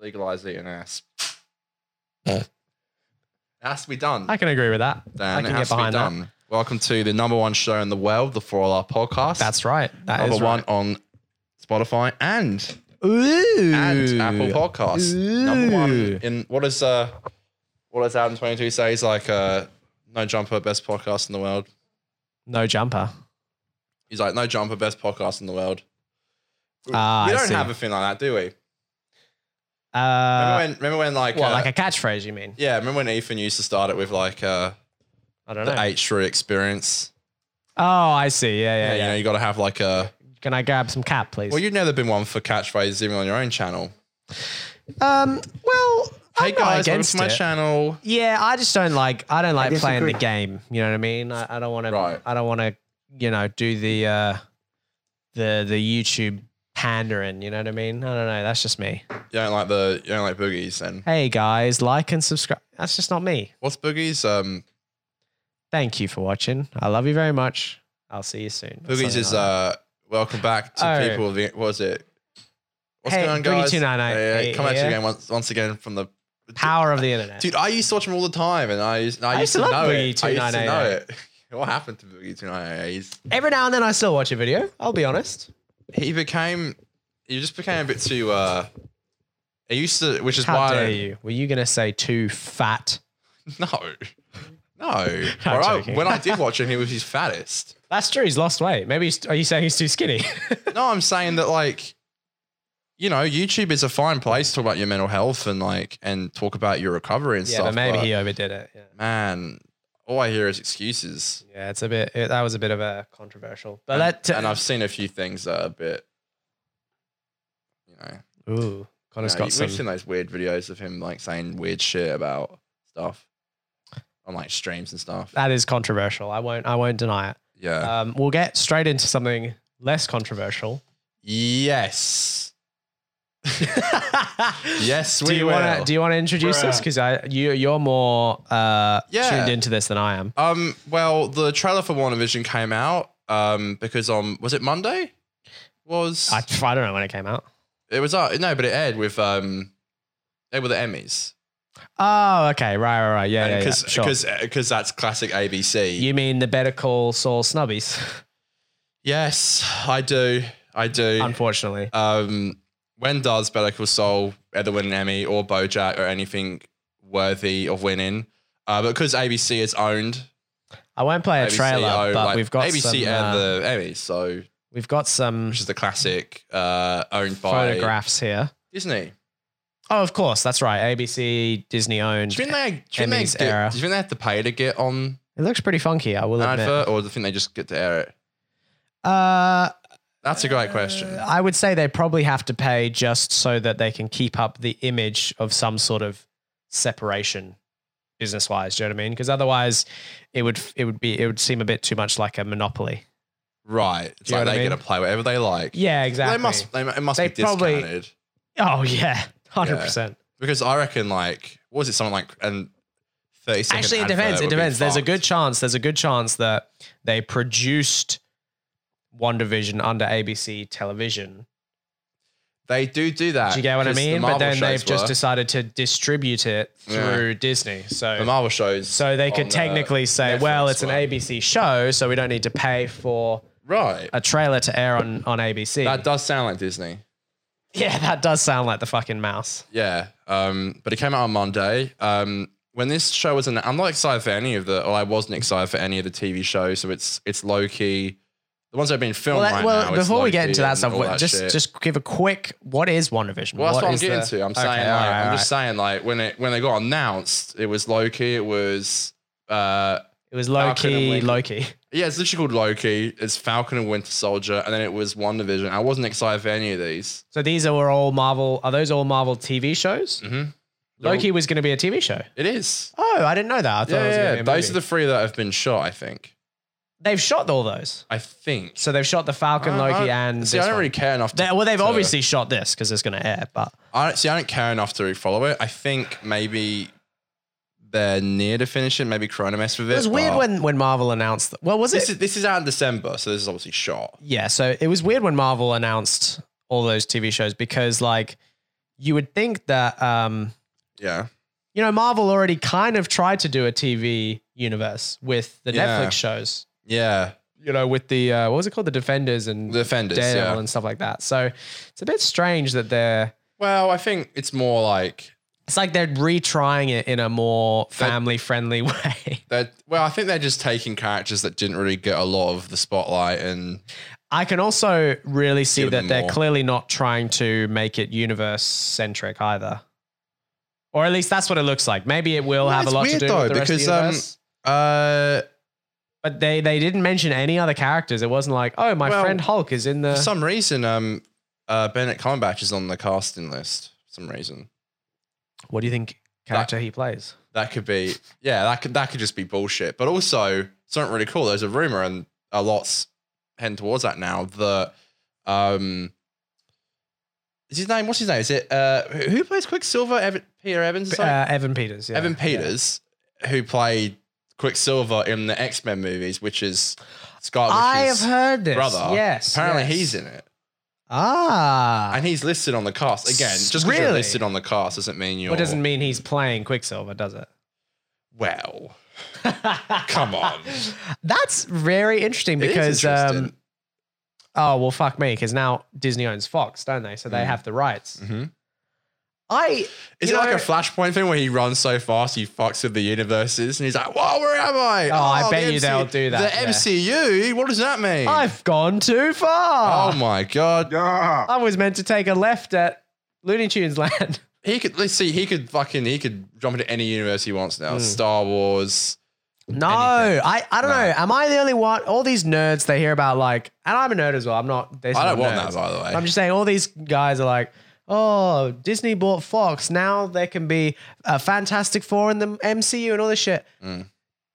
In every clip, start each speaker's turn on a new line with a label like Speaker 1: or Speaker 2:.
Speaker 1: Legalize eating ass. Has to be done.
Speaker 2: I can agree with that.
Speaker 1: Dan.
Speaker 2: I can
Speaker 1: it
Speaker 2: get
Speaker 1: has
Speaker 2: behind
Speaker 1: to be
Speaker 2: that.
Speaker 1: done. Welcome to the number one show in the world, the Four Hour Podcast.
Speaker 2: That's right. That
Speaker 1: number
Speaker 2: is
Speaker 1: one
Speaker 2: right.
Speaker 1: on Spotify and
Speaker 2: Ooh.
Speaker 1: and Apple Podcasts. Number
Speaker 2: Ooh.
Speaker 1: one in what is uh what does Adam Twenty Two say? He's like uh no jumper, best podcast in the world.
Speaker 2: No jumper.
Speaker 1: He's like no jumper, best podcast in the world.
Speaker 2: Ah,
Speaker 1: we
Speaker 2: I
Speaker 1: don't
Speaker 2: see.
Speaker 1: have a thing like that, do we? Remember
Speaker 2: Uh,
Speaker 1: when? Remember when like,
Speaker 2: well,
Speaker 1: uh,
Speaker 2: like a catchphrase, you mean?
Speaker 1: yeah? Remember when Ethan used to start it with like uh
Speaker 2: I don't know.
Speaker 1: the H three experience?
Speaker 2: Oh, I see. Yeah, yeah,
Speaker 1: Yeah,
Speaker 2: yeah.
Speaker 1: you know you got to have like a.
Speaker 2: Can I grab some cap, please?
Speaker 1: Well, you've never been one for catchphrases even on your own channel.
Speaker 2: um, well,
Speaker 1: Hey
Speaker 2: I'm not
Speaker 1: guys, welcome
Speaker 2: against
Speaker 1: to my
Speaker 2: it.
Speaker 1: channel.
Speaker 2: Yeah, I just don't like. I don't like playing the
Speaker 3: disagree.
Speaker 2: game. You know what I mean? I, I don't want to.
Speaker 1: Right.
Speaker 2: I don't want to. You know, do the uh, the the YouTube pandering. You know what I mean? I don't know. That's just me.
Speaker 1: You don't like the you don't like boogies then.
Speaker 2: Hey guys, like and subscribe. That's just not me.
Speaker 1: What's boogies? Um,
Speaker 2: Thank you for watching. I love you very much. I'll see you soon. or
Speaker 1: boogies
Speaker 2: something
Speaker 1: is
Speaker 2: like that.
Speaker 1: uh, welcome back to
Speaker 2: Oh.
Speaker 1: people. The, what is it? What's
Speaker 2: Hey,
Speaker 1: going on,
Speaker 2: Boogie
Speaker 1: guys?
Speaker 2: 299.
Speaker 1: Yeah, yeah, come at you
Speaker 2: Yeah.
Speaker 1: again once once again from the
Speaker 2: power of the internet.
Speaker 1: uh, Dude, I used to watch him all the time, and I used, I used,
Speaker 2: used to
Speaker 1: to,
Speaker 2: love
Speaker 1: know
Speaker 2: Boogie
Speaker 1: it. I used to know
Speaker 2: 298.
Speaker 1: it. What happened to Boogie 298? He's-
Speaker 2: Every now and then, I still watch a video. I'll be honest.
Speaker 1: He became, he just became a bit too. uh He used to, which is
Speaker 2: How
Speaker 1: why. I
Speaker 2: dare
Speaker 1: don't-
Speaker 2: you? Were you gonna say too fat?
Speaker 1: No, no. All right.
Speaker 2: joking.
Speaker 1: When I did watch him, he was his fattest.
Speaker 2: That's true. He's lost weight. Maybe he's, are you saying he's too skinny?
Speaker 1: No, I'm saying that like, you know, YouTube is a fine place to talk about your mental health and like and talk about your recovery and
Speaker 2: yeah,
Speaker 1: stuff.
Speaker 2: but maybe he overdid it. Yeah.
Speaker 1: man, all I hear is excuses.
Speaker 2: Yeah, it's a bit. It, that was a bit of a controversial,
Speaker 1: And,
Speaker 2: but that.
Speaker 1: and I've seen a few things that are a bit, you know,
Speaker 2: ooh, Connor's
Speaker 1: you know,
Speaker 2: got some.
Speaker 1: we've seen those weird videos of him like saying weird shit about stuff on like streams and stuff.
Speaker 2: that is controversial. I won't. I won't deny it.
Speaker 1: yeah.
Speaker 2: Um, we'll get straight into something less controversial.
Speaker 1: yes. Yes, we
Speaker 2: do you
Speaker 1: will.
Speaker 2: to? Do you want to introduce this? Because I, you, you're more uh,
Speaker 1: Yeah.
Speaker 2: tuned into this than I am.
Speaker 1: Um. Well, the trailer for WandaVision came out. Um. Because on was it Monday? Was
Speaker 2: I, I don't know when it came out.
Speaker 1: it was uh, no, but it aired with um, aired with the Emmys.
Speaker 2: Oh, okay. Right, right, right. Yeah, yeah, yeah.
Speaker 1: because
Speaker 2: Sure.
Speaker 1: because uh, that's classic ABC.
Speaker 2: You mean the Better Call Saul snubbies?
Speaker 1: yes, I do. I do.
Speaker 2: Unfortunately,
Speaker 1: um, when does Better Call Saul either win an Emmy or BoJack or anything worthy of winning? Uh, because ABC is owned.
Speaker 2: I won't play a
Speaker 1: ABC
Speaker 2: trailer,
Speaker 1: own,
Speaker 2: but
Speaker 1: like,
Speaker 2: we've got
Speaker 1: ABC
Speaker 2: some.
Speaker 1: and
Speaker 2: uh,
Speaker 1: the Emmys, so
Speaker 2: we've got some
Speaker 1: which is the classic uh, owned by
Speaker 2: photographs here.
Speaker 1: Disney.
Speaker 2: Oh, of course, that's right. ABC, Disney owned.
Speaker 1: Do you think they, do you think
Speaker 2: Emmys
Speaker 1: they, get-
Speaker 2: era.
Speaker 1: do you think they have to pay to get on
Speaker 2: It looks pretty funky. I will
Speaker 1: an
Speaker 2: admit.
Speaker 1: advert, or do you think they just get to air it?
Speaker 2: Uh,
Speaker 1: That's a great question.
Speaker 2: I would say they probably have to pay just so that they can keep up the image of some sort of separation, business wise. Do you know what I mean? Because otherwise, it would it would be it would seem a bit too much like a monopoly.
Speaker 1: right, it's
Speaker 2: Do you
Speaker 1: like
Speaker 2: know what
Speaker 1: they
Speaker 2: I
Speaker 1: get
Speaker 2: mean?
Speaker 1: to play whatever they like.
Speaker 2: Yeah,
Speaker 1: Well,
Speaker 2: exactly.
Speaker 1: they must. They, mu- it must
Speaker 2: They
Speaker 1: be
Speaker 2: probably-
Speaker 1: discounted
Speaker 2: Oh yeah, hundred percent.
Speaker 1: because I reckon like what was it something like and thirty seconds.
Speaker 2: Actually, it depends. It depends. There's a good chance. There's a good chance that they produced WandaVision under ABC Television.
Speaker 1: They do do that.
Speaker 2: Do you get what I
Speaker 1: because the
Speaker 2: mean? But
Speaker 1: Marvel
Speaker 2: then they've
Speaker 1: shows
Speaker 2: just
Speaker 1: were.
Speaker 2: decided to distribute it
Speaker 1: Yeah.
Speaker 2: through Disney.
Speaker 1: the
Speaker 2: So
Speaker 1: Marvel shows.
Speaker 2: so they
Speaker 1: on,
Speaker 2: could
Speaker 1: uh,
Speaker 2: technically say, well,
Speaker 1: Netflix
Speaker 2: it's an
Speaker 1: were-
Speaker 2: ABC show, so we don't need to pay for
Speaker 1: Right.
Speaker 2: a trailer to air on, on ABC.
Speaker 1: That does sound like Disney.
Speaker 2: yeah, that does sound like the fucking mouse.
Speaker 1: Yeah. Um, but it came out on Monday. Um, when this show was an, I'm not excited for any of the, or I wasn't excited for any of the TV shows. So it's it's low key. The ones that have been filmed
Speaker 2: Well, that-
Speaker 1: right
Speaker 2: well,
Speaker 1: now. it's
Speaker 2: before we get
Speaker 1: low-key
Speaker 2: into that
Speaker 1: and
Speaker 2: stuff,
Speaker 1: all that
Speaker 2: just
Speaker 1: shit.
Speaker 2: just give a quick what is WandaVision?
Speaker 1: Well, that's what, I'm
Speaker 2: is
Speaker 1: getting
Speaker 2: the-
Speaker 1: to. I'm
Speaker 2: Okay,
Speaker 1: saying,
Speaker 2: all
Speaker 1: like,
Speaker 2: right,
Speaker 1: I'm
Speaker 2: all
Speaker 1: just
Speaker 2: right.
Speaker 1: saying, like when it when they got announced, it was Loki. It was, uh,
Speaker 2: it was
Speaker 1: Falcon and
Speaker 2: Loki,
Speaker 1: Winter-
Speaker 2: Loki.
Speaker 1: yeah, it's literally called Loki. It's Falcon and Winter Soldier, and then it was One Division. I wasn't excited for any of these.
Speaker 2: So these are all Marvel. Are those all Marvel TV shows?
Speaker 1: Mhm.
Speaker 2: Loki was going to be a TV show.
Speaker 1: It is.
Speaker 2: Oh, I didn't know that. I thought it was
Speaker 1: yeah,
Speaker 2: going
Speaker 1: yeah.
Speaker 2: to be a
Speaker 1: those are
Speaker 2: movie.
Speaker 1: the three that have been shot. I think.
Speaker 2: They've shot all those.
Speaker 1: I think.
Speaker 2: So they've shot the Falcon,
Speaker 1: I- I-
Speaker 2: Loki, and
Speaker 1: see, I
Speaker 2: this
Speaker 1: don't
Speaker 2: one.
Speaker 1: really care enough.
Speaker 2: They-
Speaker 1: To,
Speaker 2: well, they've
Speaker 1: to-
Speaker 2: obviously shot this because it's going to air. But
Speaker 1: I don't, see, I don't care enough to follow it. I think maybe they're near to finishing. Maybe Corona messed with it.
Speaker 2: it was weird
Speaker 1: but
Speaker 2: when when Marvel announced. That, well, was
Speaker 1: this
Speaker 2: it?
Speaker 1: is this is out in December, so this is obviously shot.
Speaker 2: yeah. So it was weird when Marvel announced all those TV shows because like you would think that um,
Speaker 1: Yeah.
Speaker 2: you know Marvel already kind of tried to do a TV universe with the
Speaker 1: Yeah.
Speaker 2: Netflix shows.
Speaker 1: Yeah.
Speaker 2: You know, with the uh, what was it called, the Defenders and
Speaker 1: The Defenders.
Speaker 2: Daredevil
Speaker 1: Yeah.
Speaker 2: and stuff like that. So it's a bit strange that they're
Speaker 1: Well, I think it's more like
Speaker 2: it's like they're retrying it in a more family friendly way.
Speaker 1: that. Well, I think they're just taking characters that didn't really get a lot of the spotlight and
Speaker 2: I can also really see
Speaker 1: Give
Speaker 2: that
Speaker 1: them
Speaker 2: they're
Speaker 1: more.
Speaker 2: clearly not trying to make it universe centric either. Or at least that's what it looks like. Maybe it will
Speaker 1: Well,
Speaker 2: have a
Speaker 1: it's
Speaker 2: lot to
Speaker 1: weird
Speaker 2: do
Speaker 1: though,
Speaker 2: with the rest
Speaker 1: because,
Speaker 2: of the
Speaker 1: um,
Speaker 2: universe.
Speaker 1: uh,
Speaker 2: but they they didn't mention any other characters. It wasn't like, oh, my
Speaker 1: Well,
Speaker 2: friend Hulk is in the.
Speaker 1: for some reason, um, uh, Bennett Cumberbatch is on the casting list. For some reason
Speaker 2: what do you think character he plays?
Speaker 1: that could be yeah that could that could just be bullshit. But also something really cool. There's a rumor and a lot's heading towards that now that um. Is his name? What's his name? Is it uh, who who plays Quicksilver? Evan, Peter Evans. or something?
Speaker 2: Uh, Evan Peters. Yeah.
Speaker 1: Evan
Speaker 2: Yeah.
Speaker 1: Peters, who played Quicksilver in the X Men movies, which is Scarlet
Speaker 2: I have
Speaker 1: Witch's
Speaker 2: heard this.
Speaker 1: brother.
Speaker 2: Yes.
Speaker 1: Apparently,
Speaker 2: yes.
Speaker 1: he's in it,
Speaker 2: Ah.
Speaker 1: and he's listed on the cast again. Just because you're
Speaker 2: Really?
Speaker 1: listed on the cast doesn't mean you're.
Speaker 2: What doesn't mean he's playing Quicksilver, does it?
Speaker 1: Well, come on.
Speaker 2: That's very interesting
Speaker 1: It is
Speaker 2: because um,
Speaker 1: interesting.
Speaker 2: oh well, fuck me, because now Disney owns Fox, don't they? So they
Speaker 1: Mm.
Speaker 2: have the rights.
Speaker 1: Mhm.
Speaker 2: I
Speaker 1: is
Speaker 2: you
Speaker 1: it like
Speaker 2: know-
Speaker 1: a flashpoint thing where he runs so fast he fucks with the universes, and he's like, "Whoa, where am I?"
Speaker 2: Oh, I
Speaker 1: the
Speaker 2: bet you they'll do that,
Speaker 1: The
Speaker 2: yeah.
Speaker 1: MCU. What does that mean?
Speaker 2: I've gone too
Speaker 1: oh
Speaker 2: far.
Speaker 1: my god.
Speaker 2: I was meant to take a left at Looney Tunes Land.
Speaker 1: He could let's see. He could fucking he could jump into any universe he wants now.
Speaker 2: Mm.
Speaker 1: Star Wars.
Speaker 2: No,
Speaker 1: Anything.
Speaker 2: I, I don't
Speaker 1: No.
Speaker 2: know. Am I the only one? All these nerds they hear about, like, and I'm a nerd as well. I'm not.
Speaker 1: I don't want that, by the way.
Speaker 2: I'm just saying, all these guys are like, oh, Disney bought Fox. Now there can be a Fantastic Four in the MCU and all this shit.
Speaker 1: Mm.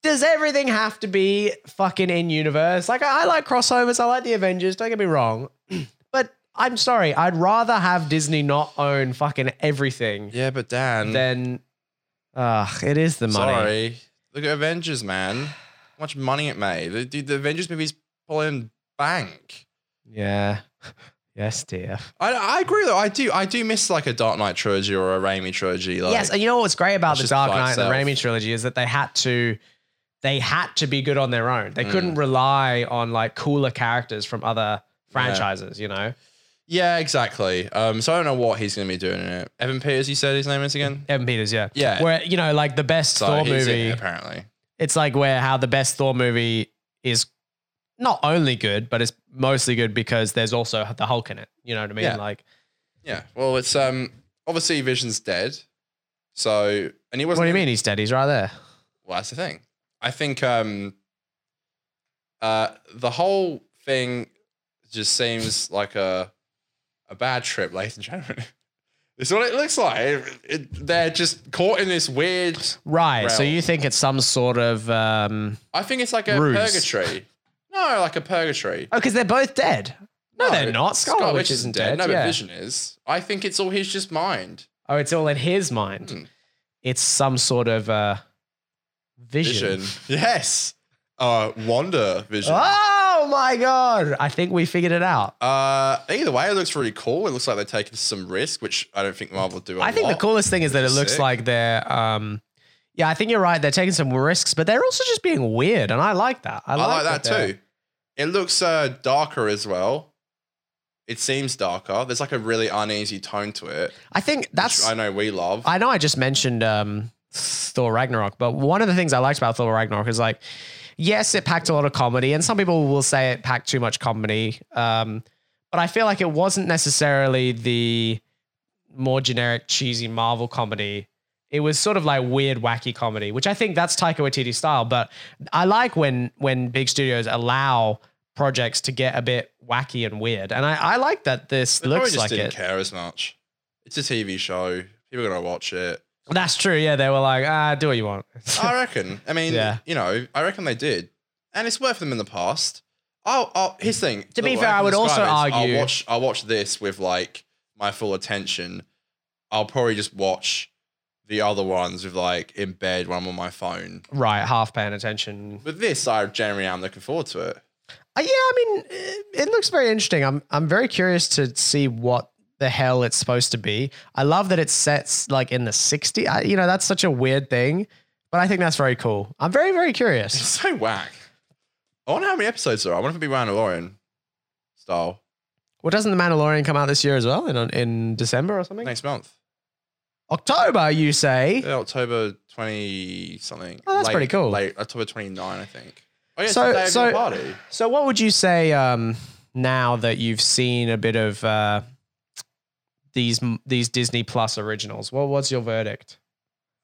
Speaker 2: Does everything have to be fucking in universe? Like, I, I like crossovers. I like the Avengers. Don't get me wrong. but I'm sorry. I'd rather have Disney not own fucking everything
Speaker 1: Yeah, but Dan,
Speaker 2: than. Ugh, it is the money.
Speaker 1: sorry. Look at Avengers, man. How much money it made. The, the, the Avengers movies pulling bank.
Speaker 2: Yeah. Yes, dear.
Speaker 1: I, I agree though. I do I do miss like a Dark Knight trilogy or a Raimi trilogy. Like,
Speaker 2: yes, and you know what's great about
Speaker 1: That's
Speaker 2: the
Speaker 1: just
Speaker 2: Dark
Speaker 1: by
Speaker 2: Knight
Speaker 1: itself.
Speaker 2: and the Raimi trilogy is that they had to they had to be good on their own. They
Speaker 1: Mm.
Speaker 2: couldn't rely on like cooler characters from other franchises, you know.
Speaker 1: yeah, exactly. Um, so I don't know what he's gonna be doing in it. Evan Peters, you said his name is again.
Speaker 2: Evan Peters, yeah.
Speaker 1: Yeah.
Speaker 2: Where you know, like the best
Speaker 1: So
Speaker 2: Thor
Speaker 1: he's in
Speaker 2: movie,
Speaker 1: it, apparently.
Speaker 2: it's like where how the best Thor movie is not only good, but it's mostly good because there's also the Hulk in it. You know what I mean?
Speaker 1: Yeah.
Speaker 2: Like
Speaker 1: Yeah. Well, it's um obviously Vision's dead. So and he wasn't.
Speaker 2: what do you
Speaker 1: in-
Speaker 2: mean he's dead? He's right there.
Speaker 1: Well, that's the thing. I think um, uh, the whole thing just seems like a a bad trip, ladies and gentlemen. it's what it looks like. It- it- they're just caught in this weird.
Speaker 2: Right. So
Speaker 1: Realm.
Speaker 2: you think it's some sort of um
Speaker 1: I think it's like a
Speaker 2: Ruse.
Speaker 1: purgatory. No, like a purgatory.
Speaker 2: Oh, because they're both dead. No, they're not. Scarlet, Witch isn't dead.
Speaker 1: No,
Speaker 2: yeah.
Speaker 1: but Vision is. I think it's all his just mind.
Speaker 2: Oh, it's all in his mind.
Speaker 1: Hmm.
Speaker 2: It's some sort of uh, vision.
Speaker 1: Vision. Yes. Uh, Wanda Vision.
Speaker 2: Oh my god! I think we figured it out.
Speaker 1: Uh, either way, it looks really cool. It looks like they're taking some risk, which I don't think Marvel do. I
Speaker 2: I think the coolest thing is that it looks
Speaker 1: Sick.
Speaker 2: like they're. Um, yeah, I think you're right. They're taking some risks, but they're also just being weird, and I like that. I
Speaker 1: I
Speaker 2: like,
Speaker 1: like, that, too. It looks uh, darker as well. It seems darker. There's like a really uneasy tone to it.
Speaker 2: I think that's.
Speaker 1: which I know we love.
Speaker 2: I know I just mentioned um, Thor Ragnarok, but one of the things I liked about Thor Ragnarok is like, yes, it packed a lot of comedy, and some people will say it packed too much comedy. Um, but I feel like it wasn't necessarily the more generic, cheesy Marvel comedy. It was sort of like weird, wacky comedy, which I think that's Taika Waititi's style. But I like when when big studios allow projects to get a bit wacky and weird, and I, I like that this
Speaker 1: They probably
Speaker 2: looks
Speaker 1: just
Speaker 2: like
Speaker 1: didn't
Speaker 2: it.
Speaker 1: care as much. It's a TV show. People are gonna watch it.
Speaker 2: That's true. Yeah, they were like, ah, do what you want.
Speaker 1: I reckon. I mean,
Speaker 2: Yeah.
Speaker 1: you know, I reckon they did, and it's worth them in the past. Oh, oh here's the thing.
Speaker 2: To be
Speaker 1: The way
Speaker 2: fair, I
Speaker 1: can
Speaker 2: would also
Speaker 1: describe it is
Speaker 2: argue-
Speaker 1: I'll watch, I'll watch this with like my full attention. I'll probably just watch the other ones with like in bed when I'm on my phone.
Speaker 2: right, half paying attention.
Speaker 1: With this, I generally am looking forward to it.
Speaker 2: Uh, yeah, I mean, it, it looks very interesting. I'm I'm very curious to see what the hell it's supposed to be. I love that it sets like in the 60. I, you know, that's such a weird thing, but I think that's very cool. I'm very, very
Speaker 1: It's
Speaker 2: curious.
Speaker 1: so whack. I wonder how many episodes there are. I wonder if it'd be Mandalorian style
Speaker 2: Well, doesn't The Mandalorian come out this year as well in, in December or something?
Speaker 1: next month.
Speaker 2: October, you say?
Speaker 1: Yeah, October 20 something.
Speaker 2: Oh, that's
Speaker 1: Late-
Speaker 2: pretty cool.
Speaker 1: Late October 29, I think. Oh, yeah,
Speaker 2: So-
Speaker 1: so, it's the day
Speaker 2: so-
Speaker 1: of your party.
Speaker 2: So, what would you say um, now that you've seen a bit of uh, these these Disney Plus originals? What what's your verdict?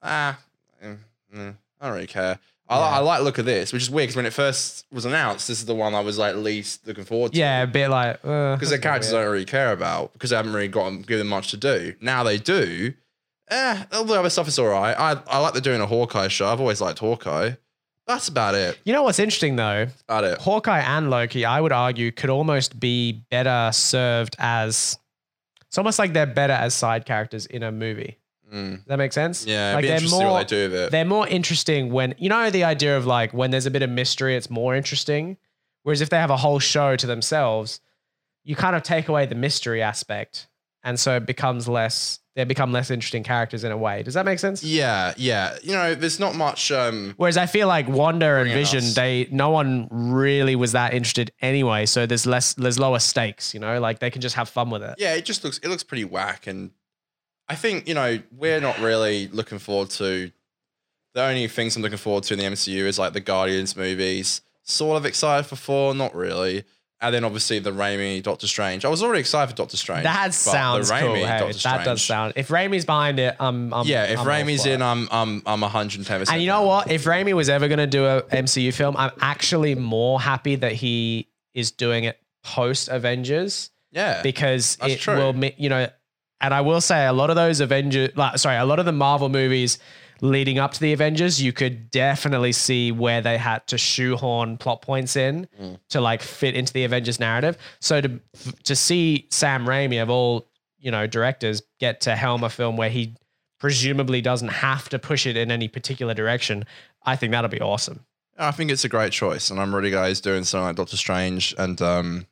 Speaker 1: Ah, mm, mm, I don't really care. I,
Speaker 2: Yeah.
Speaker 1: I like the look of this, which is weird because when it first was announced, this is the one I was like least looking forward to.
Speaker 2: Yeah, a bit like uh,
Speaker 1: because their characters I don't really care about because they haven't really gotten given much to do. Now they do. Eh, all the other stuff is all right. I, I like they're doing a Hawkeye show. I've always liked Hawkeye. That's about it.
Speaker 2: You know what's interesting though?
Speaker 1: About it.
Speaker 2: Hawkeye and Loki, I would argue, could almost be better served as. It's almost like they're better as side characters in a movie.
Speaker 1: Mm.
Speaker 2: Does that make sense?
Speaker 1: Yeah, it'd
Speaker 2: like
Speaker 1: be
Speaker 2: they're
Speaker 1: interesting
Speaker 2: more
Speaker 1: what they do with it.
Speaker 2: they're more interesting when you know the idea of like when there's a bit of mystery, it's more interesting. Whereas if they have a whole show to themselves, you kind of take away the mystery aspect, and so it becomes less. They become less interesting characters in a way. Does that make sense?
Speaker 1: Yeah, yeah. You know, there's not much. Um,
Speaker 2: Whereas I feel like Wanda and
Speaker 1: Bringing
Speaker 2: Vision,
Speaker 1: us.
Speaker 2: they no one really was that interested anyway. So there's less, there's lower stakes. You know, like they can just have fun with it.
Speaker 1: yeah, it just looks it looks pretty whack, and I think you know we're not really looking forward to. The only things I'm looking forward to in the MCU is like the Guardians movies. Sort of excited for four, not really. And then obviously the Raimi Doctor Strange. I was already excited for Doctor Strange. but
Speaker 2: That
Speaker 1: the
Speaker 2: sounds cool.
Speaker 1: Raimi
Speaker 2: Hey,
Speaker 1: Doctor
Speaker 2: that
Speaker 1: Strange-
Speaker 2: does sound. If Raimi's behind it, I'm. um, I'm
Speaker 1: Yeah, if
Speaker 2: I'm all
Speaker 1: Raimi's
Speaker 2: for it.
Speaker 1: in, I'm I'm I'm 110. percent
Speaker 2: And you know what? If Raimi was ever going to do a MCU film, I'm actually more happy that he is doing it post Avengers
Speaker 1: Yeah,
Speaker 2: because
Speaker 1: That's
Speaker 2: it
Speaker 1: true.
Speaker 2: will, mi- you know, and I will say a lot of those Avengers, like, sorry, a lot of the Marvel movies leading up to the Avengers, you could definitely see where they had to shoehorn plot points in
Speaker 1: Mm.
Speaker 2: to like fit into the Avengers narrative. So to to see Sam Raimi of all you know directors get to helm a film where he presumably doesn't have to push it in any particular direction, I think that'll be awesome.
Speaker 1: I think it's a great choice, and I'm really glad he's doing something like Doctor Strange. And um,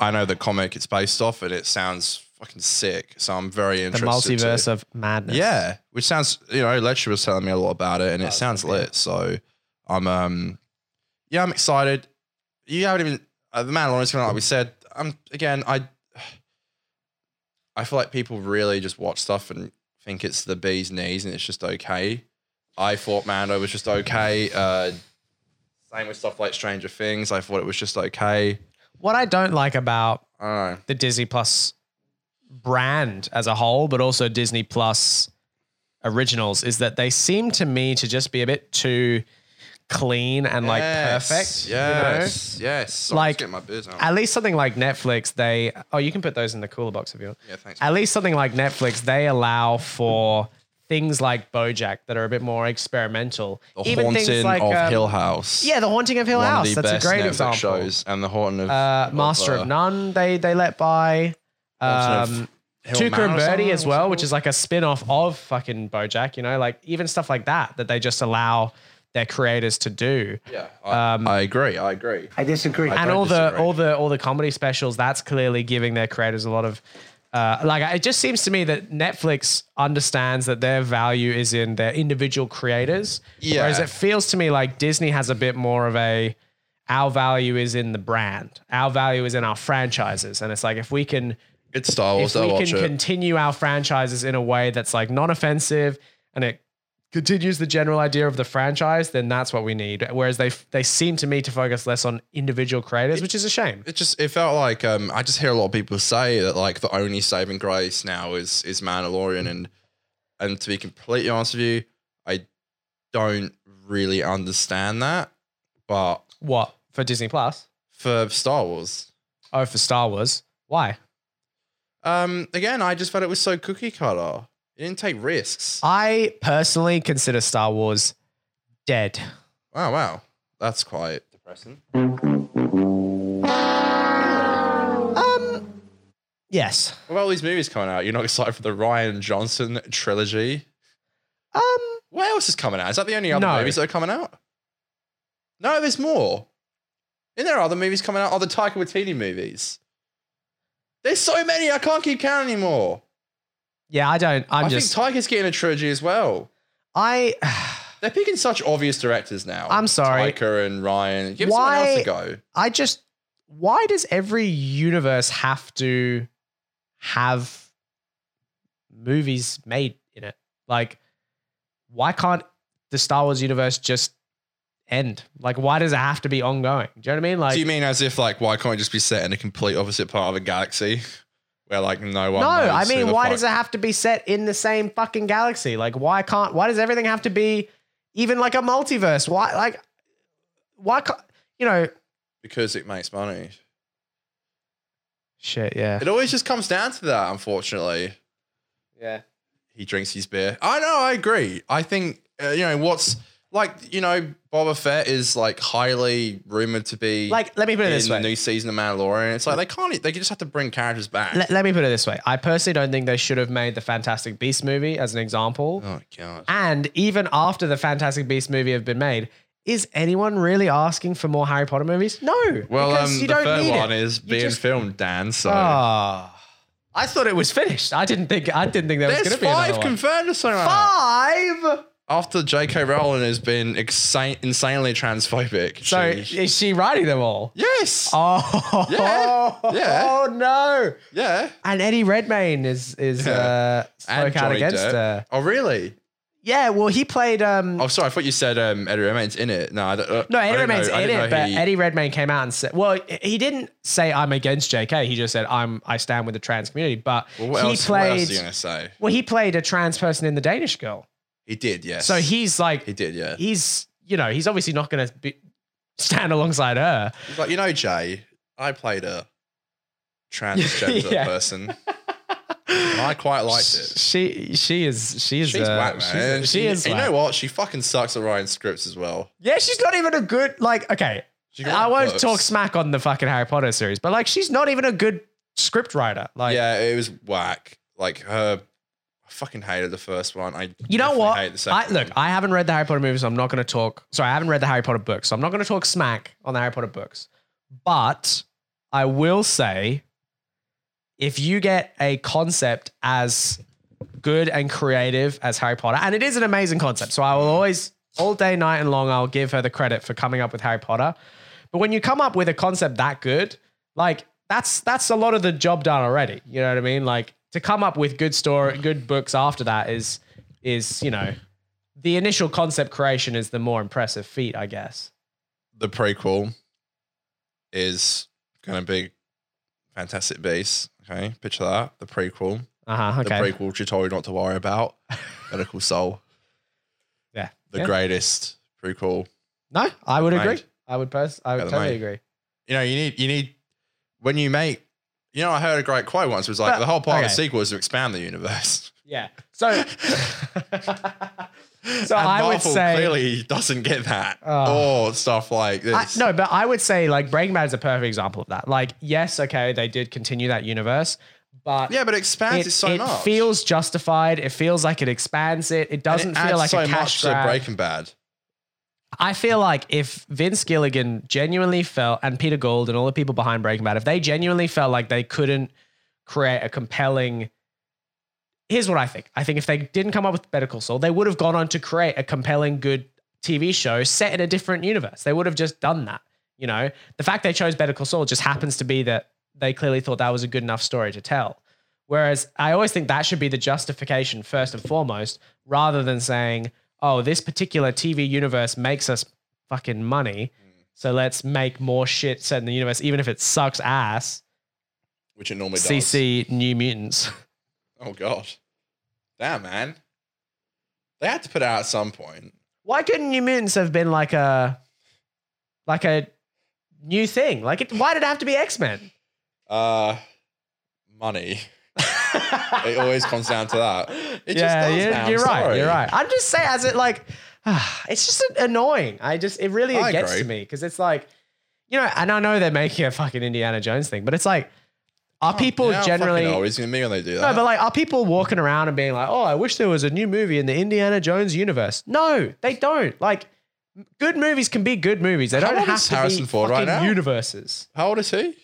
Speaker 1: I know the comic it's based off, and it sounds fucking sick. So I'm very
Speaker 2: The
Speaker 1: interested. to-
Speaker 2: multiverse of madness.
Speaker 1: yeah, which sounds you know, Lecture was telling me a lot about it, and it
Speaker 2: Oh, it's
Speaker 1: sounds
Speaker 2: gonna be-
Speaker 1: lit. So I'm um, yeah, I'm excited. You haven't even uh, the Mandalorian's coming out, like we said. I'm again, I I feel like people really just watch stuff and think it's the bee's knees, and it's just okay. I thought Mando was just okay. Uh, same with stuff like Stranger Things. I thought it was just okay.
Speaker 2: What I don't like about
Speaker 1: I don't know.
Speaker 2: the Disney Plus brand as a whole, but also Disney Plus originals, is that they seem to me to just be a bit too clean and like
Speaker 1: Yes,
Speaker 2: perfect. you know?
Speaker 1: Yes. Yes. Sorry,
Speaker 2: Like-
Speaker 1: like get my booze out.
Speaker 2: At least something like Netflix, they oh, you can put those in the cooler box if you want.
Speaker 1: Yeah. Thanks.
Speaker 2: At least something like Netflix, they allow for things like BoJack that are a bit more experimental.
Speaker 1: The Haunting of
Speaker 2: um,
Speaker 1: Hill House.
Speaker 2: yeah, the Haunting of Hill
Speaker 1: one
Speaker 2: House.
Speaker 1: of the
Speaker 2: That's a
Speaker 1: best
Speaker 2: great
Speaker 1: Netflix
Speaker 2: example.
Speaker 1: shows and the Horton of
Speaker 2: Uh, Master of
Speaker 1: uh,
Speaker 2: None, they they let by.
Speaker 1: Haunting
Speaker 2: Um,
Speaker 1: of Hill
Speaker 2: Tuca
Speaker 1: Manor
Speaker 2: and
Speaker 1: or something,
Speaker 2: Birdie as
Speaker 1: what's it
Speaker 2: well,
Speaker 1: called?
Speaker 2: which is like a spin off of fucking BoJack. You know, like even stuff like that that they just allow their creators to do.
Speaker 1: yeah. I,
Speaker 2: um,
Speaker 1: I agree. I agree.
Speaker 3: I disagree.
Speaker 1: I-
Speaker 2: and
Speaker 1: don't
Speaker 2: all the
Speaker 1: disagree.
Speaker 2: all the all the comedy specials that's clearly giving their creators a lot of uh, like it just seems to me that Netflix understands that their value is in their individual creators,
Speaker 1: Yeah.
Speaker 2: whereas it feels to me like Disney has a bit more of a our value is in the brand, our value is in our franchises, and it's like if we can
Speaker 1: It's Star Wars.
Speaker 2: if
Speaker 1: I
Speaker 2: we
Speaker 1: watch
Speaker 2: can
Speaker 1: it.
Speaker 2: continue our franchises in a way that's like non-offensive and it continues the general idea of the franchise, then that's what we need. Whereas they they seem to me to focus less on individual creators, which is a shame.
Speaker 1: it just it felt like um, I just hear a lot of people say that like the only saving grace now is is Mandalorian and and to be completely honest with you, I don't really understand that. But
Speaker 2: What for Disney Plus?
Speaker 1: for Star Wars,
Speaker 2: Oh, for Star Wars. Why?
Speaker 1: um, again, I just felt it was so cookie cutter. It didn't take risks.
Speaker 2: I personally consider Star Wars dead.
Speaker 1: Oh wow, that's quite depressing.
Speaker 2: Um. Yes.
Speaker 1: What about all these movies coming out? You're not excited for the Ryan Johnson trilogy?
Speaker 2: Um.
Speaker 1: What else is coming out? Is that the only other
Speaker 2: No.
Speaker 1: movies that are coming out? No, Oh, there's more. Isn't there other movies coming out? Other Taika Waititi movies. There's so many. I can't keep count anymore.
Speaker 2: Yeah, I don't. I'm
Speaker 1: i
Speaker 2: just.
Speaker 1: think Tiger's getting a trilogy as well.
Speaker 2: I.
Speaker 1: They're picking such obvious directors now.
Speaker 2: I'm sorry.
Speaker 1: Tyker and Ryan. Give
Speaker 2: Why-
Speaker 1: someone else a go.
Speaker 2: I just. Why does every universe have to have movies made in it? Like, why can't the Star Wars universe just end? Like, why does it have to be ongoing? Do you know what I mean? Like,
Speaker 1: Do you mean as if like why can't it just be set in a complete opposite part of a galaxy where like no one?
Speaker 2: no,
Speaker 1: knows
Speaker 2: I
Speaker 1: who
Speaker 2: mean,
Speaker 1: the
Speaker 2: why
Speaker 1: fuck-
Speaker 2: does it have to be set in the same fucking galaxy? Like, why can't? Why does everything have to be even like a multiverse? Why, like, why can't you know?
Speaker 1: Because it makes money.
Speaker 2: Shit, yeah,
Speaker 1: It always just comes down to that. Unfortunately,
Speaker 2: yeah.
Speaker 1: he drinks his beer. I know. I agree. I think uh, you know what's like. You know, Boba Fett is like highly rumored to be
Speaker 2: Like, let me put it
Speaker 1: in
Speaker 2: this
Speaker 1: the
Speaker 2: way.
Speaker 1: new season of Mandalorian. It's like they can't. e, They just have to bring characters back.
Speaker 2: let, let me put it this way. I personally don't think they should have made the Fantastic Beast movie as an example.
Speaker 1: oh god.
Speaker 2: And even after the Fantastic Beast movie have been made, is anyone really asking for more Harry Potter movies? No.
Speaker 1: Well,
Speaker 2: because
Speaker 1: um,
Speaker 2: you
Speaker 1: the
Speaker 2: don't
Speaker 1: third
Speaker 2: need
Speaker 1: one
Speaker 2: it.
Speaker 1: is
Speaker 2: You
Speaker 1: being
Speaker 2: just-
Speaker 1: filmed, Dan. So
Speaker 2: Ah. I thought it was finished. I didn't think. I didn't think there was
Speaker 1: there's
Speaker 2: going to be another
Speaker 1: five
Speaker 2: one.
Speaker 1: confirmed or something. like that.
Speaker 2: five.
Speaker 1: after J.K. Rowling has been exa- insanely transphobic.
Speaker 2: So
Speaker 1: she-
Speaker 2: is she writing them all?
Speaker 1: yes,
Speaker 2: Oh,
Speaker 1: Yeah, yeah.
Speaker 2: oh no!
Speaker 1: yeah.
Speaker 2: And Eddie Redmayne is is uh, spoke
Speaker 1: And
Speaker 2: out
Speaker 1: Johnny
Speaker 2: against
Speaker 1: Depp.
Speaker 2: her.
Speaker 1: Oh, really?
Speaker 2: Yeah, well, he played. Um,
Speaker 1: Oh, sorry. I thought you said um, Eddie Redmayne's in it. No, I don't, uh,
Speaker 2: no,
Speaker 1: I
Speaker 2: Eddie
Speaker 1: don't
Speaker 2: Redmayne's
Speaker 1: know. I
Speaker 2: in
Speaker 1: didn't
Speaker 2: it,
Speaker 1: know
Speaker 2: but
Speaker 1: he-
Speaker 2: Eddie Redmayne came out and said, "Well, he didn't say I'm against JK. He just said I'm I stand with the trans community." But
Speaker 1: Well, what,
Speaker 2: he
Speaker 1: else, what
Speaker 2: played.
Speaker 1: else are you gonna say?
Speaker 2: well, he played a trans person in The Danish Girl,
Speaker 1: He did, yes.
Speaker 2: so he's like,
Speaker 1: he did, yeah.
Speaker 2: he's you know, he's obviously not going to be stand alongside her.
Speaker 1: He's like, you know, Jay, I played a transgender
Speaker 2: Yeah.
Speaker 1: person. And I quite liked it.
Speaker 2: She she is she is
Speaker 1: She's
Speaker 2: uh,
Speaker 1: whack, man.
Speaker 2: she's-
Speaker 1: And
Speaker 2: she is.
Speaker 1: You
Speaker 2: whack.
Speaker 1: know what? She fucking sucks at writing scripts as well.
Speaker 2: Yeah, she's not even a good like. Okay,
Speaker 1: She can
Speaker 2: I
Speaker 1: write
Speaker 2: won't
Speaker 1: books.
Speaker 2: talk smack on the fucking Harry Potter series, but like, she's not even a good script writer. Like,
Speaker 1: yeah, it was whack. Like her, I fucking hated the first one. I
Speaker 2: you know
Speaker 1: definitely
Speaker 2: what?
Speaker 1: Hate the
Speaker 2: I
Speaker 1: second
Speaker 2: look,
Speaker 1: one.
Speaker 2: I haven't read the Harry Potter movies, so I'm not going to talk. Sorry, I haven't read the Harry Potter books, so I'm not going to talk smack on the Harry Potter books. But I will say, if you get a concept as good and creative as Harry Potter, and it is an amazing concept, so I will always, all day, night, and long, I'll give her the credit for coming up with Harry Potter. But when you come up with a concept that good, like that's that's a lot of the job done already. You know what I mean? Like to come up with good story, good books after that is is you know the initial concept creation is the more impressive feat, I guess.
Speaker 1: the prequel is gonna be Fantastic Beasts. Okay, picture that. The prequel,
Speaker 2: Uh huh. Okay.
Speaker 1: the prequel she told you not to worry about. Medical Soul,
Speaker 2: yeah.
Speaker 1: the
Speaker 2: yeah.
Speaker 1: greatest prequel.
Speaker 2: no, I would
Speaker 1: Made.
Speaker 2: agree. I would pers- I would
Speaker 1: Yeah, the
Speaker 2: totally
Speaker 1: made.
Speaker 2: agree.
Speaker 1: You know, you need you need when you make. You know, I heard a great quote once. It was like
Speaker 2: But-
Speaker 1: the whole part of
Speaker 2: okay.
Speaker 1: the sequel is to expand the universe.
Speaker 2: Yeah. So. So
Speaker 1: and
Speaker 2: I would
Speaker 1: Marvel
Speaker 2: say-
Speaker 1: clearly doesn't get that
Speaker 2: Oh.
Speaker 1: or stuff like this.
Speaker 2: I, no, but I would say like Breaking Bad is a perfect example of that. Like, yes, okay, they did continue that universe, but
Speaker 1: Yeah, but it expands it, so
Speaker 2: it
Speaker 1: much.
Speaker 2: feels justified. It feels like it expands it. It
Speaker 1: And
Speaker 2: doesn't
Speaker 1: it adds
Speaker 2: feel like
Speaker 1: so
Speaker 2: a
Speaker 1: much
Speaker 2: cash grab.
Speaker 1: to Breaking Bad.
Speaker 2: I feel like if Vince Gilligan genuinely felt, and Peter Gould and all the people behind Breaking Bad, if they genuinely felt like they couldn't create a compelling. Here's what I think. I think if they didn't come up with Better Call Saul, they would have gone on to create a compelling, good TV show set in a different universe. They would have just done that. You know, the fact they chose Better Call Saul just happens to be that they clearly thought that was a good enough story to tell. Whereas I always think that should be the justification first and foremost, rather than saying, oh, this particular TV universe makes us fucking money. So let's make more shit set in the universe, even if it sucks ass.
Speaker 1: Which it normally does.
Speaker 2: CC New Mutants.
Speaker 1: Oh god. Damn man. They had to put it out at some point.
Speaker 2: Why couldn't New Mutants have been like a, like a new thing? Like, it, why did it have to be X Men?
Speaker 1: Uh money. It always comes down to that. It
Speaker 2: yeah,
Speaker 1: just does,
Speaker 2: you're,
Speaker 1: man. I'm
Speaker 2: you're right.
Speaker 1: sorry.
Speaker 2: You're right. I'm just saying, as it like, it's just annoying. I just, it really
Speaker 1: I
Speaker 2: gets
Speaker 1: agree.
Speaker 2: to me because it's like, you know, and I know they're making a fucking Indiana Jones thing, but it's like, are people
Speaker 1: You know how Oh, fucking
Speaker 2: generally?
Speaker 1: always gonna be when they do
Speaker 2: No,
Speaker 1: that.
Speaker 2: but like, are people walking around and being like, "Oh, I wish there was a new movie in the Indiana Jones universe"? No, they don't. Like, m- good movies can be good movies. They
Speaker 1: How
Speaker 2: don't
Speaker 1: old
Speaker 2: have
Speaker 1: is
Speaker 2: to
Speaker 1: Harrison
Speaker 2: be
Speaker 1: Ford right
Speaker 2: fucking
Speaker 1: now?
Speaker 2: universes.
Speaker 1: How old is he?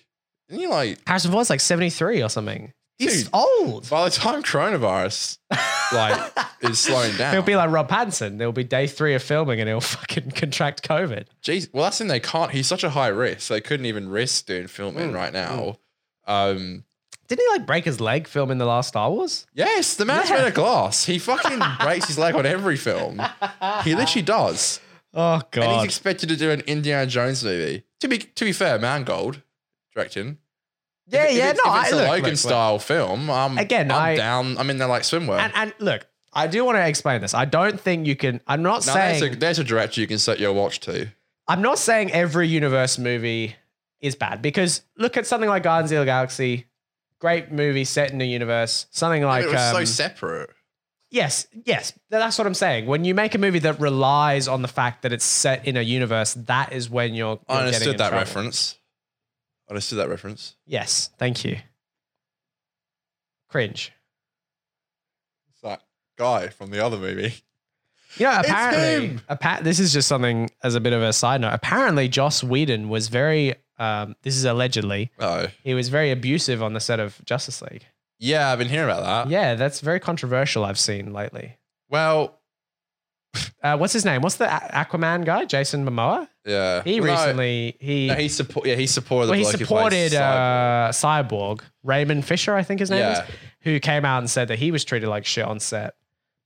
Speaker 1: And you're like,
Speaker 2: Harrison Ford's like 73 or something. He's
Speaker 1: Dude.
Speaker 2: old.
Speaker 1: by the time coronavirus like is slowing down,
Speaker 2: It'll be like Rob Pattinson. There'll be day three of filming and he'll fucking contract COVID.
Speaker 1: Jeez, well, that's in they can't. He's such a high risk. They couldn't even risk doing filming
Speaker 2: Mm,
Speaker 1: right now. Um,
Speaker 2: Didn't he like break his leg filming the last Star Wars?
Speaker 1: yes, the man's
Speaker 2: Yeah.
Speaker 1: made of glass. He fucking breaks his leg on every film. He literally does,
Speaker 2: oh
Speaker 1: and he's
Speaker 2: god.
Speaker 1: expected to do an Indiana Jones movie. To be to be fair, Mangold directing.
Speaker 2: yeah,
Speaker 1: If it- if
Speaker 2: yeah.
Speaker 1: it's,
Speaker 2: no,
Speaker 1: if it's
Speaker 2: I,
Speaker 1: a
Speaker 2: look,
Speaker 1: Logan
Speaker 2: look, look.
Speaker 1: style film. I'm
Speaker 2: Again,
Speaker 1: I'm
Speaker 2: I-
Speaker 1: down. I'm in there like swimwear.
Speaker 2: And, and look, I do want to explain this. I don't think you can. I'm not
Speaker 1: now,
Speaker 2: saying.
Speaker 1: there's, a, there's a director you can set your watch to.
Speaker 2: I'm not saying every universe movie is bad because look at something like Guardians of the Galaxy, great movie set in a universe. Something like
Speaker 1: it was so
Speaker 2: um,
Speaker 1: separate.
Speaker 2: yes, yes, th- that's what I'm saying. When you make a movie that relies on the fact that it's set in a universe, that is when you're.
Speaker 1: I
Speaker 2: you're getting in
Speaker 1: understood that
Speaker 2: trouble.
Speaker 1: reference. I understood that reference.
Speaker 2: Yes, thank you. Cringe.
Speaker 1: It's that guy from the other movie.
Speaker 2: You know,
Speaker 1: It's
Speaker 2: apparently,
Speaker 1: him.
Speaker 2: appa- this is just something as a bit of a side note. Apparently, Joss Whedon was very. Um, this is allegedly.
Speaker 1: Oh.
Speaker 2: He was very abusive on the set of Justice League.
Speaker 1: Yeah, I've been hearing about that.
Speaker 2: Yeah, that's very controversial. I've seen lately.
Speaker 1: Well,
Speaker 2: Uh, what's his name? What's the A- Aquaman guy? Jason Momoa.
Speaker 1: yeah.
Speaker 2: He
Speaker 1: Well, no,
Speaker 2: recently he
Speaker 1: No, he support. Yeah, he supported.
Speaker 2: well, he
Speaker 1: the bloke who plays
Speaker 2: supported
Speaker 1: Cyborg.
Speaker 2: uh, Cyborg Raymond Fisher, I think his name
Speaker 1: yeah.
Speaker 2: is, who came out and said that he was treated like shit on set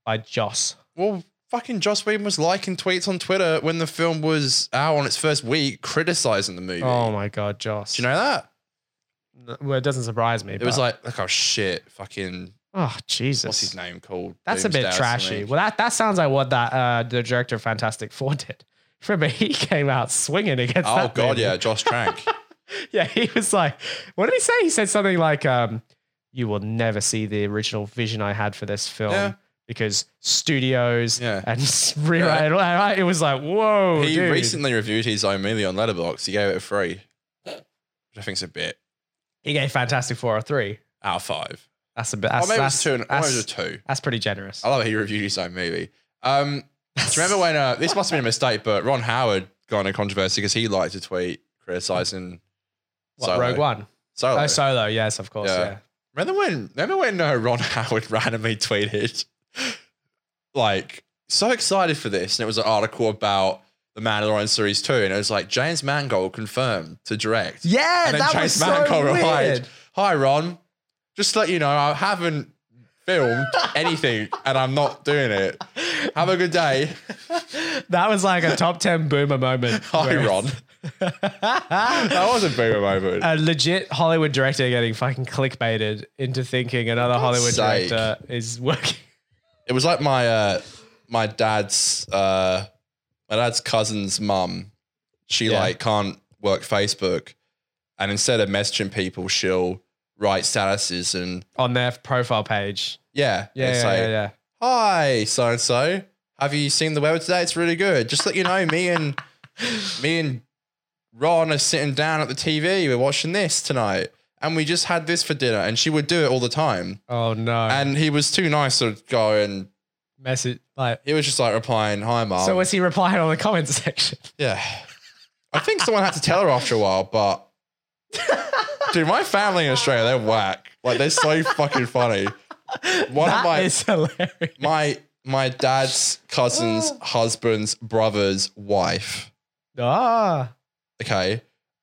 Speaker 2: by Joss.
Speaker 1: Well, fucking Joss Whedon was liking tweets on Twitter when the film was out on its first week, criticizing the movie.
Speaker 2: Oh my god, Joss.
Speaker 1: Do you know that?
Speaker 2: know? Well, it doesn't surprise me.
Speaker 1: It was like, like, oh shit, fucking,
Speaker 2: oh Jesus,
Speaker 1: what's his name called?
Speaker 2: That's a
Speaker 1: Doomsday
Speaker 2: bit
Speaker 1: or
Speaker 2: trashy.
Speaker 1: something.
Speaker 2: Well, that that sounds like what that uh, the director of Fantastic Four did. Remember, he came out swinging against.
Speaker 1: Oh
Speaker 2: that
Speaker 1: god,
Speaker 2: movie.
Speaker 1: yeah, Josh Trank.
Speaker 2: yeah, he was like, what did he say? He said something like, um, you will never see the original vision I had for this film
Speaker 1: Yeah.
Speaker 2: because studios
Speaker 1: Yeah.
Speaker 2: and rewrite. and all that." It was like, whoa,
Speaker 1: he
Speaker 2: dude.
Speaker 1: recently reviewed his own movie on Letterboxd. He gave it a three, which I think's a bit
Speaker 2: he gave Fantastic Four a three.
Speaker 1: out of five.
Speaker 2: That's a bit. That's,
Speaker 1: or Oh, maybe it was
Speaker 2: that's,
Speaker 1: two. And, or maybe it was
Speaker 2: that's,
Speaker 1: a two.
Speaker 2: that's pretty generous.
Speaker 1: I love how he reviewed his own movie. Um, do you remember when uh, this must have been a mistake, but Ron Howard got in a controversy because he liked to tweet criticizing
Speaker 2: what,
Speaker 1: Solo.
Speaker 2: Rogue One?
Speaker 1: Solo.
Speaker 2: Oh, Solo. Yes, of course.
Speaker 1: Yeah.
Speaker 2: Yeah.
Speaker 1: remember when? Remember when uh, Ron Howard randomly tweeted like so excited for this, and it was an article about the Mandalorian series two, and it was like James Mangold confirmed to direct.
Speaker 2: Yeah,
Speaker 1: and then
Speaker 2: that
Speaker 1: James
Speaker 2: was so
Speaker 1: Mangold
Speaker 2: weird.
Speaker 1: replied, "Hi Ron, just to let you know I haven't." Filmed anything, and I'm not doing it. Have a good day.
Speaker 2: That was like a top ten boomer moment.
Speaker 1: Hi,
Speaker 2: where-
Speaker 1: Ron. That was a boomer moment.
Speaker 2: a legit Hollywood director getting fucking clickbaited into thinking another Hollywood
Speaker 1: sake.
Speaker 2: director is working.
Speaker 1: It was like my uh, my dad's uh, my dad's cousin's mum. She
Speaker 2: Yeah.
Speaker 1: like can't work Facebook, and instead of messaging people, she'll write statuses and
Speaker 2: on their profile page.
Speaker 1: yeah,
Speaker 2: Yeah,
Speaker 1: it's
Speaker 2: yeah,
Speaker 1: like,
Speaker 2: yeah, yeah.
Speaker 1: hi so and so. Have you seen the weather today? It's really good. Just let you know, me and me and Ron are sitting down at the TV. We're watching this tonight, and we just had this for dinner. And she would do it all the time.
Speaker 2: Oh no,
Speaker 1: And he was too nice to go and
Speaker 2: message like.
Speaker 1: he was just like replying, Hi mom.
Speaker 2: so was he replying on the comment section?
Speaker 1: yeah. I think someone had to tell her after a while, but dude, my family in Australia, they're whack. Like they're so fucking funny. One
Speaker 2: That
Speaker 1: of my
Speaker 2: is hilarious.
Speaker 1: my my dad's cousin's husband's brother's wife.
Speaker 2: Ah,
Speaker 1: Okay.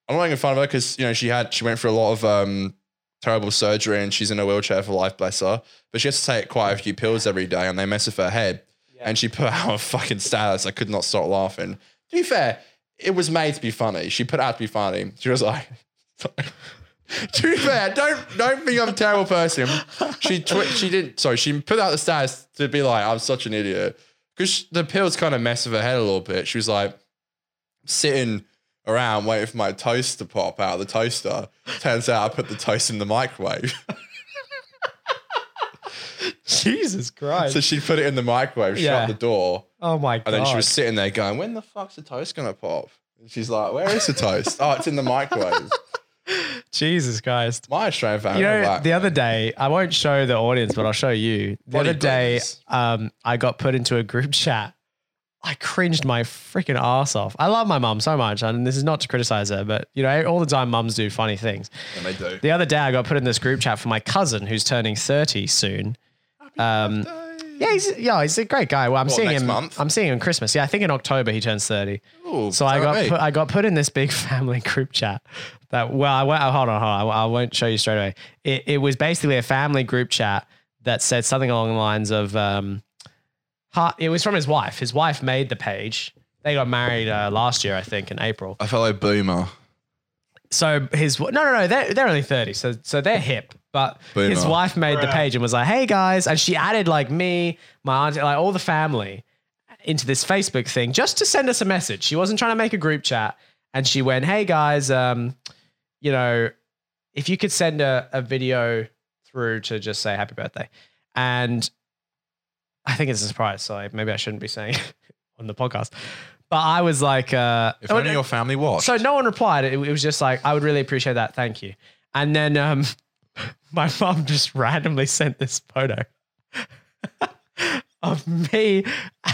Speaker 1: I'm not making fun of her because you know she had she went through a lot of um terrible surgery and she's in a wheelchair for life, bless her. But she has to take quite a few pills every day and they mess with her head. And she put out a fucking status. I could not stop laughing. To be fair, it was made to be funny. She put out to be funny. She was like, to be fair, don't don't think I'm a terrible person. She twi- she didn't. Sorry, she put out the status to be like, I'm such an idiot because the pills kind of mess with her head a little bit. She was like sitting around waiting for my toast to pop out of the toaster. Turns out I put the toast in the microwave.
Speaker 2: Jesus Christ!
Speaker 1: so she put it in the microwave,
Speaker 2: Yeah.
Speaker 1: shut the door.
Speaker 2: oh my god!
Speaker 1: And then she was sitting there going, When the fuck's the toast gonna pop? And she's like, Where is the toast? oh, it's in the microwave.
Speaker 2: Jesus Christ!
Speaker 1: My Australian family.
Speaker 2: You know,
Speaker 1: are whack.
Speaker 2: the other day, I won't show the audience, but I'll show you. The
Speaker 1: Body
Speaker 2: other day,
Speaker 1: blows.
Speaker 2: um, I got put into a group chat I cringed my freaking ass off. I love my mum so much, and this is not to criticize her, but you know, all the time mums do funny things.
Speaker 1: And they do.
Speaker 2: The other day, I got put in this group chat for my cousin who's turning thirty soon. Um, yeah, he's yeah, he's a great guy. Well, I'm
Speaker 1: What,
Speaker 2: seeing
Speaker 1: next
Speaker 2: him.
Speaker 1: month?
Speaker 2: I'm seeing him Christmas. Yeah, I think in October he turns thirty.
Speaker 1: Ooh,
Speaker 2: So I got
Speaker 1: alright.
Speaker 2: put, I got put in this big family group chat. That well, I won't, hold on, hold on. I won't- I won't show you straight away. It, it was basically a family group chat that said something along the lines of, um, ha- it was from his wife. His wife made the page. They got married uh, last year, I think, in April.
Speaker 1: a fellow boomer.
Speaker 2: So his no, no, no. They're they're only thirty, so so they're hip. But
Speaker 1: Boomer.
Speaker 2: his wife made the page and was like, "Hey guys," and she added like me, my auntie, like all the family into this Facebook thing just to send us a message. She wasn't trying to make a group chat, and she went, "Hey guys, um, you know, if you could send a, a video through to just say happy birthday," and I think it's a surprise, so maybe I shouldn't be saying it on the podcast. But I was like, uh,
Speaker 1: If
Speaker 2: oh,
Speaker 1: only your family watched.
Speaker 2: so no one replied. It, it was just like, I would really appreciate that. Thank you. And then um, my mom just randomly sent this photo of me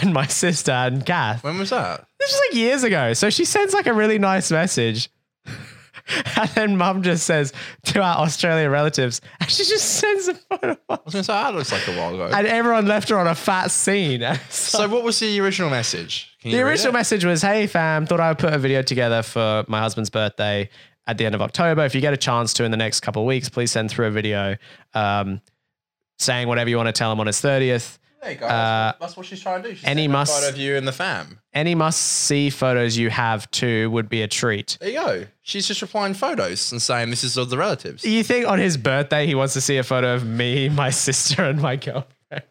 Speaker 2: and my sister and Kath.
Speaker 1: when was that?
Speaker 2: This was like years ago. So she sends like a really nice message. And then mum just says to our Australian relatives, and she just sends a photo.
Speaker 1: I was going to say, that looks like a while ago.
Speaker 2: And everyone left her on a fat scene. So
Speaker 1: so what was the original message? Can you
Speaker 2: the
Speaker 1: read
Speaker 2: original
Speaker 1: it?
Speaker 2: message was, "Hey fam, thought I would put a video together for my husband's birthday at the end of October. If you get a chance to in the next couple of weeks, please send through a video um, saying whatever you want to tell him on his thirtieth.
Speaker 1: There you go.
Speaker 2: uh,
Speaker 1: that's, that's what she's trying to do. She's
Speaker 2: and he
Speaker 1: sending a
Speaker 2: must-
Speaker 1: photo of you and the fam.
Speaker 2: Any must see photos you have too would be a treat."
Speaker 1: There you go. She's just replying photos and saying this is of the relatives.
Speaker 2: Do you think on his birthday he wants to see a photo of me, my sister, and my girlfriend?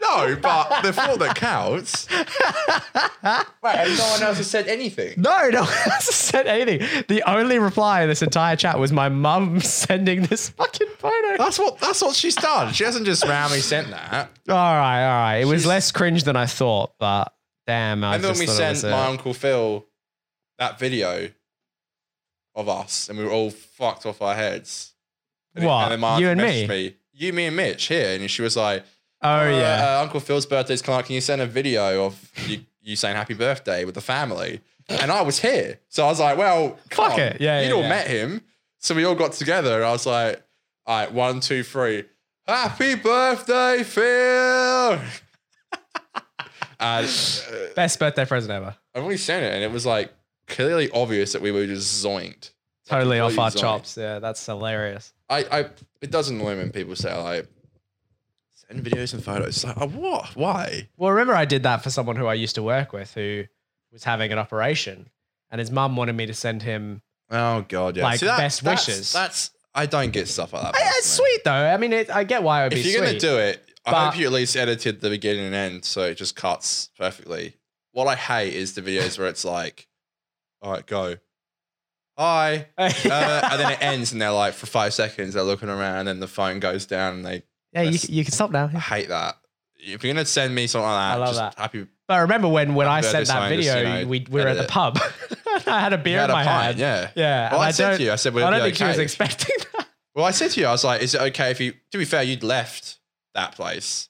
Speaker 1: No, but the thought that counts. Wait, and no one else has said anything.
Speaker 2: No, no one else said anything. The only reply in this entire chat was my mum sending this fucking photo.
Speaker 1: That's what that's what she's done. She hasn't just randomly sent that.
Speaker 2: All right, all right. It was less cringe than I thought, but damn. I
Speaker 1: And then
Speaker 2: just
Speaker 1: we
Speaker 2: thought it
Speaker 1: sent
Speaker 2: was a-
Speaker 1: my uncle Phil that video of us, and we were all fucked off our heads. And it-
Speaker 2: What?
Speaker 1: And then my auntie
Speaker 2: You and me?
Speaker 1: messaged You, me, and Mitch here, and she was like,
Speaker 2: Oh
Speaker 1: "Uh,
Speaker 2: yeah.
Speaker 1: uh, Uncle Phil's birthday's coming up. Can you send a video of you, you saying happy birthday with the family?" And I was here, so I was like, "Well, come
Speaker 2: Fuck
Speaker 1: on.
Speaker 2: it. Yeah,
Speaker 1: you'd
Speaker 2: yeah,
Speaker 1: all
Speaker 2: yeah.
Speaker 1: met him, so we all got together, and I was like, "All right, one, two, three, happy birthday, Phil!" and uh,
Speaker 2: Best birthday present ever.
Speaker 1: I've only seen it, and it was like clearly obvious that we were just zoinked.
Speaker 2: Totally off
Speaker 1: completely
Speaker 2: our
Speaker 1: zoned.
Speaker 2: chops. Yeah, that's hilarious.
Speaker 1: I, I, it does annoy me when people say like, send videos and photos. It's like, oh, what? Why?
Speaker 2: Well, remember I did that for someone who I used to work with who was having an operation, and his mum wanted me to send him.
Speaker 1: Oh god, yeah.
Speaker 2: Like,
Speaker 1: See, that-
Speaker 2: best
Speaker 1: that's-
Speaker 2: wishes.
Speaker 1: That's I don't get stuff like that.
Speaker 2: I- it's
Speaker 1: personally.
Speaker 2: sweet though. I mean, it, I get why it would be
Speaker 1: Oh, If you're gonna
Speaker 2: sweet.
Speaker 1: do it, I
Speaker 2: But-
Speaker 1: hope you at least edited the beginning and end so it just cuts perfectly. What I hate is the videos where it's like, all right, go. Hi. Uh, and then it ends, and they're like, for five seconds, they're looking around, and then the phone goes down, and they
Speaker 2: yeah, you,
Speaker 1: that's-
Speaker 2: you can stop now.
Speaker 1: I hate that. If you're gonna send me something like that,
Speaker 2: I love
Speaker 1: just
Speaker 2: that.
Speaker 1: happy.
Speaker 2: But I remember when when I
Speaker 1: Happy
Speaker 2: sent
Speaker 1: birthday
Speaker 2: that
Speaker 1: sign,
Speaker 2: video,
Speaker 1: just, you know,
Speaker 2: we, we were at the
Speaker 1: edit it.
Speaker 2: pub. I had a beer
Speaker 1: You had
Speaker 2: in
Speaker 1: a
Speaker 2: my
Speaker 1: pint,
Speaker 2: hand.
Speaker 1: yeah.
Speaker 2: Yeah,
Speaker 1: Well,
Speaker 2: and
Speaker 1: I,
Speaker 2: I
Speaker 1: said
Speaker 2: don't.
Speaker 1: to you, I said, "Would
Speaker 2: I
Speaker 1: it
Speaker 2: don't
Speaker 1: be
Speaker 2: think she
Speaker 1: okay?"
Speaker 2: was expecting that.
Speaker 1: well, I said to you, I was like, "Is it okay if you?" To be fair, you'd left that place.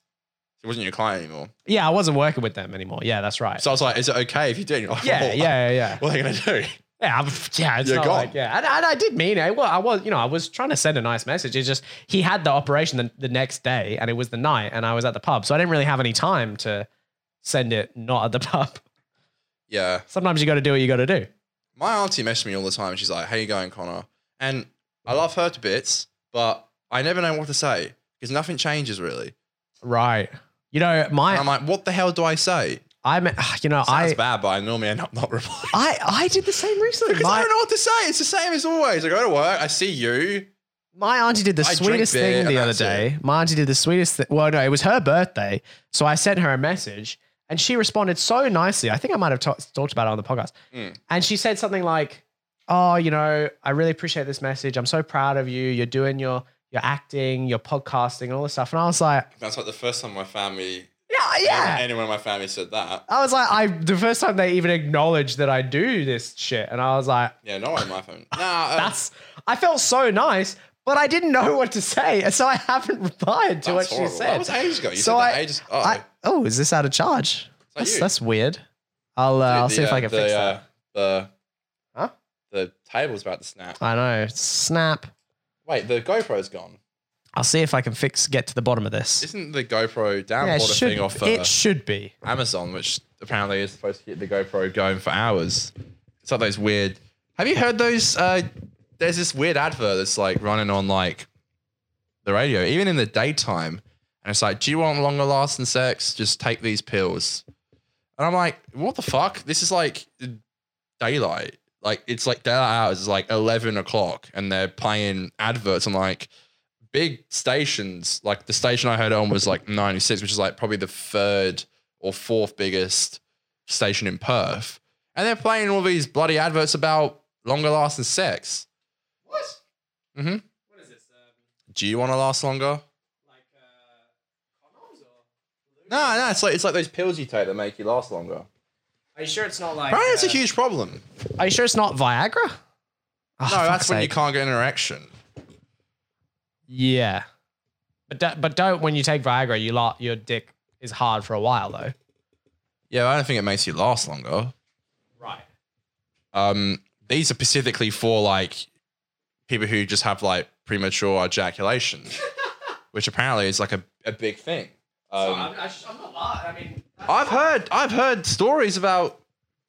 Speaker 1: It wasn't your client anymore,
Speaker 2: Yeah, I wasn't working with them anymore. Yeah, that's right.
Speaker 1: so I was like, "Is it okay if you do?" And you're like,
Speaker 2: yeah,
Speaker 1: "Well,
Speaker 2: yeah, yeah, yeah.
Speaker 1: What are they gonna do?
Speaker 2: Yeah, I'm, yeah, it's
Speaker 1: You're
Speaker 2: not
Speaker 1: gone.
Speaker 2: like yeah, and, and I did mean it. Well, I was, you know, I was trying to send a nice message. It's just he had the operation the, the next day, and it was the night, and I was at the pub, so I didn't really have any time to send it not at the pub.
Speaker 1: Yeah.
Speaker 2: Sometimes you got to do what you got to do.
Speaker 1: My auntie messaged me all the time. She's like, "How you going, Connor?" And I love her to bits, but I never know what to say because nothing changes really.
Speaker 2: Right. You know,
Speaker 1: And I'm
Speaker 2: my
Speaker 1: like, "What the hell do I say?"
Speaker 2: I'm you know
Speaker 1: Sounds
Speaker 2: I
Speaker 1: bad, but I normally end up not replying.
Speaker 2: I I did the same recently.
Speaker 1: Because I
Speaker 2: My,
Speaker 1: don't know what to say. It's the same as always. I go to work, I see you.
Speaker 2: my auntie did the
Speaker 1: I drink
Speaker 2: sweetest
Speaker 1: beer
Speaker 2: thing
Speaker 1: and
Speaker 2: the other
Speaker 1: that's
Speaker 2: day. My auntie did the sweetest thing. Well, no, it was her birthday. So I sent her a message and she responded so nicely. I think I might have ta- talked about it on the podcast.
Speaker 1: Mm.
Speaker 2: And she said something like, Oh, you know, I really appreciate this message. I'm so proud of you. You're doing your, your acting, your podcasting, and all this stuff. And I was like,
Speaker 1: That's like the first time my family,
Speaker 2: Yeah, yeah.
Speaker 1: anyone in my family said that.
Speaker 2: I was like, I the first time they even acknowledged that I do this shit. And I was like,
Speaker 1: Yeah, no one in my family. Nah, uh, that's,
Speaker 2: that's I felt so nice, but I didn't know what to say, and so I haven't replied to
Speaker 1: that's
Speaker 2: what she
Speaker 1: horrible.
Speaker 2: said.
Speaker 1: That was ages ago. You
Speaker 2: So
Speaker 1: said
Speaker 2: I-
Speaker 1: that ages. Oh,
Speaker 2: I, oh, is this out of charge?
Speaker 1: it's like
Speaker 2: that's,
Speaker 1: you.
Speaker 2: that's weird. I'll uh, I'll
Speaker 1: Dude,
Speaker 2: see if
Speaker 1: uh,
Speaker 2: I can
Speaker 1: the,
Speaker 2: fix that.
Speaker 1: uh, the
Speaker 2: Huh?
Speaker 1: The table's about to snap.
Speaker 2: I know. Snap.
Speaker 1: Wait, the GoPro's gone.
Speaker 2: I'll see if I can fix get to the bottom of this.
Speaker 1: Isn't the GoPro
Speaker 2: Yeah, it
Speaker 1: downloader
Speaker 2: should,
Speaker 1: thing off uh,
Speaker 2: it should be.
Speaker 1: Amazon, which apparently is supposed to keep the GoPro going for hours? It's like those weird. Have you heard those? Uh, there's this weird advert that's like running on like the radio, even in the daytime, and it's like, "Do you want longer lasting sex? Just take these pills." And I'm like, "What the fuck? This is like daylight. Like it's like daylight hours. It's like eleven o'clock, and they're playing adverts on like big stations. Like the station I heard on was like ninety six, which is like probably the third or fourth biggest station in Perth, and they're playing all these bloody adverts about longer lasting sex.
Speaker 2: What?
Speaker 1: Mm-hmm.
Speaker 2: What is this? um,
Speaker 1: Do you want to last longer?
Speaker 2: like condoms or?
Speaker 1: No, no. It's like it's like those pills you take that make you last longer.
Speaker 2: Are you sure it's not like? uh,
Speaker 1: Apparently, it's a huge problem.
Speaker 2: Are you sure it's not Viagra? Oh,
Speaker 1: No, that's when you can't get an erection.
Speaker 2: Yeah, but do, but don't when you take Viagra, you lot your dick is hard for a while though.
Speaker 1: Yeah, I don't think it makes you last longer.
Speaker 2: Right.
Speaker 1: Um, these are specifically for like people who just have like premature ejaculation, which apparently is like a, a big thing. Um,
Speaker 2: I, am not lying. I mean,
Speaker 1: I've heard I've heard stories about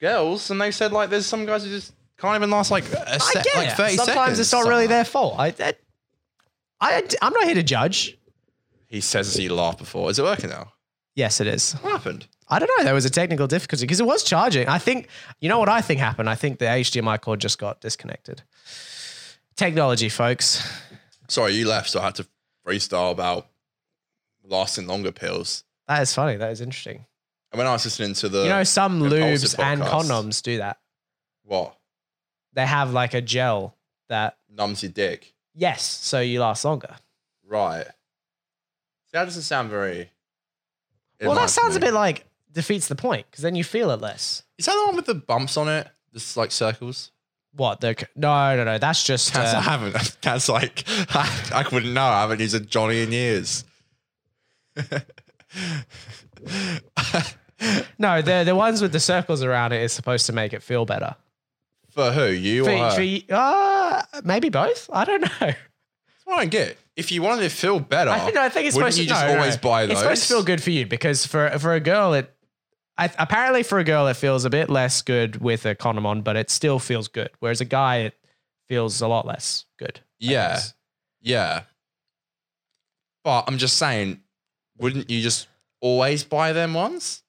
Speaker 1: girls, and they said like there's some guys who just can't even last like a
Speaker 2: I
Speaker 1: se-
Speaker 2: get
Speaker 1: like
Speaker 2: it.
Speaker 1: 30
Speaker 2: Sometimes
Speaker 1: seconds.
Speaker 2: it's not really
Speaker 1: Something.
Speaker 2: their fault. I, that, I I'm not here to judge.
Speaker 1: He says as he laughed before. Is it working now?
Speaker 2: Yes, it is.
Speaker 1: What happened?
Speaker 2: I don't know. There was a technical difficulty because it was charging. I think you know what I think happened. I think the HDMI cord just got disconnected. Technology, folks.
Speaker 1: Sorry, you left, so I had to freestyle about lasting longer pills.
Speaker 2: That is funny. That is interesting.
Speaker 1: And when I was listening to the
Speaker 2: You know, some
Speaker 1: Impulsive
Speaker 2: lubes and
Speaker 1: podcast.
Speaker 2: condoms do that.
Speaker 1: what
Speaker 2: They have like a gel that
Speaker 1: numbs your dick,
Speaker 2: yes, so you last longer.
Speaker 1: right? That doesn't sound very.
Speaker 2: well, that sounds a bit like defeats the point because then you feel it less.
Speaker 1: Is that the one with the bumps on it? Just like circles.
Speaker 2: What the? No, no, no. That's just.
Speaker 1: That's, I
Speaker 2: Uh,
Speaker 1: haven't. That's like I, I wouldn't know. I haven't used a Johnny in years.
Speaker 2: no, the the ones with the circles around it is supposed to make it feel better.
Speaker 1: For who you
Speaker 2: For,
Speaker 1: or her?
Speaker 2: for you- uh, maybe both. I don't know.
Speaker 1: That's what I don't get. If you wanted to feel better,
Speaker 2: I think I think it's
Speaker 1: Oh. wouldn't
Speaker 2: supposed
Speaker 1: you
Speaker 2: to
Speaker 1: just
Speaker 2: no, no, no.
Speaker 1: always buy those.
Speaker 2: It's supposed to feel good for you because for for a girl it I, apparently for a girl it feels a bit less good with a condom on, but it still feels good. Whereas a guy it feels a lot less good.
Speaker 1: Yeah,
Speaker 2: guess.
Speaker 1: yeah. But I'm just saying, wouldn't you just always buy them ones?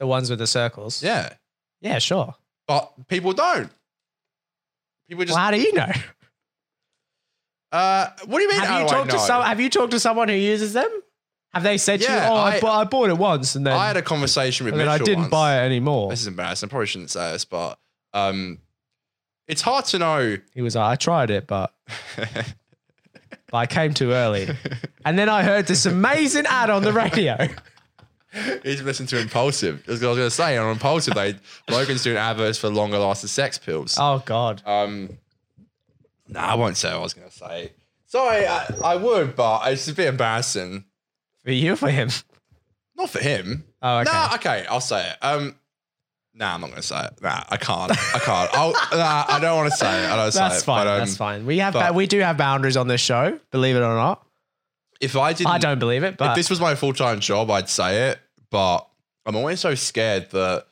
Speaker 2: The ones with the circles.
Speaker 1: Yeah,
Speaker 2: Yeah, sure.
Speaker 1: but people don't. People just.
Speaker 2: well, how do you know?
Speaker 1: Uh, what do you mean?
Speaker 2: Have
Speaker 1: how
Speaker 2: you
Speaker 1: do I
Speaker 2: talked to
Speaker 1: know?
Speaker 2: some have you talked to someone who uses them? Have they said to you,
Speaker 1: Yeah,
Speaker 2: Oh, I,
Speaker 1: I-
Speaker 2: bu- I bought it once and then
Speaker 1: I had a conversation with
Speaker 2: and then I
Speaker 1: Mitchell
Speaker 2: didn't
Speaker 1: once.
Speaker 2: buy it anymore.
Speaker 1: This is embarrassing. I probably shouldn't say this, but um, it's hard to know.
Speaker 2: He was like, I tried it, but but I came too early. And then I heard this amazing ad on the radio.
Speaker 1: He's listened to Impulsive. That's what I was going to say. On Impulsive, they Logan's doing adverts for longer lasting sex pills.
Speaker 2: Oh God.
Speaker 1: Um, no, I won't say what I was going to say. Sorry, I, I would, but it's a bit embarrassing.
Speaker 2: For you or for him?
Speaker 1: Not for him.
Speaker 2: Oh, okay.
Speaker 1: Nah, okay, I'll say it. Um, nah, I'm not going to say it. Nah, I can't. I can't. I'll, nah, I don't want to say it. I don't wanna say
Speaker 2: That's
Speaker 1: it.
Speaker 2: fine.
Speaker 1: But, um,
Speaker 2: that's fine. We have
Speaker 1: but-
Speaker 2: we do have boundaries on this show, believe it or not.
Speaker 1: If I didn't,
Speaker 2: I don't believe it,
Speaker 1: if
Speaker 2: but
Speaker 1: this was my full time job, I'd say it, but I'm always so scared that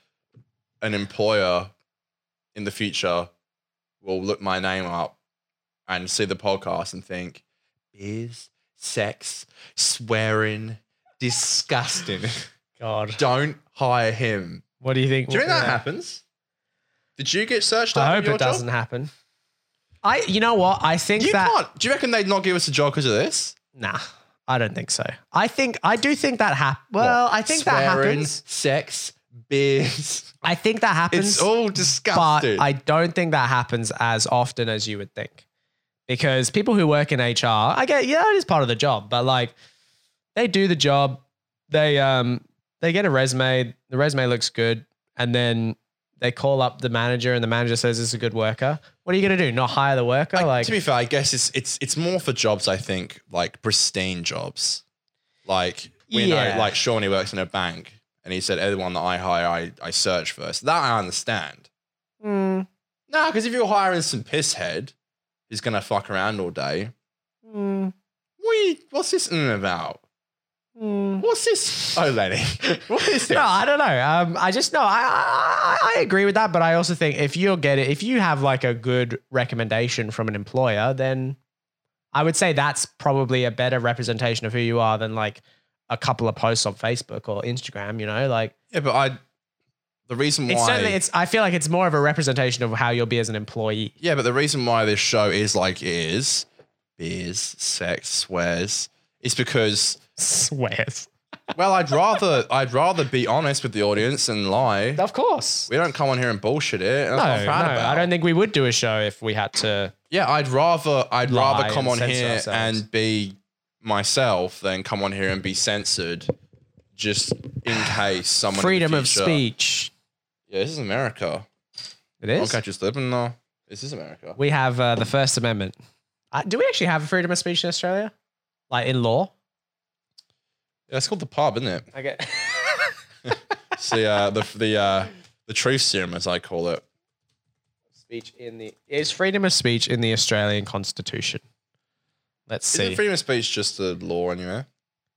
Speaker 1: an employer in the future will look my name up and see the podcast and think, beers, sex, swearing, disgusting.
Speaker 2: God,
Speaker 1: Don't hire him.
Speaker 2: what do you think?
Speaker 1: Do you think that
Speaker 2: Yeah.
Speaker 1: happens? Did you get searched up?
Speaker 2: I
Speaker 1: at
Speaker 2: hope
Speaker 1: your
Speaker 2: it doesn't happen. I, you know what? I think
Speaker 1: Job? You
Speaker 2: that
Speaker 1: can't. Do you reckon they'd not give us a job because of this?
Speaker 2: nah, I don't think so. I think I do think that hap- Well, I think that
Speaker 1: Swearing,
Speaker 2: happens.
Speaker 1: Sex, beers.
Speaker 2: I think that happens.
Speaker 1: It's all
Speaker 2: but
Speaker 1: disgusting.
Speaker 2: I don't think that happens as often as you would think. Because people who work in HR, I get yeah, it is part of the job, but like they do the job, they um they get a resume, the resume looks good, and then they call up the manager and the manager says this is a good worker. What are you gonna do? Not hire the worker?
Speaker 1: I-
Speaker 2: like
Speaker 1: to be fair, I guess it's it's it's more for jobs. I think like pristine jobs, like we
Speaker 2: Yeah.
Speaker 1: know, like Shawnee works in a bank, And he said, everyone that I hire, I, I search first. That I understand.
Speaker 2: Mm,
Speaker 1: No, because if you're hiring some pisshead who's going to fuck around all day,
Speaker 2: mm,
Speaker 1: what are you, what's this in about?
Speaker 2: mm.
Speaker 1: What's this? Oh, Lenny. What is this?
Speaker 2: No, I don't know. Um, I just no. I, I I- I agree with that, but I also think if you're getting if you have like a good recommendation from an employer, then I would say that's probably a better representation of who you are than like a couple of posts on Facebook or Instagram. You know, like
Speaker 1: yeah, but I. The reason why.
Speaker 2: it's certainly it's. I feel like it's more of a representation of how you'll be as an employee.
Speaker 1: Yeah, but the reason why this show is like it is beers, sex, swears, is because
Speaker 2: Swears.
Speaker 1: well, I'd rather I'd rather be honest with the audience and lie.
Speaker 2: Of course.
Speaker 1: We don't come on here and bullshit it. and
Speaker 2: No,
Speaker 1: That's what I'm proud
Speaker 2: no,
Speaker 1: about.
Speaker 2: I don't think we would do a show if we had to.
Speaker 1: yeah, I'd rather I'd
Speaker 2: Lie
Speaker 1: rather come
Speaker 2: and
Speaker 1: on
Speaker 2: censor
Speaker 1: here
Speaker 2: ourselves.
Speaker 1: and be myself than come on here and be censored just in case someone in the
Speaker 2: Freedom of
Speaker 1: future-
Speaker 2: speech.
Speaker 1: Yeah, this is America.
Speaker 2: It
Speaker 1: One
Speaker 2: is.
Speaker 1: country's living though. This is America.
Speaker 2: We have uh, the First Amendment. Uh, do we actually have freedom of speech in Australia? Like in law?
Speaker 1: Yeah, it's called the pub, isn't it?
Speaker 2: Okay.
Speaker 1: It's the uh, the the uh, the truth serum as I call it.
Speaker 2: speech in the is freedom of speech in the Australian Constitution. Let's see.
Speaker 1: Isn't freedom of speech just the law anyway?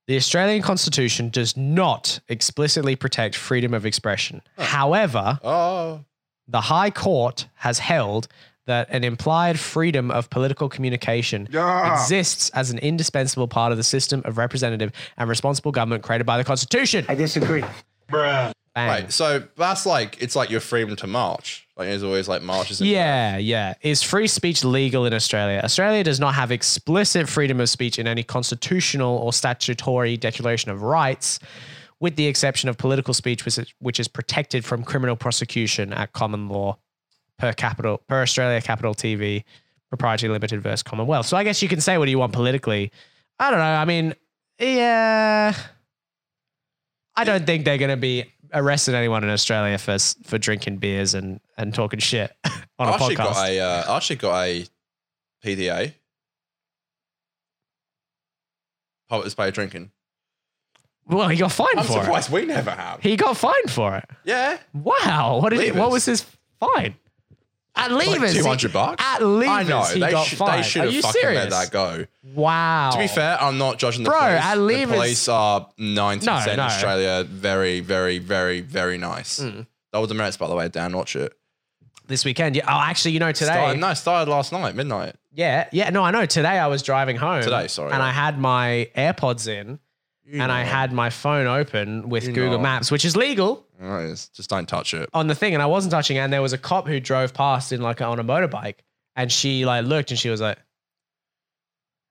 Speaker 2: the Australian Constitution does not explicitly protect freedom of expression. However,
Speaker 1: Oh,
Speaker 2: the High Court has held that an implied freedom of political communication exists as an indispensable part of the system of representative and responsible government created by the Constitution.
Speaker 3: I disagree.
Speaker 2: Bang.
Speaker 1: right. So that's like it's like your freedom to march. Like there's always like marches. in-
Speaker 2: Yeah, yeah. Is free speech legal in Australia? Australia does not have explicit freedom of speech in any constitutional or statutory declaration of rights, with the exception of political speech, which is, which is protected from criminal prosecution at common law per capital per Australia Capital TV Proprietary Limited versus Commonwealth. So I guess you can say what you want politically. I don't know. I mean, yeah. I don't think they're going to be arresting anyone in Australia for s- for drinking beers and and talking shit on a
Speaker 1: I actually
Speaker 2: podcast.
Speaker 1: got a uh, I actually got a PDA. Public display of drinking.
Speaker 2: well, he got fined
Speaker 1: I'm
Speaker 2: for
Speaker 1: surprised we never have.
Speaker 2: it. He got fined for it.
Speaker 1: Yeah,
Speaker 2: Wow. What did he, what
Speaker 1: Leavers.
Speaker 2: was his fine? At Levers.
Speaker 1: like
Speaker 2: he-
Speaker 1: two hundred bucks.
Speaker 2: At Levers.
Speaker 1: I know
Speaker 2: He
Speaker 1: they,
Speaker 2: got
Speaker 1: should they
Speaker 2: fined.
Speaker 1: should
Speaker 2: Are
Speaker 1: have
Speaker 2: you
Speaker 1: fucking
Speaker 2: serious?
Speaker 1: let that go.
Speaker 2: Wow.
Speaker 1: To be fair, I'm not judging the
Speaker 2: Bro,
Speaker 1: police.
Speaker 2: at Leavers-
Speaker 1: the police are 90%
Speaker 2: No, no.
Speaker 1: Australia. Very, very, very, very nice.
Speaker 2: Mm.
Speaker 1: That was the merits, by the way. Dan, watch it.
Speaker 2: This weekend. Yeah. Oh, actually, you know, today.
Speaker 1: Started, no, started last night, midnight.
Speaker 2: Yeah, yeah. No, I know. Today I was driving home.
Speaker 1: Today, sorry.
Speaker 2: And I had my AirPods in and I had my phone open with
Speaker 1: You
Speaker 2: Google
Speaker 1: know.
Speaker 2: Maps, which is legal
Speaker 1: Alright, it's- Oh, just don't touch it.
Speaker 2: on the thing. And I wasn't touching it. And there was a cop who drove past in like on a motorbike. And she like looked and she was like,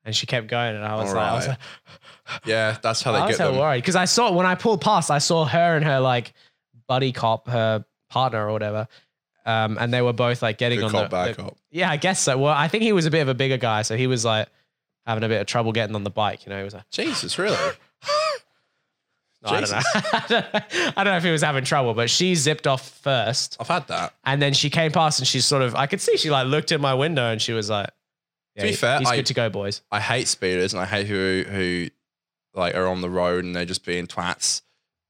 Speaker 2: and she kept going. And I was like, I was
Speaker 1: Alright.
Speaker 2: like,
Speaker 1: Yeah, that's how they
Speaker 2: I was
Speaker 1: get
Speaker 2: so
Speaker 1: them.
Speaker 2: worried because I saw when I pulled past, I saw her and her like buddy cop, her partner or whatever. Um, and they were both like getting
Speaker 1: Good
Speaker 2: on
Speaker 1: cop,
Speaker 2: the,
Speaker 1: bad
Speaker 2: the-
Speaker 1: cop.
Speaker 2: yeah, I guess so. Well, I think he was a bit of a bigger guy, so he was like having a bit of trouble getting on the bike. You know, he was like,
Speaker 1: Jesus, really?
Speaker 2: No, I don't know. I don't know. I don't know if he was having trouble, but she zipped off first,
Speaker 1: I've had that.
Speaker 2: and then she came past, and she sort of, I could see she like looked at my window, and she was like,
Speaker 1: be
Speaker 2: he-
Speaker 1: fair,
Speaker 2: he's
Speaker 1: I-
Speaker 2: good to go, boys."
Speaker 1: I hate speeders and I hate who who like are on the road and they're just being twats.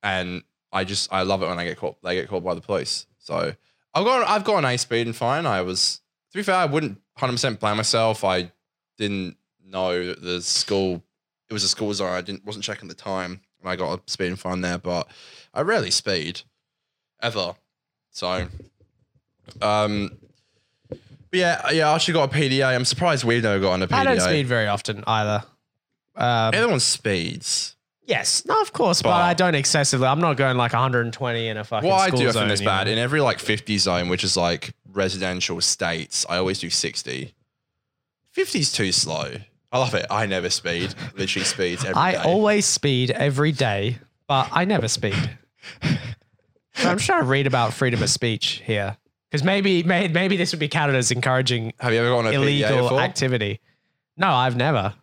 Speaker 1: And I just I love it when I get caught. They get caught by the police. So I've got I've got an A speed and fine. I was to be fair, I wouldn't hundred percent blame myself. I didn't know that the school it was a school zone. I didn't wasn't checking the time and I got a speed and fine there, but I rarely speed ever. So um but yeah, yeah, I actually got a PDA. I'm surprised we've never gotten a PDA.
Speaker 2: I don't speed very often either. Um,
Speaker 1: Everyone speeds.
Speaker 2: Yes, no, of course, but,
Speaker 1: But-
Speaker 2: I don't excessively. I'm not going like 120 in a fucking.
Speaker 1: Well, I
Speaker 2: school
Speaker 1: do, I
Speaker 2: zone,
Speaker 1: think that's
Speaker 2: you know.
Speaker 1: bad. In every like 50 zone, which is like residential states, I always do 60. 50's too slow. I love it. I never speed. Literally speeds every day.
Speaker 2: I always speed every day, but I never speed. so I'm trying to read about freedom of speech here, because maybe may, maybe this would be counted as encouraging
Speaker 1: Have you ever gone on a PDA
Speaker 2: illegal
Speaker 1: before?
Speaker 2: activity. No, I've never.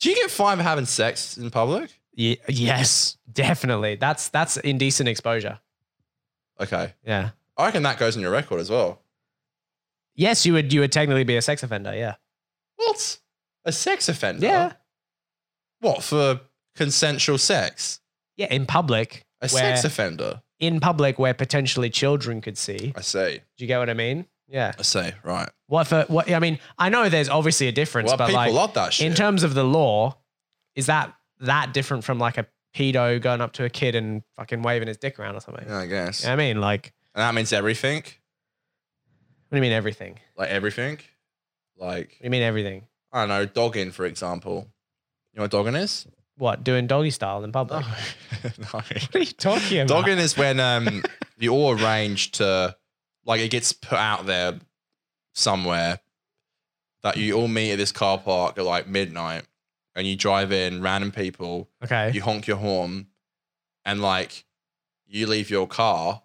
Speaker 1: do you get fined for having sex in public?
Speaker 2: Ye- yes, definitely. That's that's indecent exposure.
Speaker 1: Okay.
Speaker 2: Yeah.
Speaker 1: I reckon that goes on your record as well.
Speaker 2: Yes, you would. You would technically be a sex offender. Yeah.
Speaker 1: What? A sex offender? What, for consensual sex?
Speaker 2: yeah, in public,
Speaker 1: A
Speaker 2: where,
Speaker 1: sex offender.
Speaker 2: in public where potentially children could see. Do
Speaker 1: I say.
Speaker 2: you get what I mean? Yeah.
Speaker 1: I say. Right.
Speaker 2: What for? What I mean, I know there's obviously a difference,
Speaker 1: Well,
Speaker 2: but
Speaker 1: people
Speaker 2: like
Speaker 1: love that shit.
Speaker 2: in terms of the law, is that that different from like a pedo going up to a kid and fucking waving his dick around or something?
Speaker 1: yeah, I guess.
Speaker 2: You know what I mean, like,
Speaker 1: And that means everything.
Speaker 2: what do you mean everything? What
Speaker 1: Like everything. Like
Speaker 2: do you mean everything?
Speaker 1: I don't know, dogging for example. You know what dogging is?
Speaker 2: What doing doggy style in public?
Speaker 1: no.
Speaker 2: What are you talking about?
Speaker 1: Dogging is when um you all arrange to like it gets put out there somewhere that you all meet at this car park at like midnight and you drive in random people,
Speaker 2: okay.
Speaker 1: you honk your horn and like you leave your car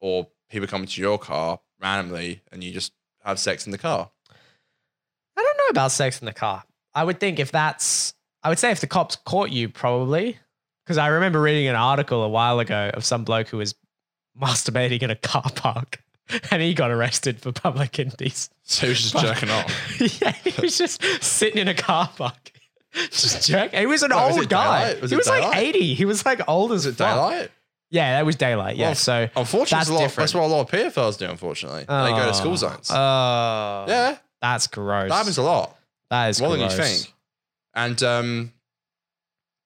Speaker 1: or people come to your car randomly and you just have sex in the car.
Speaker 2: I don't know about sex in the car. I would think if that's, I would say if the cops caught you, probably. Because I remember reading an article a while ago of some bloke who was masturbating in a car park and he got arrested for public indecency.
Speaker 1: So he was just jerking off.
Speaker 2: yeah, he was just sitting in a car park. Just jerk. He was an
Speaker 1: Wait, was
Speaker 2: old
Speaker 1: it
Speaker 2: guy.
Speaker 1: daylight? Was
Speaker 2: he
Speaker 1: it
Speaker 2: was like
Speaker 1: daylight?
Speaker 2: 80. He was like old
Speaker 1: Is
Speaker 2: as a
Speaker 1: it daylight?
Speaker 2: Yeah, that was daylight. Yeah.
Speaker 1: Well,
Speaker 2: so,
Speaker 1: Unfortunately, that's,
Speaker 2: That's
Speaker 1: a lot,
Speaker 2: different.
Speaker 1: that's what a lot of PFLs do, unfortunately. they go to school zones.
Speaker 2: Oh,
Speaker 1: yeah,
Speaker 2: That's gross.
Speaker 1: that happens a lot.
Speaker 2: that is
Speaker 1: more
Speaker 2: gross.
Speaker 1: than you think. And um,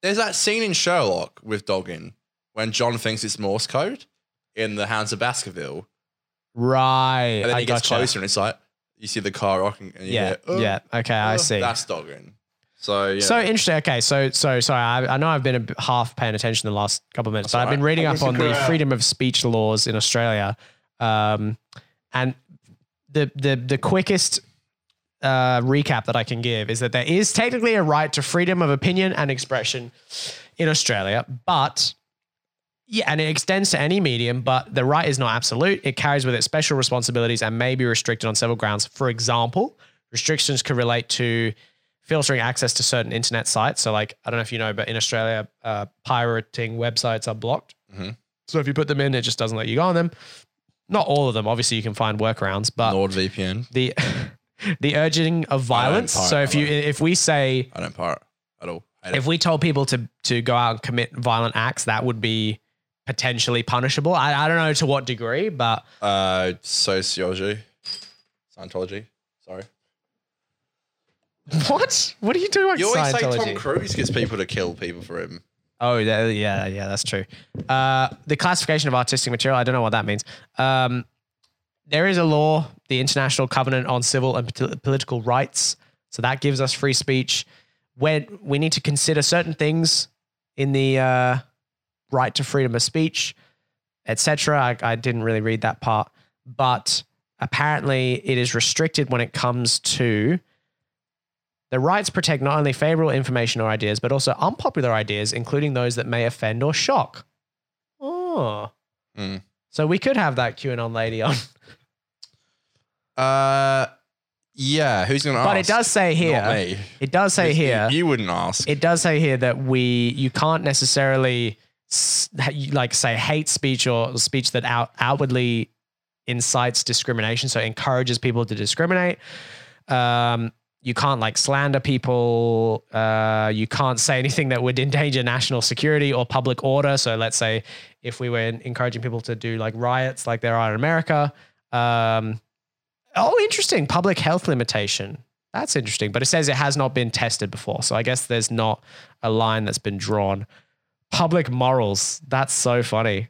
Speaker 1: there's that scene in Sherlock with Doggin when John thinks it's Morse code in the Hounds of Baskerville.
Speaker 2: Right.
Speaker 1: And then
Speaker 2: I
Speaker 1: he gets
Speaker 2: gotcha.
Speaker 1: closer and it's like, you see the car rocking and you
Speaker 2: yeah,
Speaker 1: hear, "Oh,
Speaker 2: yeah. Okay, I
Speaker 1: oh,"
Speaker 2: see.
Speaker 1: That's Doggin. So, yeah.
Speaker 2: So interesting. Okay, so so sorry. I, I know I've been a bit half paying attention the last couple of minutes,
Speaker 1: That's
Speaker 2: but I've been
Speaker 1: all right.
Speaker 2: reading
Speaker 1: I'll
Speaker 2: up on
Speaker 1: figure
Speaker 2: the
Speaker 1: it out.
Speaker 2: freedom of speech laws in Australia, um, and the the the quickest uh, recap that I can give is that there is technically a right to freedom of opinion and expression in Australia, but yeah, and it extends to any medium, but the right is not absolute. It carries with it special responsibilities and may be restricted on several grounds. For example, restrictions could relate to filtering access to certain internet sites. So, like, I don't know if you know, but in Australia, uh, pirating websites are blocked.
Speaker 1: Mhm.
Speaker 2: So, if you put them in, it just doesn't let you go on them. Not all of them. Obviously, you can find workarounds, but
Speaker 1: NordVPN.
Speaker 2: the the urging of violence.
Speaker 1: pirate,
Speaker 2: So if
Speaker 1: I
Speaker 2: you if we say
Speaker 1: I don't pirate at all. I don't-
Speaker 2: if we told people to to go out and commit violent acts, that would be potentially punishable. I, I don't know to what degree, but
Speaker 1: uh, sociology, Scientology. Sorry.
Speaker 2: what what are you doing about
Speaker 1: You always say Tom
Speaker 2: Scientology?
Speaker 1: Cruise gets people to kill people for him.
Speaker 2: oh that, yeah, yeah, that's true. Uh, the classification of artistic material. I don't know what that means. Um, there is a law, the International Covenant on Civil and Pol- Political Rights. So that gives us free speech. When we need to consider certain things in the uh, right to freedom of speech, etc. I, I didn't really read that part, but apparently it is restricted when it comes to the rights protect not only favorable information or ideas, but also unpopular ideas, including those that may offend or shock. Oh.
Speaker 1: Hmm.
Speaker 2: So we could have that QAnon lady on.
Speaker 1: Uh, yeah. Who's gonna
Speaker 2: But it
Speaker 1: ask?
Speaker 2: does say
Speaker 1: Oh, Not
Speaker 2: here.
Speaker 1: me.
Speaker 2: It does say
Speaker 1: You-
Speaker 2: here.
Speaker 1: You, wouldn't ask.
Speaker 2: It does say here that we you can't necessarily s- ha- you- like say hate speech or speech that out, outwardly incites discrimination, so encourages people to discriminate. Um, you can't like slander people. Uh, you can't say anything that would endanger national security or public order. So let's say if we were encouraging people to do like riots like there are in America. Um, oh, interesting. Public health limitation. That's interesting. But it says it has not been tested before. So I guess there's not a line that's been drawn. Public morals. That's so funny.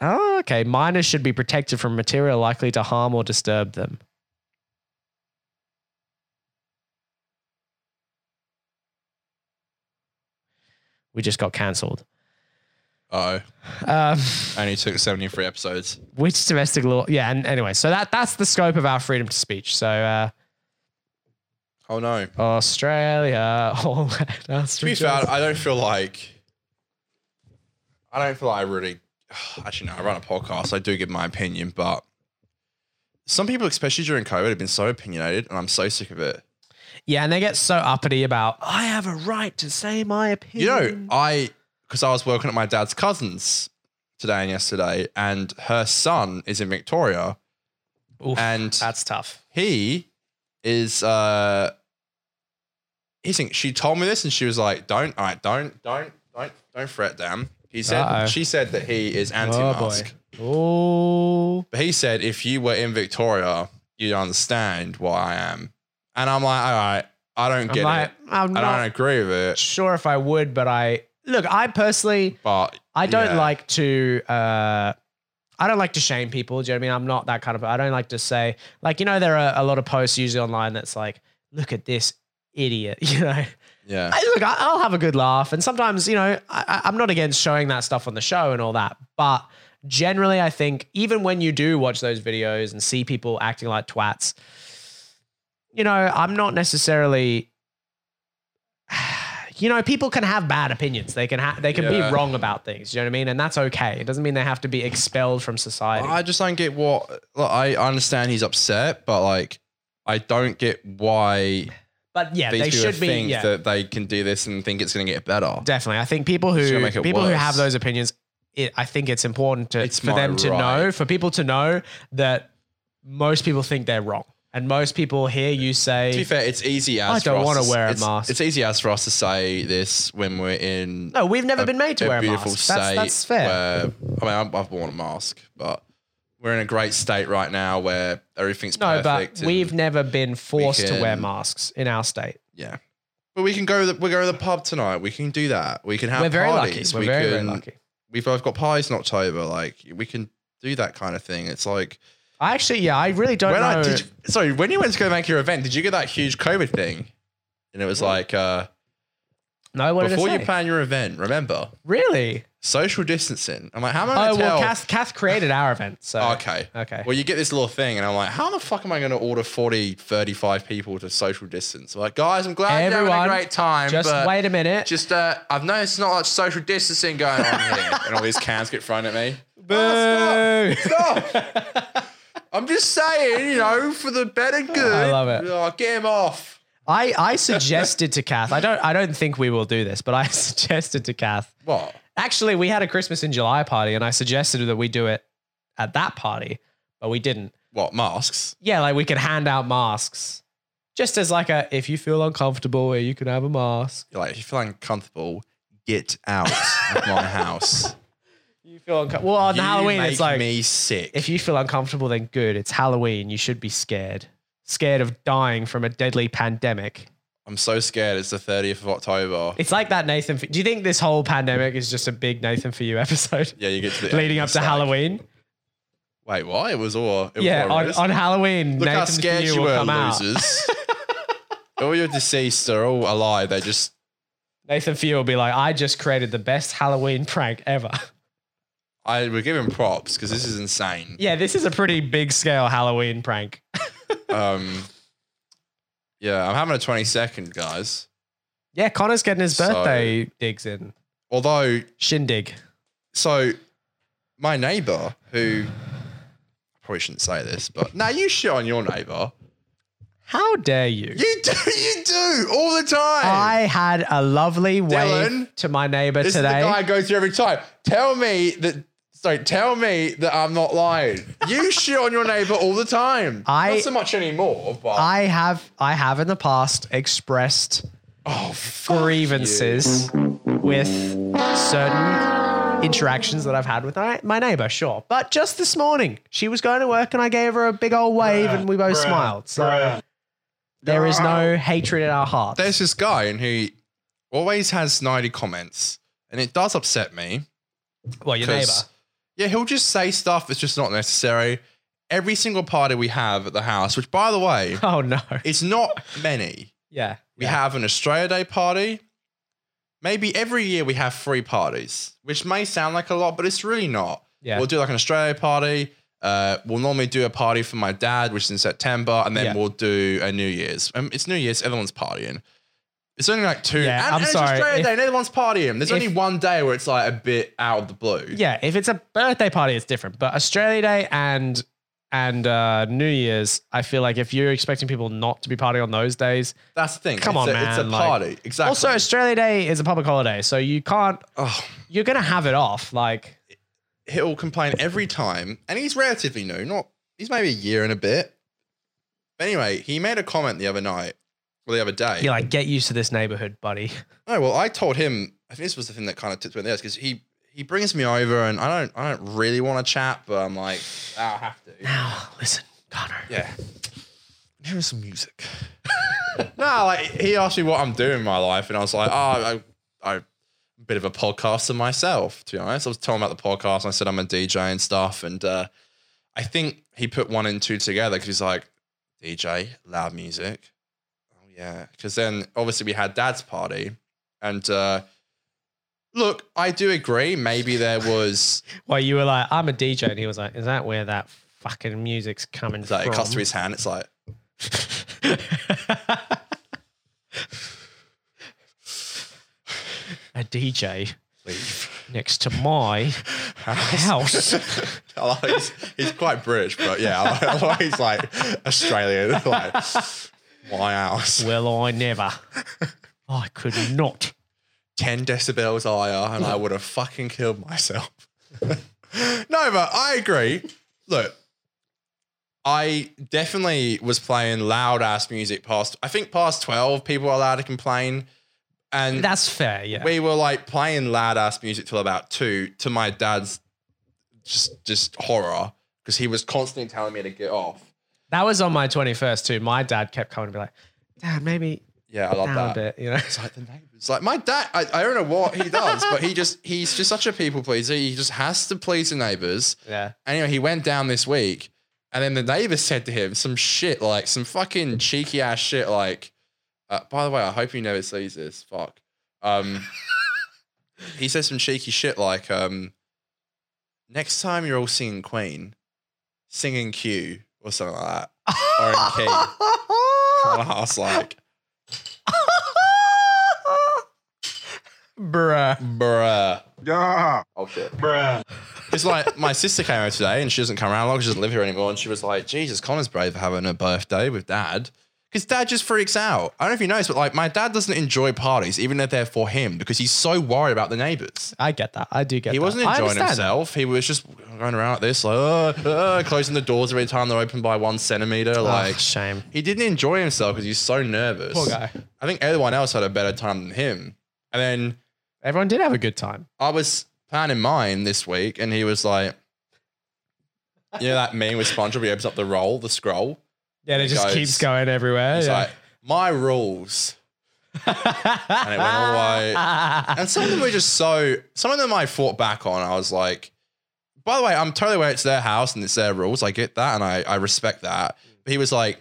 Speaker 2: Oh, okay. Minors should be protected from material likely to harm or disturb them. We just got cancelled.
Speaker 1: oh,
Speaker 2: Um,
Speaker 1: only took seventy-three episodes.
Speaker 2: which domestic law? Yeah. And anyway, so that that's the scope of our freedom to speech. So uh,
Speaker 1: Oh no.
Speaker 2: Australia, all that.
Speaker 1: To be fair, I don't feel like. I don't feel like I really. Actually, no. I run a podcast. I do give my opinion, but some people, especially during COVID, have been so opinionated, and I'm so sick of it.
Speaker 2: Yeah, and they get so uppity about I have a right to say my
Speaker 1: You
Speaker 2: opinion.
Speaker 1: know, I because I was working at my dad's cousin's today and yesterday, and her son is in Victoria,
Speaker 2: Oof,
Speaker 1: and
Speaker 2: that's tough.
Speaker 1: he is uh he thinks she told me this and she was like don't all right don't don't don't Don't, don't fret, Dan. He said
Speaker 2: Uh-oh.
Speaker 1: she said that he is anti-mask,
Speaker 2: Oh boy. Oh.
Speaker 1: but he said if you were in Victoria, you'd understand why I am. And I'm like, all right, I don't get
Speaker 2: I'm, like,
Speaker 1: it.
Speaker 2: I'm
Speaker 1: I don't
Speaker 2: not
Speaker 1: agree with it,
Speaker 2: sure if I would, but I look. I personally,
Speaker 1: but
Speaker 2: I don't
Speaker 1: yeah.
Speaker 2: like to. Uh, I don't like to shame people. Do you know what I mean? I'm not that kind of. I don't like to say like you know there are a lot of posts usually online that's like, look at this idiot. You know,
Speaker 1: yeah,
Speaker 2: I, look, I, I'll have a good laugh, and sometimes you know I, I- I'm not against showing that stuff on the show and all that, but generally I think even when you do watch those videos and see people acting like twats, you know I'm not necessarily. You know, people can have bad opinions. They can ha- they can
Speaker 1: Yeah.
Speaker 2: be wrong about things. You know what I mean, and that's okay. It doesn't mean they have to be expelled from society.
Speaker 1: I just don't get what. Like, I understand he's upset, but like, I don't get why
Speaker 2: But yeah,
Speaker 1: these
Speaker 2: they
Speaker 1: people
Speaker 2: should be.
Speaker 1: think
Speaker 2: Yeah,
Speaker 1: that they can do this and think it's going to get better.
Speaker 2: definitely. I think people
Speaker 1: It's gonna
Speaker 2: who
Speaker 1: make it
Speaker 2: people who have
Speaker 1: worse.
Speaker 2: those opinions, it, I think it's important to
Speaker 1: It's
Speaker 2: for them
Speaker 1: my
Speaker 2: to know,
Speaker 1: right.
Speaker 2: for people to know that most people think they're wrong, and most people hear you
Speaker 1: To be
Speaker 2: say,
Speaker 1: fair, it's easy as
Speaker 2: I don't
Speaker 1: for us
Speaker 2: wanna
Speaker 1: s-
Speaker 2: wear a
Speaker 1: it's-
Speaker 2: mask.
Speaker 1: It's easy as for us to say this when we're in
Speaker 2: "No, we've never
Speaker 1: a-
Speaker 2: been made to
Speaker 1: a
Speaker 2: wear a
Speaker 1: beautiful
Speaker 2: mask."
Speaker 1: state.
Speaker 2: That's, that's fair.
Speaker 1: Where, I mean, I've, I've worn a mask, but we're in a great state right now where everything's
Speaker 2: no,
Speaker 1: perfect.
Speaker 2: but we've
Speaker 1: and-
Speaker 2: never been forced to wear
Speaker 1: can-
Speaker 2: masks in our state.
Speaker 1: yeah. But we can go. To the, we go to the pub tonight. We can do that. We can have.
Speaker 2: We're very
Speaker 1: parties.
Speaker 2: lucky. We're
Speaker 1: we
Speaker 2: very,
Speaker 1: can,
Speaker 2: very lucky.
Speaker 1: We've both got parties in October. Like we can do that kind of thing. It's like
Speaker 2: I actually, yeah, I really don't
Speaker 1: when
Speaker 2: know.
Speaker 1: I did. You, sorry, when you went to go make your event, did you get that huge COVID thing? And it was like uh,
Speaker 2: no, what
Speaker 1: before
Speaker 2: did I
Speaker 1: you
Speaker 2: say?
Speaker 1: plan your event, remember
Speaker 2: really?
Speaker 1: social distancing. I'm like, how am I
Speaker 2: Oh
Speaker 1: going to
Speaker 2: well,
Speaker 1: tell?
Speaker 2: Kath, Kath created our event, so
Speaker 1: okay.
Speaker 2: okay.
Speaker 1: Well, you get this little thing, and I'm like, how the fuck am I going to order 40, 35 people to social distance? I'm like, guys, I'm glad you're
Speaker 2: Everyone,
Speaker 1: having a great time.
Speaker 2: Just
Speaker 1: but
Speaker 2: wait a minute.
Speaker 1: Just, uh, I've noticed not much social distancing going on here. and all these cans get thrown at me. Oh,
Speaker 2: Boo.
Speaker 1: stop. Stop. I'm just saying, you know, for the better good.
Speaker 2: I love it.
Speaker 1: Oh, get him off.
Speaker 2: I, I suggested to Kath, I don't I don't think we will do this, but I suggested to Kath.
Speaker 1: What?
Speaker 2: Actually, we had a Christmas in July party and I suggested that we do it at that party, but we didn't.
Speaker 1: What? Masks?
Speaker 2: Yeah, like we could hand out masks. Just as like a if you feel uncomfortable, you can have a mask.
Speaker 1: You're like, if you feel uncomfortable, get out of my house.
Speaker 2: You feel uncomfortable. Well, on
Speaker 1: You
Speaker 2: Halloween, it's
Speaker 1: make
Speaker 2: like
Speaker 1: me sick.
Speaker 2: if you feel uncomfortable, then good. It's Halloween. You should be scared. Scared of dying from a deadly pandemic.
Speaker 1: I'm so scared. It's the 30th of October.
Speaker 2: It's like that Nathan. F- Do you think this whole pandemic is just a big Nathan for you episode?
Speaker 1: Yeah, you get to the
Speaker 2: leading up
Speaker 1: it's
Speaker 2: to
Speaker 1: like,
Speaker 2: Halloween.
Speaker 1: Wait, what? It was all. It was
Speaker 2: Yeah,
Speaker 1: all
Speaker 2: on,
Speaker 1: racist.
Speaker 2: on Halloween,
Speaker 1: Look
Speaker 2: Nathan
Speaker 1: how scared
Speaker 2: Few
Speaker 1: you
Speaker 2: will
Speaker 1: were,
Speaker 2: come out.
Speaker 1: losers. all your deceased are all alive. They just
Speaker 2: Nathan Few will be like, I just created the best Halloween prank ever.
Speaker 1: I would give him props because this is insane.
Speaker 2: yeah, this is a pretty big scale Halloween prank.
Speaker 1: Um, yeah, I'm having a 22nd, guys.
Speaker 2: Yeah, Connor's getting his
Speaker 1: So-
Speaker 2: birthday digs in.
Speaker 1: Although,
Speaker 2: Shindig.
Speaker 1: so my neighbor, who I probably shouldn't say this, but now you shit on your neighbor.
Speaker 2: How dare you?
Speaker 1: You do, you do all the time.
Speaker 2: I had a lovely wave
Speaker 1: Dylan,
Speaker 2: to my neighbor
Speaker 1: This
Speaker 2: today.
Speaker 1: is the guy I go through every time. Tell me that. Sorry, tell me that I'm not lying. You shit on your neighbor all the time.
Speaker 2: I-
Speaker 1: not so much anymore, but
Speaker 2: I have I have in the past expressed
Speaker 1: oh fuck
Speaker 2: grievances with certain interactions that I've had with my, my neighbor, sure. But just this morning, she was going to work and I gave her a big old wave and we both smiled. So there is no hatred in our hearts.
Speaker 1: you. There's this guy and he always has snidey comments, and it does upset me.
Speaker 2: well, your
Speaker 1: 'cause-
Speaker 2: neighbor.
Speaker 1: Yeah, he'll just say stuff that's just not necessary. Every single party we have at the house, which by the way,
Speaker 2: Oh no.
Speaker 1: it's not many.
Speaker 2: Yeah.
Speaker 1: We
Speaker 2: yeah.
Speaker 1: have an Australia Day party. Maybe every year we have three parties, which may sound like a lot, but it's really not.
Speaker 2: Yeah.
Speaker 1: We'll do like an Australia Day party. Uh, we'll normally do a party for my dad, which is in September, and then
Speaker 2: Yeah.
Speaker 1: we'll do a New Year's. Um, it's New Year's, everyone's partying. It's only like two.
Speaker 2: Yeah,
Speaker 1: and,
Speaker 2: I'm
Speaker 1: and
Speaker 2: sorry,
Speaker 1: It's Australia
Speaker 2: if-
Speaker 1: Day, and everyone's partying. There's
Speaker 2: if-
Speaker 1: only one day where it's like a bit out of the blue.
Speaker 2: yeah, if it's a birthday party, it's different. But Australia Day and and uh, New Year's, I feel like if you're expecting people not to be partying on those days,
Speaker 1: That's the thing.
Speaker 2: Come
Speaker 1: it's
Speaker 2: on,
Speaker 1: a, It's a
Speaker 2: man, like-
Speaker 1: party. exactly.
Speaker 2: also Australia Day is a public holiday, so you can't.
Speaker 1: Oh.
Speaker 2: You're gonna have it off, like
Speaker 1: he'll complain every time, and he's relatively new. Not he's maybe a year and a bit. But anyway, he made a comment the other night, or the other day.
Speaker 2: you're like get used to this neighborhood, buddy.
Speaker 1: No, well, I told him I think this was the thing that kind of tipped me this because he he brings me over and I don't I don't really want to chat, but I'm like "Ah, I have to.
Speaker 2: Now listen, Connor.
Speaker 1: Yeah. Here is some music. no, like he asked me what I'm doing in my life, and I was like, oh, I, I, I'm a bit of a podcaster myself, to be honest. I was telling him about the podcast, and I said I'm a DJ and stuff, and uh, I think he put one and two together because he's like, DJ, loud music. Oh yeah, because then obviously we had Dad's party, and uh, look, I do agree. Maybe there was
Speaker 2: Well, you were like, I'm a DJ, and he was like, Is that where that fucking music's coming
Speaker 1: it's like
Speaker 2: from?
Speaker 1: it cuts to his hand. It's like
Speaker 2: a DJ
Speaker 1: leave.
Speaker 2: next to my house.
Speaker 1: I like he's, he's quite British, but yeah, I like, I like he's like Australian. Like, my house,
Speaker 2: well, I never. I could not.
Speaker 1: ten decibels higher, and I would have fucking killed myself. no, but I agree. Look, I definitely was playing loud ass music past. I think past twelve, people are allowed to complain, and
Speaker 2: That's fair, yeah.
Speaker 1: we were like playing loud ass music till about two to my dad's just just horror because he was constantly telling me to get off.
Speaker 2: that was on my 21st, too. My dad kept coming to be like, Dad, maybe
Speaker 1: Yeah, I love
Speaker 2: down
Speaker 1: that.
Speaker 2: a bit, you know?
Speaker 1: It's like the neighbors. Like my dad, I, I don't know what he does, but he just he's just such a people pleaser. He just has to please the neighbors.
Speaker 2: Yeah.
Speaker 1: Anyway, he went down this week, and then the neighbors said to him some shit like some fucking cheeky ass shit like. Uh, by the way, I hope he never sees this. Fuck. Um, he said some cheeky shit like, um, "Next time you're all singing Queen, sing in Q or something like that." Or in key. And I was like,
Speaker 2: Bruh.
Speaker 1: "Bruh."
Speaker 3: Yeah.
Speaker 1: Oh shit.
Speaker 3: Bruh.
Speaker 1: It's like my sister came over today and she doesn't come around long. She doesn't live here anymore. And she was like, Jesus, Connor's brave for having a birthday with dad. Because dad just freaks out. I don't know if you noticed, but like my dad doesn't enjoy parties, even if they're for him, because he's so worried about the neighbors.
Speaker 2: I get that. I do get
Speaker 1: He
Speaker 2: that.
Speaker 1: wasn't
Speaker 2: I
Speaker 1: enjoying
Speaker 2: understand.
Speaker 1: himself. He was just going around like this, like, uh, uh, closing the doors every time they're open by one centimeter.
Speaker 2: Oh,
Speaker 1: Like,
Speaker 2: shame.
Speaker 1: he didn't enjoy himself because he's so nervous.
Speaker 2: Poor guy.
Speaker 1: I think everyone else had a better time than him. And then
Speaker 2: Everyone did have a good time.
Speaker 1: I was planning mine this week, and he was like, "You know that meme with SpongeBob? He opens up the roll, the scroll.
Speaker 2: Yeah, and it
Speaker 1: Hey,
Speaker 2: just
Speaker 1: guys.
Speaker 2: keeps going everywhere.
Speaker 1: He's
Speaker 2: Oh, yeah.
Speaker 1: like, my rules."
Speaker 2: and
Speaker 1: it went all the And some of them were just so. Some of them I fought back on. I was like, "By the way, I'm totally aware it's their house and it's their rules. I get that, and I I respect that." But he was like,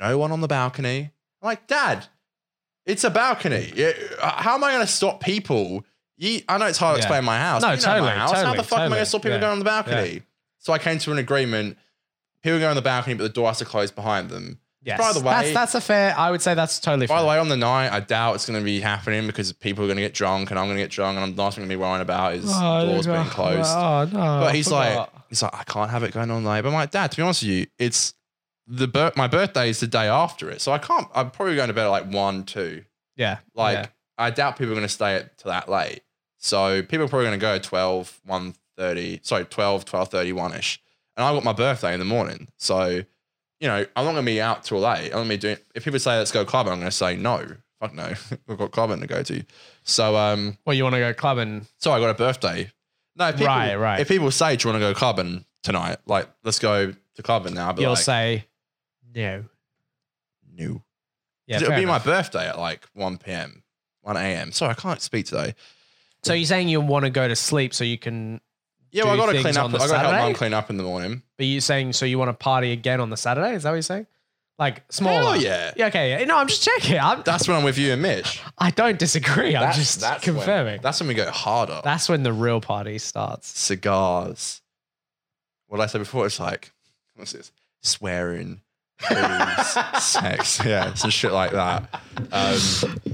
Speaker 1: "No one on the balcony." I'm like, "Dad, it's a balcony. Yeah, uh, How am I going to stop people?" You, I know it's hard to
Speaker 2: Yeah.
Speaker 1: explain my house.
Speaker 2: No,
Speaker 1: You know my
Speaker 2: totally,
Speaker 1: house. How
Speaker 2: totally,
Speaker 1: the fuck am I
Speaker 2: totally.
Speaker 1: going to stop people
Speaker 2: Yeah.
Speaker 1: going on the balcony? So I came to an agreement. People go on the balcony, but the door has to close behind them.
Speaker 2: Yes.
Speaker 1: By the way-
Speaker 2: that's, that's a fair. I would say that's totally fair.
Speaker 1: By the way, on the night, I doubt it's going to be happening because people are going to get drunk and I'm going to get drunk and I'm not going to be worrying about is doors being closed.
Speaker 2: Oh, no,
Speaker 1: but he's like, he's like, I can't have it going on late. But I'm like, Dad, to be honest with you, it's the bir- my birthday is the day after it, so I can't. I'm probably going to bed at like one, two.
Speaker 2: yeah,
Speaker 1: Like
Speaker 2: yeah.
Speaker 1: I doubt people are going to stay at to that late. So people are probably going to go 12, 1.30, sorry, 12, 12.30, 1-ish. And I got my birthday in the morning. So, you know, I'm not going to be out till late. I'm going to be doing, if people say, let's go clubbing, I'm going to say, no, fuck no. We've got clubbing to go to. So, um,
Speaker 2: Well, you want to go clubbing?
Speaker 1: so I got a birthday. No, people,
Speaker 2: Right, right.
Speaker 1: If people say, do you want to go clubbing tonight? Like, let's go to clubbing now. But
Speaker 2: You'll
Speaker 1: like,
Speaker 2: say no.
Speaker 1: no.
Speaker 2: Yeah,
Speaker 1: it'll
Speaker 2: fair
Speaker 1: be
Speaker 2: enough.
Speaker 1: my birthday at like 1 p.m., 1 a.m. Sorry, I can't speak today.
Speaker 2: so you're saying you want to go to sleep so you can,
Speaker 1: Yeah, well, I
Speaker 2: do
Speaker 1: got to
Speaker 2: things
Speaker 1: clean up.
Speaker 2: on
Speaker 1: I
Speaker 2: the
Speaker 1: got to help
Speaker 2: Saturday?
Speaker 1: mum clean up in the morning.
Speaker 2: but you're saying so you want to party again on the Saturday? Is that what you're saying? Like smaller?
Speaker 1: Hell yeah.
Speaker 2: Yeah. Okay. yeah. No, I'm just checking. I'm,
Speaker 1: That's when I'm with you and Mitch.
Speaker 2: I don't disagree. I'm just confirming.
Speaker 1: When, that's when we go harder.
Speaker 2: that's when the real party starts.
Speaker 1: Cigars. What I said before, it's like, what's this? Swearing, booze, sex. Yeah, some shit like that. Um,
Speaker 2: I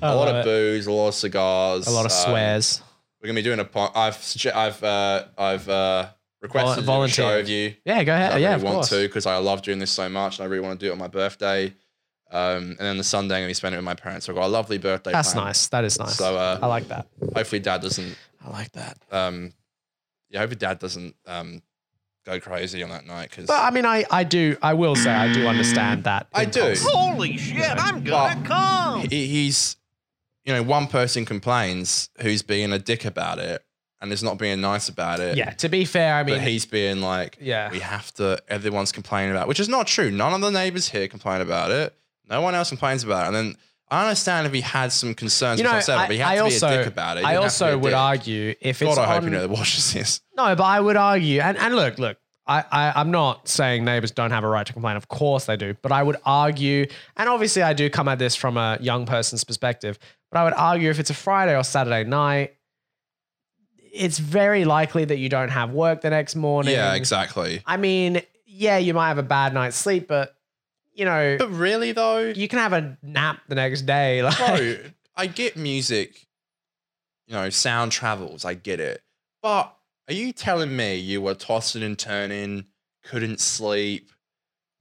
Speaker 1: a lot
Speaker 2: love
Speaker 1: of
Speaker 2: it.
Speaker 1: booze, a lot of cigars.
Speaker 2: Oh, a lot of
Speaker 1: um,
Speaker 2: swears.
Speaker 1: We're going to be doing a po- I've, sugge- I've, uh, I've uh, requested a
Speaker 2: volunteer.
Speaker 1: show of you.
Speaker 2: Yeah, go ahead.
Speaker 1: I
Speaker 2: yeah,
Speaker 1: really
Speaker 2: of
Speaker 1: want
Speaker 2: course.
Speaker 1: to because I love doing this so much and I really want to do it on my birthday. Um, and then the Sunday I'm gonna be spending it with my parents. So I've got a lovely birthday.
Speaker 2: That's
Speaker 1: planned.
Speaker 2: nice. That is nice.
Speaker 1: So, uh,
Speaker 2: I like that.
Speaker 1: Hopefully, Dad doesn't.
Speaker 2: I like that.
Speaker 1: Um, yeah, hopefully Dad doesn't um go crazy on that night because
Speaker 2: But um, I mean, I, I do. I will say I do understand that.
Speaker 1: I do.
Speaker 2: impulse.
Speaker 4: Holy shit, I'm
Speaker 1: Well,
Speaker 4: gonna come!
Speaker 1: He, he's you know, one person complains who's being a dick about it and is not being nice about it.
Speaker 2: Yeah. To be fair, I
Speaker 1: But
Speaker 2: mean,
Speaker 1: he's being like,
Speaker 2: yeah,
Speaker 1: we have to, everyone's complaining about it, which is not true. None of the neighbors here complain about it. No one else complains about it. And then I understand if he had some concerns,
Speaker 2: You
Speaker 1: which
Speaker 2: know,
Speaker 1: I said,
Speaker 2: I-
Speaker 1: but he had
Speaker 2: I
Speaker 1: to be
Speaker 2: also-
Speaker 1: a dick about it. He
Speaker 2: I
Speaker 1: didn't have to be
Speaker 2: also
Speaker 1: a
Speaker 2: would
Speaker 1: dick.
Speaker 2: argue if it's
Speaker 1: God, I
Speaker 2: on,
Speaker 1: hope you know that watches this.
Speaker 2: No, but I would argue, and, and look, look, I, I, I'm not saying neighbors don't have a right to complain. Of course they do. But I would argue, and obviously I do come at this from a young person's perspective, but I would argue if it's a Friday or Saturday night, it's very likely that you don't have work the next morning.
Speaker 1: Yeah, exactly.
Speaker 2: I mean, yeah, you might have a bad night's sleep, but you know,
Speaker 1: But really, though,
Speaker 2: you can have a nap the next day. Like,
Speaker 1: bro, I get music, you know, sound travels, I get it. But are you telling me you were tossing and turning, couldn't sleep,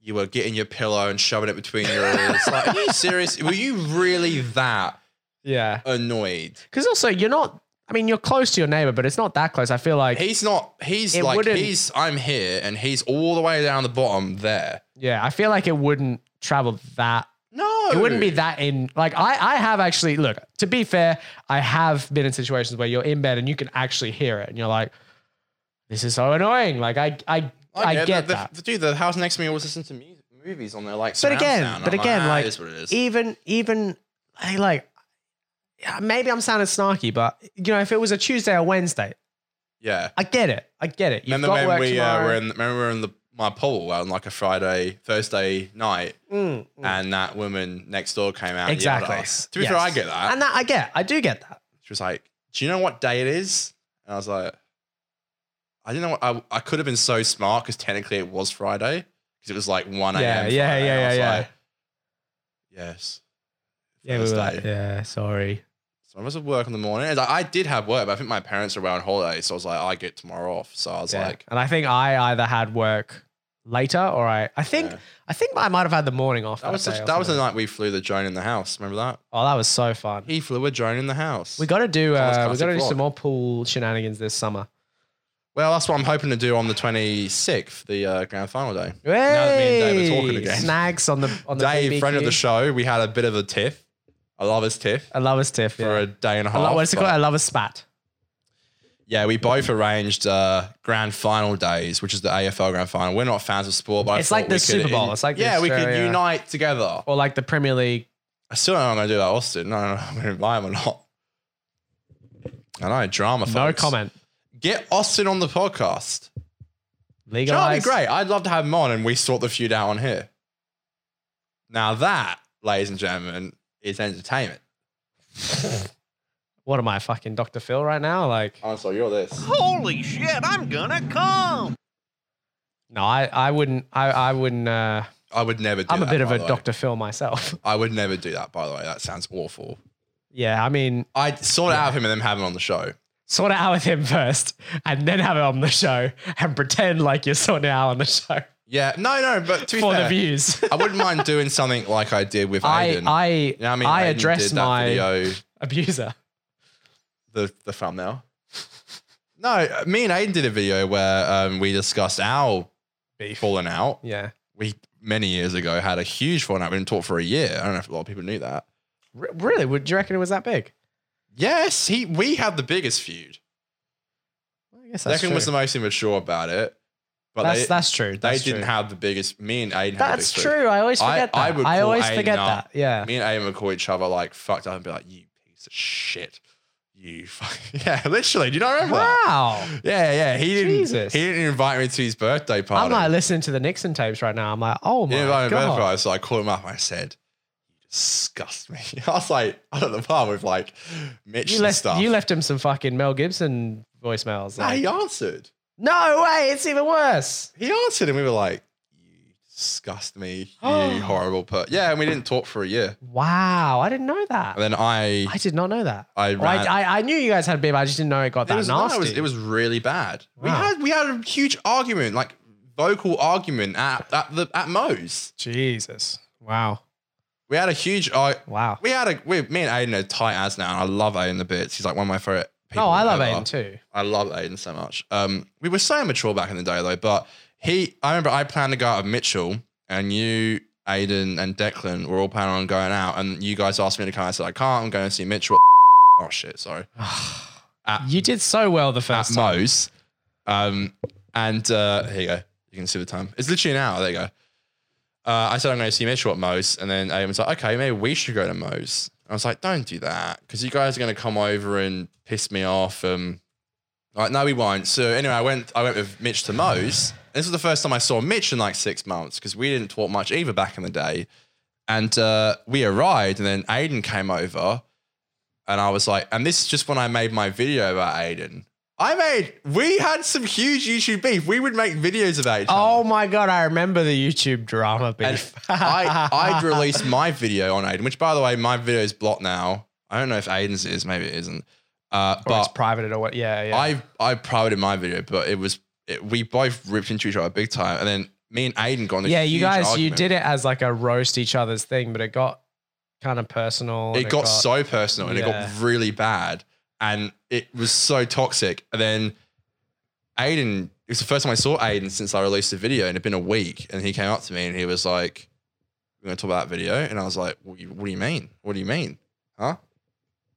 Speaker 1: you were getting your pillow and shoving it between your ears? Like, are you serious? Were you really that
Speaker 2: yeah,
Speaker 1: annoyed?
Speaker 2: because also you're not. I mean, you're close to your neighbor, but it's not that close. I feel like,
Speaker 1: He's not, he's
Speaker 2: It
Speaker 1: like,
Speaker 2: wouldn't-
Speaker 1: he's, I'm here and he's all the way down the bottom there.
Speaker 2: yeah, I feel like it wouldn't travel that
Speaker 1: No.
Speaker 2: it wouldn't be that in like I I have actually look to be fair I have been in situations where you're in bed and you can actually hear it and you're like this is so annoying like I I I, get
Speaker 1: the,
Speaker 2: that
Speaker 1: The, dude, the house next to me always listens to music, movies on their like
Speaker 2: but
Speaker 1: surround
Speaker 2: again
Speaker 1: sound.
Speaker 2: but
Speaker 1: I'm
Speaker 2: again
Speaker 1: ah,
Speaker 2: like
Speaker 1: it is what it is.
Speaker 2: even even I like yeah, maybe I'm sounding snarky but you know if it was a Tuesday or Wednesday
Speaker 1: yeah.
Speaker 2: I get it I get it you've
Speaker 1: remember
Speaker 2: got
Speaker 1: when
Speaker 2: work
Speaker 1: we uh,
Speaker 2: tomorrow
Speaker 1: were in remember we were in the my pool on like a Friday Thursday night
Speaker 2: Mm, mm.
Speaker 1: and that woman next door came out and
Speaker 2: Exactly.
Speaker 1: yelled at us. to be fair
Speaker 2: Yes.
Speaker 1: I get that
Speaker 2: and that I get I do get that
Speaker 1: she was like do you know what day it is and I was like I didn't know what I, I could have been so smart because technically it was Friday because it was like 1 a.m.
Speaker 2: Yeah, yeah,
Speaker 1: Friday,
Speaker 2: yeah,
Speaker 1: and I was
Speaker 2: yeah, yeah.
Speaker 1: like, yes
Speaker 2: yeah we were like
Speaker 1: Thursday.
Speaker 2: yeah sorry
Speaker 1: some of us have work in the morning And, like, I did have work but I think my parents were away on holiday so I was like I get tomorrow off so I was
Speaker 2: Yeah.
Speaker 1: like
Speaker 2: and I think I either had work later or I, I think
Speaker 1: Yeah.
Speaker 2: I think I might have had the morning off.
Speaker 1: that was
Speaker 2: day
Speaker 1: such,
Speaker 2: or
Speaker 1: that was the
Speaker 2: something.
Speaker 1: night we flew the drone in the house remember that
Speaker 2: oh, that was so fun.
Speaker 1: He flew a drone in the house.
Speaker 2: We got to do
Speaker 1: Someone's
Speaker 2: uh, we got
Speaker 1: classic
Speaker 2: to do
Speaker 1: vlog.
Speaker 2: some more pool shenanigans this summer.
Speaker 1: well, that's what I'm hoping to do on the 26th, the uh, grand final day.
Speaker 2: Hey,
Speaker 1: that me and Dave are talking again.
Speaker 2: snags on the on the
Speaker 1: Dave, friend of the
Speaker 2: BBQ.
Speaker 1: show, we had a bit of a tiff. I love his tiff
Speaker 2: I love us tiff.
Speaker 1: for
Speaker 2: Yeah.
Speaker 1: a day and a
Speaker 2: I
Speaker 1: half.
Speaker 2: love, what's it called?
Speaker 1: but-
Speaker 2: I love a spat.
Speaker 1: Yeah, we both arranged uh, grand final days, which is the AFL grand final. We're not fans of sport, but I
Speaker 2: It's like
Speaker 1: thought we
Speaker 2: the
Speaker 1: could
Speaker 2: Super Bowl.
Speaker 1: in-
Speaker 2: It's like the
Speaker 1: yeah, we could
Speaker 2: Australia-
Speaker 1: unite together.
Speaker 2: Or like the Premier League.
Speaker 1: I still don't know I'm going to do that, Austin. No, no, no, I'm going to invite him or not. I know drama.
Speaker 2: No
Speaker 1: folks.
Speaker 2: comment.
Speaker 1: Get Austin on the podcast. That'd
Speaker 2: Legalize.
Speaker 1: be great. I'd love to have him on and we sort the feud out on here. Now that, ladies and gentlemen, is entertainment.
Speaker 2: What am I fucking Dr. Phil right now? Like
Speaker 1: Honestly, you're this.
Speaker 3: Holy shit, I'm gonna come!
Speaker 2: no, I, I wouldn't I, I wouldn't uh,
Speaker 1: I would never do
Speaker 2: I'm a
Speaker 1: that,
Speaker 2: bit of
Speaker 1: by
Speaker 2: a
Speaker 1: the way.
Speaker 2: Dr. Phil myself.
Speaker 1: I would never do that, by the way. That sounds awful.
Speaker 2: yeah, I mean
Speaker 1: I'd sort it out of him and then have him on the show.
Speaker 2: sort it out with him first and then have it on the show and pretend like you're sorting it out on the show
Speaker 1: Yeah. No, no, but to be
Speaker 2: for
Speaker 1: fair,
Speaker 2: the views.
Speaker 1: I wouldn't mind doing something like I did with
Speaker 2: I,
Speaker 1: Aiden.
Speaker 2: I,
Speaker 1: you know what I mean?
Speaker 2: I
Speaker 1: Aiden
Speaker 2: address
Speaker 1: did that
Speaker 2: my
Speaker 1: video,
Speaker 2: abuser.
Speaker 1: the, the thumbnail. No, me and Aiden did a video where um, we discussed our
Speaker 2: Beef.
Speaker 1: falling out.
Speaker 2: Yeah.
Speaker 1: we many years ago had a huge falling out. We didn't talk for a year. I don't know if a lot of people knew that.
Speaker 2: R- really? Would do you reckon it was that big?
Speaker 1: Yes, he we had the biggest feud.
Speaker 2: I guess that's
Speaker 1: Declan
Speaker 2: true.
Speaker 1: was the most immature about it, but
Speaker 2: that's,
Speaker 1: they,
Speaker 2: that's true.
Speaker 1: they
Speaker 2: That's
Speaker 1: didn't
Speaker 2: true.
Speaker 1: have the biggest. Me and Aiden. had the
Speaker 2: That's
Speaker 1: biggest
Speaker 2: true. I always
Speaker 1: I-
Speaker 2: forget
Speaker 1: I
Speaker 2: that.
Speaker 1: would
Speaker 2: I,
Speaker 1: call
Speaker 2: always
Speaker 1: Aiden
Speaker 2: forget
Speaker 1: up.
Speaker 2: that. Yeah.
Speaker 1: Feud. Me and Aiden would call each other like fucked up and be like, "You piece of shit, you fuck." Yeah, literally. Do you not remember? that?
Speaker 2: Wow.
Speaker 1: Yeah, yeah. He didn't.
Speaker 2: Jesus.
Speaker 1: He didn't invite me to his birthday
Speaker 2: I'm
Speaker 1: party.
Speaker 2: like listening to the Nixon tapes right now. I'm like, oh
Speaker 1: He
Speaker 2: my
Speaker 1: didn't invite me to my birthday
Speaker 2: god.
Speaker 1: party, so I called him up and I said, "You disgust me." I was like, out at the bar with like Mitch
Speaker 2: You
Speaker 1: and
Speaker 2: left,
Speaker 1: stuff.
Speaker 2: you left him some fucking Mel Gibson voicemails.
Speaker 1: No,
Speaker 2: Like,
Speaker 1: he answered.
Speaker 2: no way. It's even worse.
Speaker 1: He answered, and we were like, "You disgust me, you horrible per." Yeah, and we didn't talk for a year.
Speaker 2: Wow. I didn't know that.
Speaker 1: And then I,
Speaker 2: I did not know that.
Speaker 1: I,
Speaker 2: Or I,
Speaker 1: ran.
Speaker 2: I, I knew you guys had beef. I just didn't know it got
Speaker 1: it,
Speaker 2: that
Speaker 1: was, no,
Speaker 2: nasty.
Speaker 1: it was it was really bad. We
Speaker 2: Wow.
Speaker 1: had we had a huge argument, like vocal argument at at the at Moe's.
Speaker 2: Jesus. Wow.
Speaker 1: We had a huge ar-
Speaker 2: Wow.
Speaker 1: we had a we, me and Aiden are tight as now, and I love Aiden the bits. He's like one of my favorite. people
Speaker 2: No, Oh, I love
Speaker 1: ever.
Speaker 2: Aiden too.
Speaker 1: I love Aiden so much. Um, we were so immature back in the day though, but he I remember I planned to go out with Mitchell and you Aiden and Declan were all planning on going out, and you guys asked me to come. I said I can't. I'm going to see Mitch. What? The oh shit! Sorry. At-
Speaker 2: you did so well the
Speaker 1: At
Speaker 2: first time.
Speaker 1: Mo's, um, and uh, here you go. You can see the time. It's literally an hour. There you go. Uh, I said I'm going to see Mitchell at Mo's, and then Aiden was like, "Okay, maybe we should go to Mo's." I was like, "Don't do that, because you guys are going to come over and piss me off." Um, like, no, we won't. So anyway, I went. I went with Mitch to Mo's. This was the first time I saw Mitch in like six months because we didn't talk much either back in the day. And uh, we arrived, and then Aiden came over, and I was like, and this is just when I made my video about Aiden. I made. We had some huge YouTube beef. We would make videos of Aiden.
Speaker 2: Oh my god, I remember the YouTube drama
Speaker 1: And
Speaker 2: beef.
Speaker 1: I, I'd released my video on Aiden, which, by the way, my video is blocked now. I don't know if Aiden's is, maybe it isn't. Uh,
Speaker 2: or it's
Speaker 1: but
Speaker 2: private or what? Yeah, yeah.
Speaker 1: I I privated my video, but it was it, we both ripped into each other big time, and then me and Aiden got into
Speaker 2: yeah,
Speaker 1: a
Speaker 2: you
Speaker 1: huge
Speaker 2: guys, you
Speaker 1: argument.
Speaker 2: did it as like a roast each other's thing, but it got kind of personal. and
Speaker 1: It got, so personal and
Speaker 2: Yeah.
Speaker 1: it got really bad, and it was so toxic. And then Aiden, it was the first time I saw Aiden since I released the video, and it'd been a week, and he came up to me and he was like, "We're gonna talk about that video," and I was like, "What do you, what do you mean? What do you mean, huh?"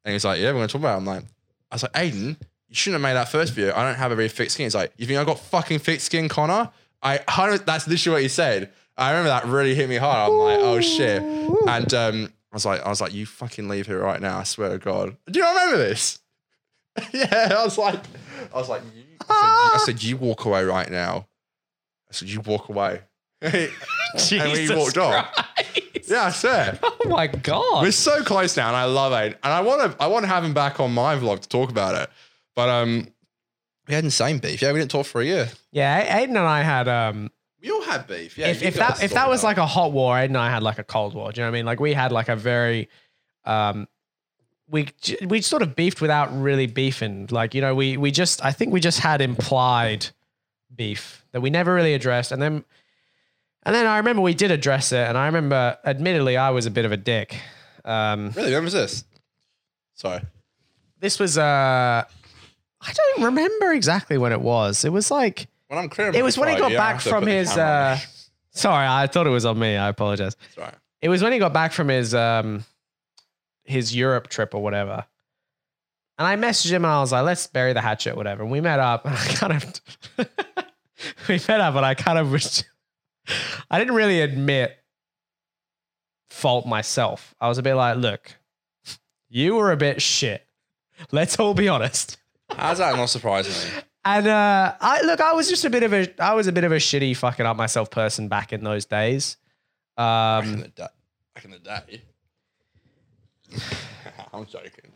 Speaker 1: And he's like, "Yeah, we're gonna talk about." it. I'm like, I was like, Aiden, you shouldn't have made that first video. I don't have a very thick skin. He's like, you think I got fucking thick skin, Connor? I hundred. That's literally what he said. I remember that really hit me hard. I'm like, oh shit. And um, I was like, I was like, you fucking leave here right now. I swear to God. Do you not remember this? yeah. I was like, I was like, you, I, said, you I said, you walk away right now. I said, you walk away. and we
Speaker 2: Jesus
Speaker 1: walked off. Yeah, I swear.
Speaker 2: Oh my god.
Speaker 1: We're so close now, and I love Aiden. And I want to, I want to have him back on my vlog to talk about it. But um, we had insane beef. Yeah, we didn't talk for a year.
Speaker 2: yeah, A- Aiden and I had um
Speaker 1: We all had beef. Yeah.
Speaker 2: if, if that if that was like a hot war, Aiden and I had like a cold war. Do you know what I mean? Like we had like a very, um, we j- we sort of beefed without really beefing. Like you know, we we just I think we just had implied beef that we never really addressed, and then and then I remember we did address it, and I remember, admittedly, I was a bit of a dick. Um,
Speaker 1: really, when was this? Sorry,
Speaker 2: this was uh, I don't remember exactly when it was. It was like
Speaker 1: when I'm clear.
Speaker 2: It was when he got back from his, uh, sorry, I thought it was on me. I apologize.
Speaker 1: Sorry.
Speaker 2: It was when he got back from his um his Europe trip or whatever. And I messaged him and I was like, let's bury the hatchet, whatever. And we met up and I kind of we met up and I kind of was I didn't really admit fault myself. I was a bit like, look, you were a bit shit. Let's all be honest.
Speaker 1: How's that not surprising me?
Speaker 2: And uh, I look, I was just a bit of a, I was a bit of a shitty fucking up myself person back in those days.
Speaker 1: Back in
Speaker 2: Um,
Speaker 1: the day. Back in the day. I'm joking.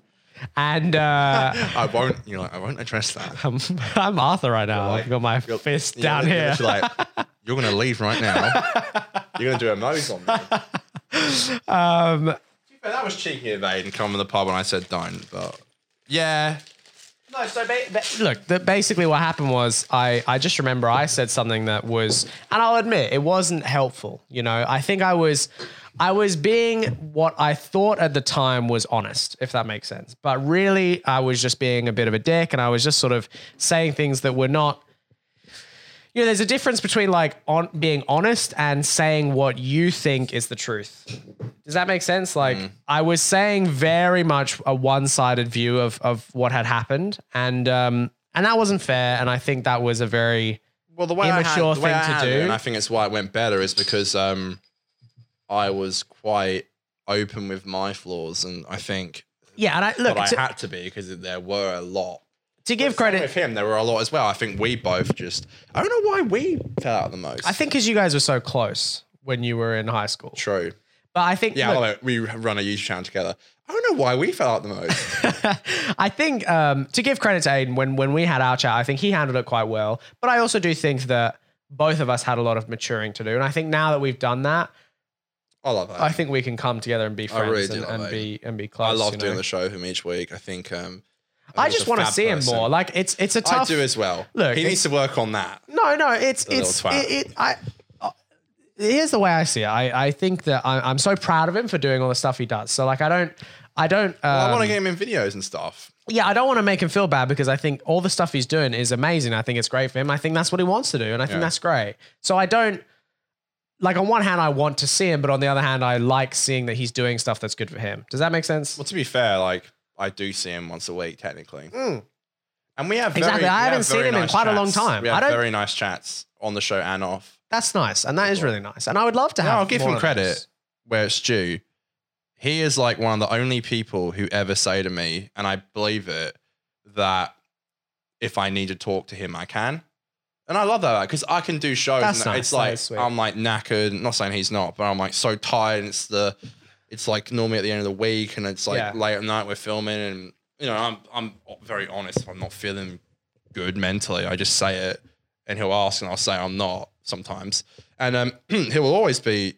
Speaker 2: and uh,
Speaker 1: I won't. You know, I won't address that.
Speaker 2: I'm, I'm Arthur right now.
Speaker 1: You're
Speaker 2: I've got my
Speaker 1: you're-
Speaker 2: fist
Speaker 1: you're
Speaker 2: down
Speaker 1: literally
Speaker 2: here.
Speaker 1: like, you're gonna leave right now. You're gonna do a Moe's on me.
Speaker 2: um,
Speaker 1: Yeah, that was cheeky of Aiden coming to the pub when I said don't, but yeah.
Speaker 2: no, so ba- ba- look, the, basically what happened was I, I just remember I said something that was, and I'll admit it wasn't helpful. You know, I think I was, I was being what I thought at the time was honest, if that makes sense. But really, I was just being a bit of a dick, and I was just sort of saying things that were not. You know, there's a difference between like on being honest and saying what you think is the truth. Does that make sense? Like
Speaker 1: Mm.
Speaker 2: I was saying very much a one-sided view of of what had happened and um and that wasn't fair and I think that was a very
Speaker 1: Well, the way I
Speaker 2: Immature
Speaker 1: had, the way
Speaker 2: thing
Speaker 1: I
Speaker 2: to
Speaker 1: had it,
Speaker 2: do.
Speaker 1: and I think it's why it went better, is because um, I was quite open with my flaws, and I think
Speaker 2: Yeah, and I look
Speaker 1: but
Speaker 2: to,
Speaker 1: I had to be because there were a lot.
Speaker 2: to give
Speaker 1: Same
Speaker 2: credit
Speaker 1: with him, there were a lot as well. I think we both just. I don't know why we fell out the most.
Speaker 2: I think cuz you guys were so close when you were in high school.
Speaker 1: true.
Speaker 2: But I think
Speaker 1: Yeah,
Speaker 2: look,
Speaker 1: although we run a YouTube channel together. I don't know why we fell out the most.
Speaker 2: I think um, to give credit to Aiden, when when we had our chat, I think he handled it quite well. But I also do think that both of us had a lot of maturing to do, and I think now that we've done that,
Speaker 1: I love that.
Speaker 2: I think we can come together and be
Speaker 1: I
Speaker 2: friends
Speaker 1: really do
Speaker 2: and,
Speaker 1: love
Speaker 2: and
Speaker 1: Aiden.
Speaker 2: be and be close.
Speaker 1: I love
Speaker 2: you know?
Speaker 1: doing the show with him each week. I think. Um, think
Speaker 2: I
Speaker 1: he's
Speaker 2: just
Speaker 1: a
Speaker 2: want to
Speaker 1: fab
Speaker 2: see him
Speaker 1: person.
Speaker 2: more. Like it's it's a
Speaker 1: I
Speaker 2: tough.
Speaker 1: do as well.
Speaker 2: Look,
Speaker 1: he
Speaker 2: it's-
Speaker 1: needs to work on that.
Speaker 2: No, no, it's
Speaker 1: little
Speaker 2: it's
Speaker 1: twat.
Speaker 2: it, it, I. uh, Here's the way I see it. I, I think that I, I'm so proud of him for doing all the stuff he does. So like I don't I don't. Um,
Speaker 1: I want to get him in videos and stuff.
Speaker 2: yeah, I don't want to make him feel bad because I think all the stuff he's doing is amazing. I think it's great for him. I think that's what he wants to do, and I think
Speaker 1: Yeah.
Speaker 2: that's great. So I don't like on one hand I want to see him, but on the other hand I like seeing that he's doing stuff that's good for him. Does that make sense?
Speaker 1: Well, to be fair, like I do see him once a week technically,
Speaker 2: Mm.
Speaker 1: and we have
Speaker 2: Exactly.
Speaker 1: Very,
Speaker 2: I
Speaker 1: we have
Speaker 2: haven't seen
Speaker 1: very
Speaker 2: him in
Speaker 1: nice
Speaker 2: quite a long
Speaker 1: chats.
Speaker 2: time.
Speaker 1: We
Speaker 2: I
Speaker 1: have
Speaker 2: don't-
Speaker 1: very nice chats on the show and off.
Speaker 2: That's nice, and that is really nice, and I would love to
Speaker 1: No,
Speaker 2: have.
Speaker 1: I'll give
Speaker 2: more
Speaker 1: him
Speaker 2: of
Speaker 1: credit
Speaker 2: those.
Speaker 1: where it's due. He is like one of the only people who ever say to me, and I believe it, that if I need to talk to him, I can. And I love that because I can do shows.
Speaker 2: That's
Speaker 1: and
Speaker 2: nice.
Speaker 1: It's
Speaker 2: That
Speaker 1: like
Speaker 2: is sweet.
Speaker 1: I'm like knackered. Not saying he's not, but I'm like so tired. And it's the, it's like normally at the end of the week, and it's like
Speaker 2: Yeah.
Speaker 1: late at night we're filming, and you know I'm I'm very honest. If I'm not feeling good mentally, I just say it, and he'll ask, and I'll say I'm not sometimes, and um, he will always be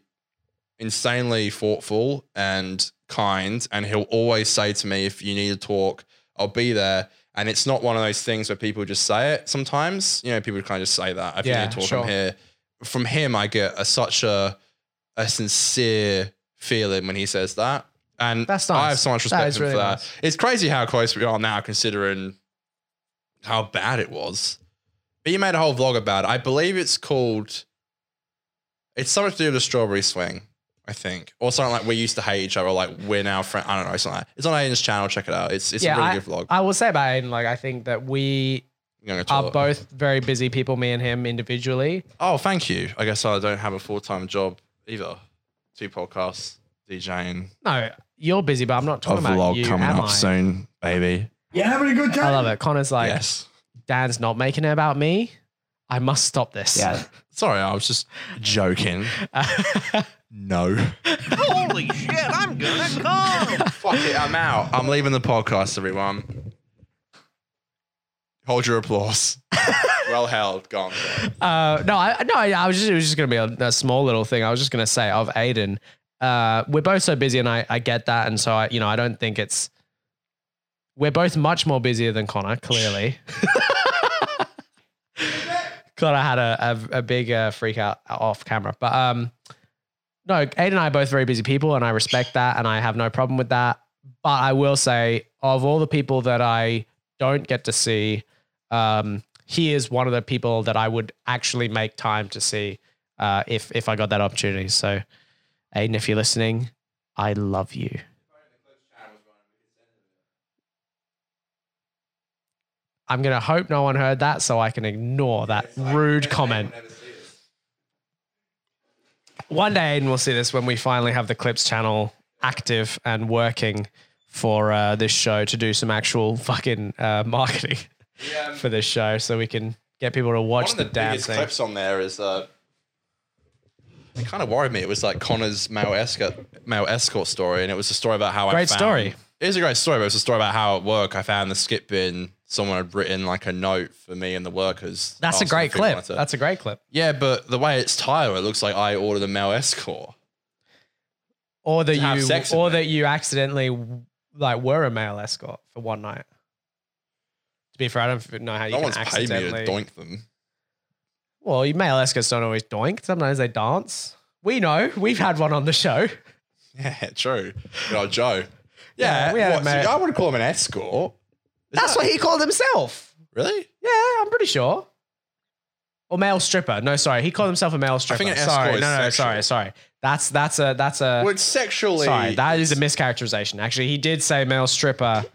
Speaker 1: insanely thoughtful and kind, and he'll always say to me, if you need to talk, I'll be there. And it's not one of those things where people just say it. Sometimes, you know, people kind of just say that. If
Speaker 2: Yeah,
Speaker 1: you need to talk,
Speaker 2: sure.
Speaker 1: I'm here. From him, I get a, such a a sincere feeling when he says that, and
Speaker 2: That's
Speaker 1: I have
Speaker 2: nice.
Speaker 1: so much
Speaker 2: That
Speaker 1: respect
Speaker 2: is
Speaker 1: for him for
Speaker 2: really
Speaker 1: that.
Speaker 2: nice.
Speaker 1: It's crazy how close we are now, considering how bad it was. But you made a whole vlog about it. I believe it's called. It's something to do with the strawberry swing, I think, or something like we used to hate each other. Like we're now friends. I don't know. It's not. It's on Aiden's channel. Check it out. It's it's
Speaker 2: Yeah,
Speaker 1: a really good vlog.
Speaker 2: I will say about Aiden, like I think that we
Speaker 1: I'm gonna
Speaker 2: are
Speaker 1: tell it.
Speaker 2: both very busy people, me and him individually.
Speaker 1: Oh, thank you. I guess I don't have a full time job either. Two podcasts, DJing,
Speaker 2: No, you're busy, but I'm not
Speaker 1: a
Speaker 2: talking about
Speaker 1: vlog
Speaker 2: you.
Speaker 1: coming
Speaker 2: am
Speaker 1: up
Speaker 2: I?
Speaker 1: soon, baby.
Speaker 4: You having a good
Speaker 2: I
Speaker 4: time?
Speaker 2: love it. Connor's like,
Speaker 1: yes.
Speaker 2: Dan's not making it about me. I must stop this.
Speaker 4: Yeah.
Speaker 1: Sorry, I was just joking. no.
Speaker 3: Holy shit, I'm gonna come.
Speaker 1: Fuck it, I'm out. I'm leaving the podcast, everyone. Hold your applause. well held. Gone.
Speaker 2: Uh, no, I no, I, I was just it was just gonna be a, a small little thing. I was just gonna say of Aiden, uh, we're both so busy, and I I get that, and so I you know I don't think it's we're both much more busier than Connor clearly. Connor had a a, a big uh, freak out off camera, but um, no, Aiden and I are both very busy people, and I respect that, and I have no problem with that. But I will say, of all the people that I don't get to see, um, he is one of the people that I would actually make time to see uh, if if I got that opportunity. So, Aiden, if you're listening, I love you. I'm gonna hope no one heard that, so I can ignore that rude comment. One day, Aiden will see this when we finally have the clips channel active and working for uh, this show to do some actual fucking uh, marketing
Speaker 1: Yeah.
Speaker 2: for this show so we can get people to
Speaker 1: One
Speaker 2: watch
Speaker 1: of
Speaker 2: the,
Speaker 1: the,
Speaker 2: damn
Speaker 1: biggest
Speaker 2: thing.
Speaker 1: clips on there is uh, it kind of worried me. It was like Connor's male escort male escort story, and it was a story about how I
Speaker 2: Great
Speaker 1: found,
Speaker 2: story.
Speaker 1: It is a great story, but it was a story about how at work I found the skip bin. Someone had written like a note for me and the workers.
Speaker 2: That's a
Speaker 1: asking
Speaker 2: great
Speaker 1: if we
Speaker 2: clip.
Speaker 1: wanted to-
Speaker 2: That's a great clip.
Speaker 1: yeah, but the way it's titled, it looks like I ordered a male escort.
Speaker 2: Or that
Speaker 1: To have
Speaker 2: you
Speaker 1: sex with
Speaker 2: or
Speaker 1: me.
Speaker 2: that you accidentally like were a male escort for one night. To be fair, I don't know how you
Speaker 1: No
Speaker 2: can
Speaker 1: one's paid me to
Speaker 2: accidentally.
Speaker 1: doink them.
Speaker 2: well, you male escorts don't always doink. Sometimes they dance. We know. We've had one on the show.
Speaker 1: Yeah, true. Oh, Joe.
Speaker 2: Yeah,
Speaker 1: Yeah,
Speaker 2: we had a
Speaker 1: what, so
Speaker 2: mate-
Speaker 1: I would call him an escort. Is
Speaker 2: That's
Speaker 1: that-
Speaker 2: what he called himself.
Speaker 1: Really?
Speaker 2: Yeah, I'm pretty sure. Or male stripper. No, sorry. He called himself a male stripper.
Speaker 1: an escort
Speaker 2: sorry.
Speaker 1: is
Speaker 2: no, no,
Speaker 1: sexual.
Speaker 2: sorry, sorry. That's that's a that's a
Speaker 1: Well, it's sexually.
Speaker 2: Uh, Sorry, that is a mischaracterization. Actually, he did say male stripper,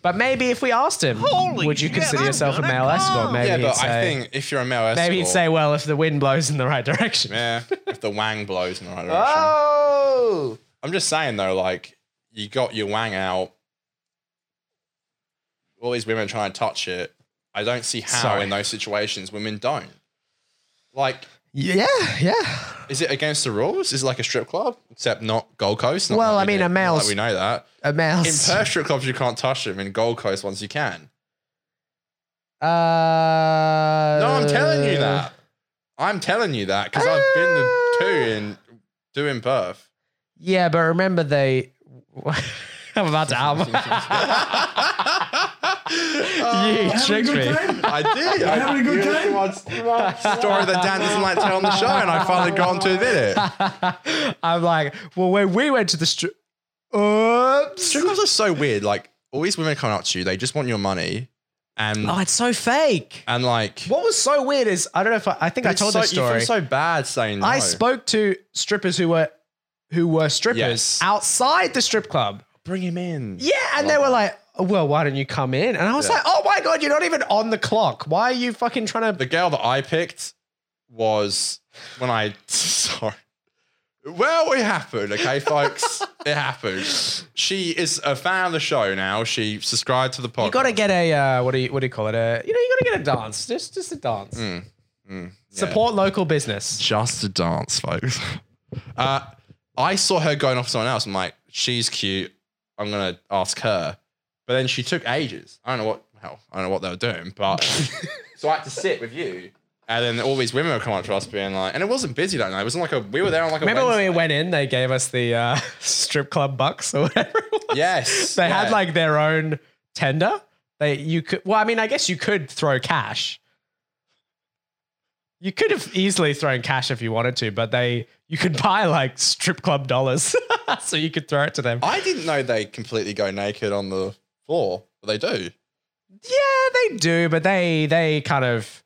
Speaker 2: but maybe if we asked him,
Speaker 3: Holy
Speaker 2: would you
Speaker 3: shit,
Speaker 2: consider
Speaker 3: I'm
Speaker 2: yourself a
Speaker 3: gonna
Speaker 2: male escort?
Speaker 3: come.
Speaker 2: Maybe
Speaker 1: Yeah,
Speaker 2: he'd
Speaker 1: but
Speaker 2: say,
Speaker 1: I think if you're a male escort,
Speaker 2: maybe he'd say, well, if the wind blows in the right direction.
Speaker 1: yeah, if the wang blows in the right direction.
Speaker 2: Ah! Oh,
Speaker 1: I'm just saying though, like you got your wang out. All these women trying to touch it. I don't see how
Speaker 2: Sorry.
Speaker 1: in those situations women don't. Like,
Speaker 2: yeah, yeah.
Speaker 1: is it against the rules? Is it like a strip club, except not Gold Coast? Not
Speaker 2: Well,
Speaker 1: like
Speaker 2: I
Speaker 1: we
Speaker 2: mean,
Speaker 1: do-
Speaker 2: a
Speaker 1: not
Speaker 2: male's-
Speaker 1: Like we know that.
Speaker 2: A male.
Speaker 1: In Perth strip clubs, you can't touch them. In Gold Coast ones, you can.
Speaker 2: uh, no,
Speaker 1: No, I'm telling
Speaker 2: Uh.
Speaker 1: you that. I'm telling you that because I've been to two in two in Perth.
Speaker 2: Yeah, but remember they. I'm about to out. you
Speaker 1: Oh,
Speaker 4: having a
Speaker 2: tricked
Speaker 4: good
Speaker 2: me.
Speaker 4: time?
Speaker 1: I did. I
Speaker 4: having a good
Speaker 1: you
Speaker 4: time?
Speaker 1: know, it's one Story that Dan doesn't like telling the show, and I finally got on to did it.
Speaker 2: I'm like, well, when we went to the strip. Oops. Oh,
Speaker 1: Strip clubs are so weird. Like all these women come up to you, they just want your money, and
Speaker 2: Oh, it's so fake.
Speaker 1: and like
Speaker 2: What was so weird is I don't know if I, I think I
Speaker 1: it's
Speaker 2: told
Speaker 1: so,
Speaker 2: this
Speaker 1: You
Speaker 2: story.
Speaker 1: feel so bad saying no.
Speaker 2: I spoke to strippers who were who were strippers
Speaker 1: Yes.
Speaker 2: outside the strip club.
Speaker 1: Bring him in.
Speaker 2: Yeah, and they
Speaker 1: Love
Speaker 2: were
Speaker 1: that.
Speaker 2: like, "Well, why don't you come in?" And I was
Speaker 1: Yeah.
Speaker 2: like, "Oh my god, you're not even on the clock. Why are you fucking trying to?"
Speaker 1: The girl that I picked was when I sorry. Well, it happened, okay, folks. it happened. She is a fan of the show now. She subscribed to the podcast.
Speaker 2: You got to get a uh, what do you what do you call it? A you know you got to get a dance, just just a dance.
Speaker 1: Mm, Yeah.
Speaker 2: Support local business.
Speaker 1: just a dance, folks. Uh, I saw her going off someone else. I'm like, she's cute. I'm gonna ask her. But then she took ages. I don't know what hell. I don't know what they were doing, but so I had to sit with you. And then all these women were coming up to us, being like, and it wasn't busy that night. It wasn't like a. We were there on like a.
Speaker 2: Remember
Speaker 1: Wednesday.
Speaker 2: when we went in? They gave us the uh, strip club bucks or whatever. it was?
Speaker 1: Yes,
Speaker 2: they
Speaker 1: yeah.
Speaker 2: had like their own tender. They you could well, I mean, I guess you could throw cash. You could have easily thrown cash if you wanted to, but they you could buy like strip club dollars, so you could throw it to them.
Speaker 1: I didn't know they completely go naked on the floor, but they do.
Speaker 2: Yeah, they do, but they they kind of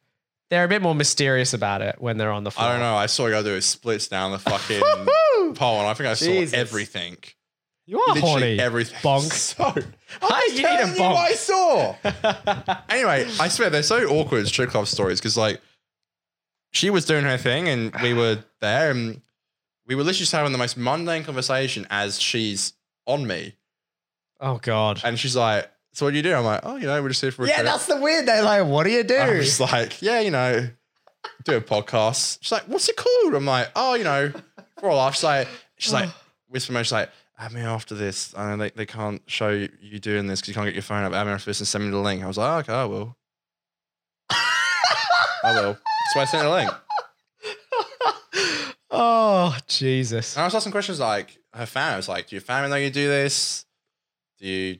Speaker 2: they're a bit more mysterious about it when they're on the floor.
Speaker 1: I don't know. I saw a guy do a splits down the fucking
Speaker 2: Woo!
Speaker 1: pole, and I think I saw
Speaker 2: Jesus.
Speaker 1: everything.
Speaker 2: You are
Speaker 1: Literally
Speaker 2: horny.
Speaker 1: everything.
Speaker 2: Bonk.
Speaker 1: So,
Speaker 2: Hi,
Speaker 1: I'm
Speaker 2: you need
Speaker 1: just telling
Speaker 2: a
Speaker 1: you
Speaker 2: bonk.
Speaker 1: what I saw. anyway, I swear they're so awkward strip club stories because like she was doing her thing and we were there and we were literally just having the most mundane conversation as she's on me
Speaker 2: Oh god.
Speaker 1: and she's like, "So what do you do?" I'm like, "Oh, you know, we're just here for a
Speaker 2: Yeah,
Speaker 1: trip."
Speaker 2: that's the weird. They're like, what do you do?
Speaker 1: And I'm just like, "Yeah, you know, do a podcast." She's like, "What's it called?" I'm like, "Oh, you know, for a laugh." She's like, she's like, whisper me, she's like, add me after this. I know they, they can't show you, you doing this because you can't get your phone up. Add me after this and send me the link. I was like, oh, okay, I will. I will. So I sent her a link.
Speaker 2: oh Jesus.
Speaker 1: And I was asking questions like her family. I was like, do your family know you do this? Do you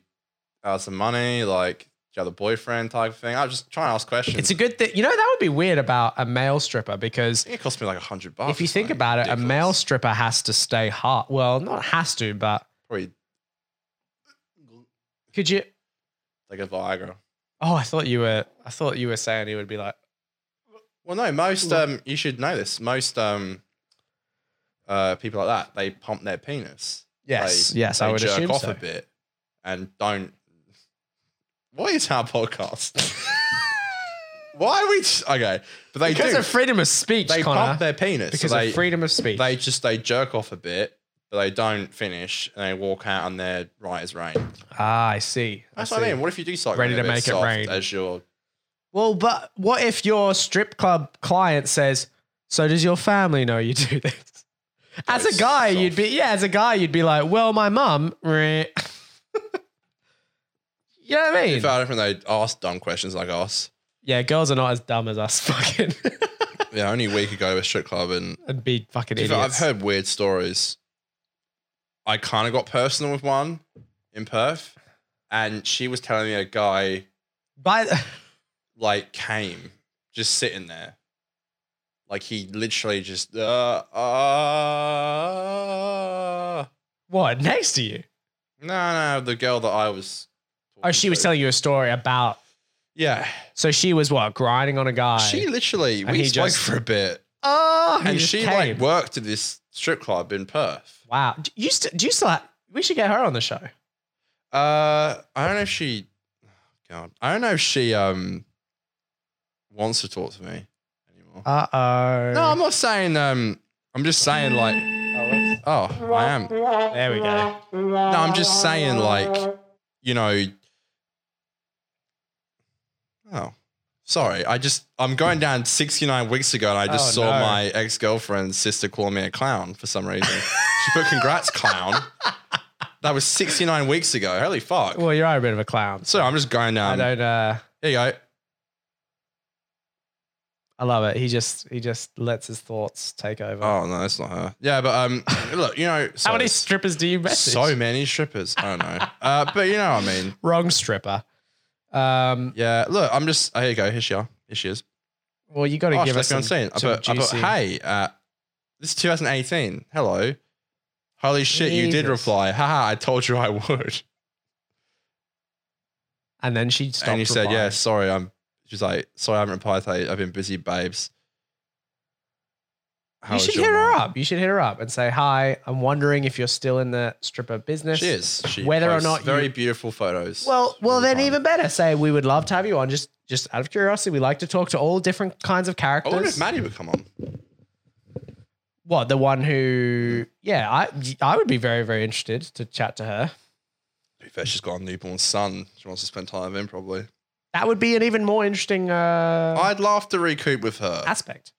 Speaker 1: have some money? Like, do you have a boyfriend type of thing? I was just trying to ask questions.
Speaker 2: It's a good thing. You know, that would be weird about a male stripper because
Speaker 1: I think it cost me like a hundred bucks.
Speaker 2: if you
Speaker 1: or
Speaker 2: think
Speaker 1: something.
Speaker 2: about it,
Speaker 1: Oh,
Speaker 2: a
Speaker 1: Ridiculous.
Speaker 2: male stripper has to stay hard. Well, not has to, but
Speaker 1: probably
Speaker 2: could you?
Speaker 1: like a Viagra.
Speaker 2: Oh, I thought you were. I thought you were saying he would be like,
Speaker 1: Well, no, most
Speaker 2: Lo-
Speaker 1: um, you should know this. Most um, uh, people like that they pump their penis.
Speaker 2: yes,
Speaker 1: They-
Speaker 2: yes,
Speaker 1: they
Speaker 2: I would
Speaker 1: jerk
Speaker 2: assume
Speaker 1: off
Speaker 2: so.
Speaker 1: a bit and don't. What is our podcast? Why are we okay? But they
Speaker 2: because
Speaker 1: do.
Speaker 2: of freedom of speech,
Speaker 1: they
Speaker 2: Connor.
Speaker 1: pump their penis.
Speaker 2: because
Speaker 1: so they,
Speaker 2: of freedom of speech.
Speaker 1: they just they jerk off a bit, but they don't finish, and they walk out and they're right as rain.
Speaker 2: ah, I see.
Speaker 1: That's
Speaker 2: I
Speaker 1: what I
Speaker 2: see.
Speaker 1: mean. What if you do start
Speaker 2: Ready
Speaker 1: getting
Speaker 2: to
Speaker 1: a bit
Speaker 2: make it
Speaker 1: soft
Speaker 2: rain.
Speaker 1: as your
Speaker 2: Well, but what if your strip club client says, "So does your family know you do this?" As
Speaker 1: Very
Speaker 2: a guy,
Speaker 1: soft.
Speaker 2: you'd be yeah. As a guy, you'd be like, "Well, my mum." meh." you know what I mean?
Speaker 1: If I don't think they ask dumb questions like us.
Speaker 2: yeah, girls are not as dumb as us, fucking,
Speaker 1: Yeah, only a week ago at a strip club and
Speaker 2: and be fucking
Speaker 1: If
Speaker 2: idiots.
Speaker 1: I've heard weird stories. I kind of got personal with one in Perth, and she was telling me a guy
Speaker 2: By
Speaker 1: like came just sitting there, like he literally just uh, uh
Speaker 2: what next to you?
Speaker 1: no no the girl that I was
Speaker 2: Oh, she was
Speaker 1: talking to.
Speaker 2: telling you a story about.
Speaker 1: yeah
Speaker 2: So she was what grinding on a guy.
Speaker 1: she literally
Speaker 2: And
Speaker 1: we
Speaker 2: he
Speaker 1: spoke
Speaker 2: just-
Speaker 1: for a bit
Speaker 2: oh, he
Speaker 1: and
Speaker 2: just
Speaker 1: she
Speaker 2: came.
Speaker 1: like worked at this strip club in Perth.
Speaker 2: wow. Do you st- do you still? ha- we should get her on the show.
Speaker 1: Uh, I don't know if she. oh, God, I don't know if she um wants to talk to me anymore.
Speaker 2: Uh oh.
Speaker 1: no, I'm not saying. Um, I'm just saying like. Oh, I am. No,
Speaker 2: there we go.
Speaker 1: I'm just saying like, you know. Oh, sorry. I just I'm going down 69 weeks ago, and I just
Speaker 2: Oh,
Speaker 1: saw
Speaker 2: no.
Speaker 1: my ex girlfriend's sister call me a clown for some reason. she put "Congrats, clown." That was 69 weeks ago. Holy fuck.
Speaker 2: Well, you are a bit of a clown.
Speaker 1: So I'm just going
Speaker 2: I
Speaker 1: down.
Speaker 2: don't. Uh,
Speaker 1: Here you go.
Speaker 2: I love it. He just he just lets his thoughts take over.
Speaker 1: Oh no, that's not her. Yeah, but um, look, you know,
Speaker 2: How many
Speaker 1: so,
Speaker 2: strippers do you message?
Speaker 1: so many strippers. I don't know. Uh, but you know what I mean.
Speaker 2: Wrong stripper. Um.
Speaker 1: Yeah, look, I'm just. Oh, here you go. Here she are. Here she is.
Speaker 2: Well, you got to
Speaker 1: Oh,
Speaker 2: give
Speaker 1: she's
Speaker 2: us
Speaker 1: on
Speaker 2: some,
Speaker 1: scene. I
Speaker 2: some
Speaker 1: put, I put,
Speaker 2: juicy-
Speaker 1: hey, uh, this is 2018. Hello. Holy shit, you did
Speaker 2: Jesus.
Speaker 1: reply. Haha, I told you I would.
Speaker 2: And then she stopped.
Speaker 1: and you said,
Speaker 2: replying.
Speaker 1: yeah, sorry, I'm. She's like, sorry, I haven't replied. today. I've been busy, babes. How
Speaker 2: you
Speaker 1: was
Speaker 2: should
Speaker 1: your
Speaker 2: hit her
Speaker 1: night?"
Speaker 2: up. You should hit her up and say, "Hi, I'm wondering if you're still in the stripper business."
Speaker 1: She is. She
Speaker 2: Whether or
Speaker 1: posts
Speaker 2: not you-
Speaker 1: very beautiful photos.
Speaker 2: Well, well,
Speaker 1: all the
Speaker 2: then
Speaker 1: time.
Speaker 2: even better. Say we would love to have you on. Just, just out of curiosity, we like to talk to all different kinds of
Speaker 1: I wonder if
Speaker 2: characters.
Speaker 1: Maddie would come on.
Speaker 2: what the one who? Yeah, I, I would be very, very interested to chat to her.
Speaker 1: To be fair, she's got a newborn son. She wants to spend time with him, probably.
Speaker 2: That would be an even more interesting uh,
Speaker 1: I'd love to recoup with her.
Speaker 2: aspect.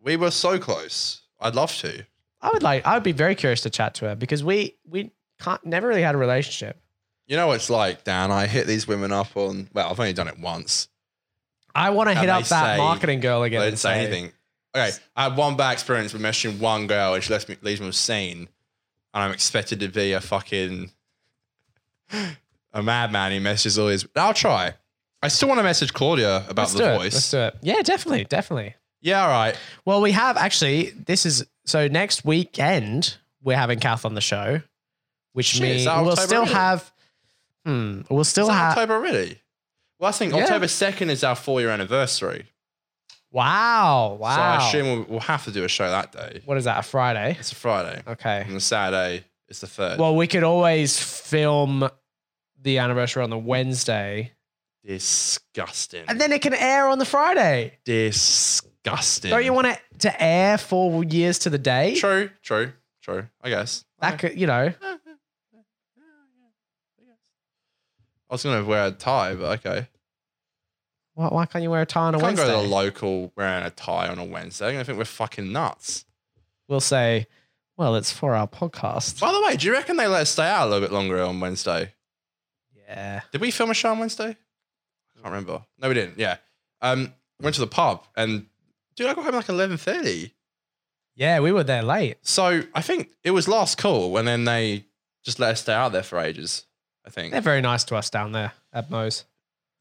Speaker 1: we were so close. I'd love to.
Speaker 2: I would like. I would be very curious to chat to her because we we can't never really had a relationship.
Speaker 1: You know what it's like, Dan. I hit these women up on. Well, I've only done it once.
Speaker 2: I want to hit
Speaker 1: they
Speaker 2: up
Speaker 1: say-
Speaker 2: that marketing girl
Speaker 1: They
Speaker 2: again.
Speaker 1: didn't
Speaker 2: and
Speaker 1: say anything. Okay, I had one bad experience with messaging one girl, and she left me, leaves me with scene, and I'm expected to be a fucking a madman who messages all these. I'll try. I still want to message Claudia about
Speaker 2: Let's
Speaker 1: the
Speaker 2: do it.
Speaker 1: voice.
Speaker 2: Let's do it. Yeah, definitely, definitely.
Speaker 1: Yeah, all right.
Speaker 2: Well, we have actually. This is so next weekend we're having Kath on the show, which
Speaker 1: Shit, is
Speaker 2: means
Speaker 1: that
Speaker 2: we'll
Speaker 1: October
Speaker 2: still
Speaker 1: already?
Speaker 2: have. Hmm. We'll still
Speaker 1: Is that
Speaker 2: have.
Speaker 1: October already? Well, I think
Speaker 2: Yeah.
Speaker 1: October second is our four year anniversary.
Speaker 2: Wow!
Speaker 1: So I
Speaker 2: Wow!
Speaker 1: assume we'll, we'll have to do a show that day.
Speaker 2: what is that? A Friday?
Speaker 1: It's a Friday,
Speaker 2: Okay.
Speaker 1: and the Saturday is the third.
Speaker 2: Well, we could always film the anniversary on the Wednesday,
Speaker 1: Disgusting.
Speaker 2: and then it can air on the Friday.
Speaker 1: Disgusting.
Speaker 2: Don't you want it to air four years to the day?
Speaker 1: True, true, true. I guess.
Speaker 2: That could, you know.
Speaker 1: I was gonna wear a tie, but okay.
Speaker 2: Why, why can't you wear a tie on
Speaker 1: I
Speaker 2: a
Speaker 1: can't go
Speaker 2: Wednesday?
Speaker 1: to the local wearing a tie on a Wednesday. They're gonna think we're fucking nuts.
Speaker 2: we'll say, well, it's for our podcast.
Speaker 1: By the way, do you reckon they let us stay out a little bit longer on Wednesday?
Speaker 2: Yeah.
Speaker 1: Did we film a show on Wednesday? I can't remember. No, we didn't. Yeah. Um, went to the pub and dude, I got home like eleven thirty.
Speaker 2: Yeah, we were there late.
Speaker 1: So I think it was last call, and then they just let us stay out there for ages. I think
Speaker 2: They're very nice to us down there at Moe's.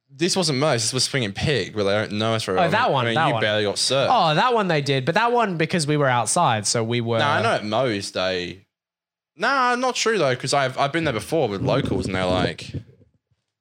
Speaker 1: this wasn't most. This was Swinging Pig, where they don't know us very
Speaker 2: Oh,
Speaker 1: well.
Speaker 2: that one,
Speaker 1: I mean,
Speaker 2: that
Speaker 1: you
Speaker 2: one.
Speaker 1: barely got served.
Speaker 2: Oh, that one they did, but that one because we were outside, so we were.
Speaker 1: No, I know at Moe's they. Nah, not true though, because I've I've been there before with locals, and they're like,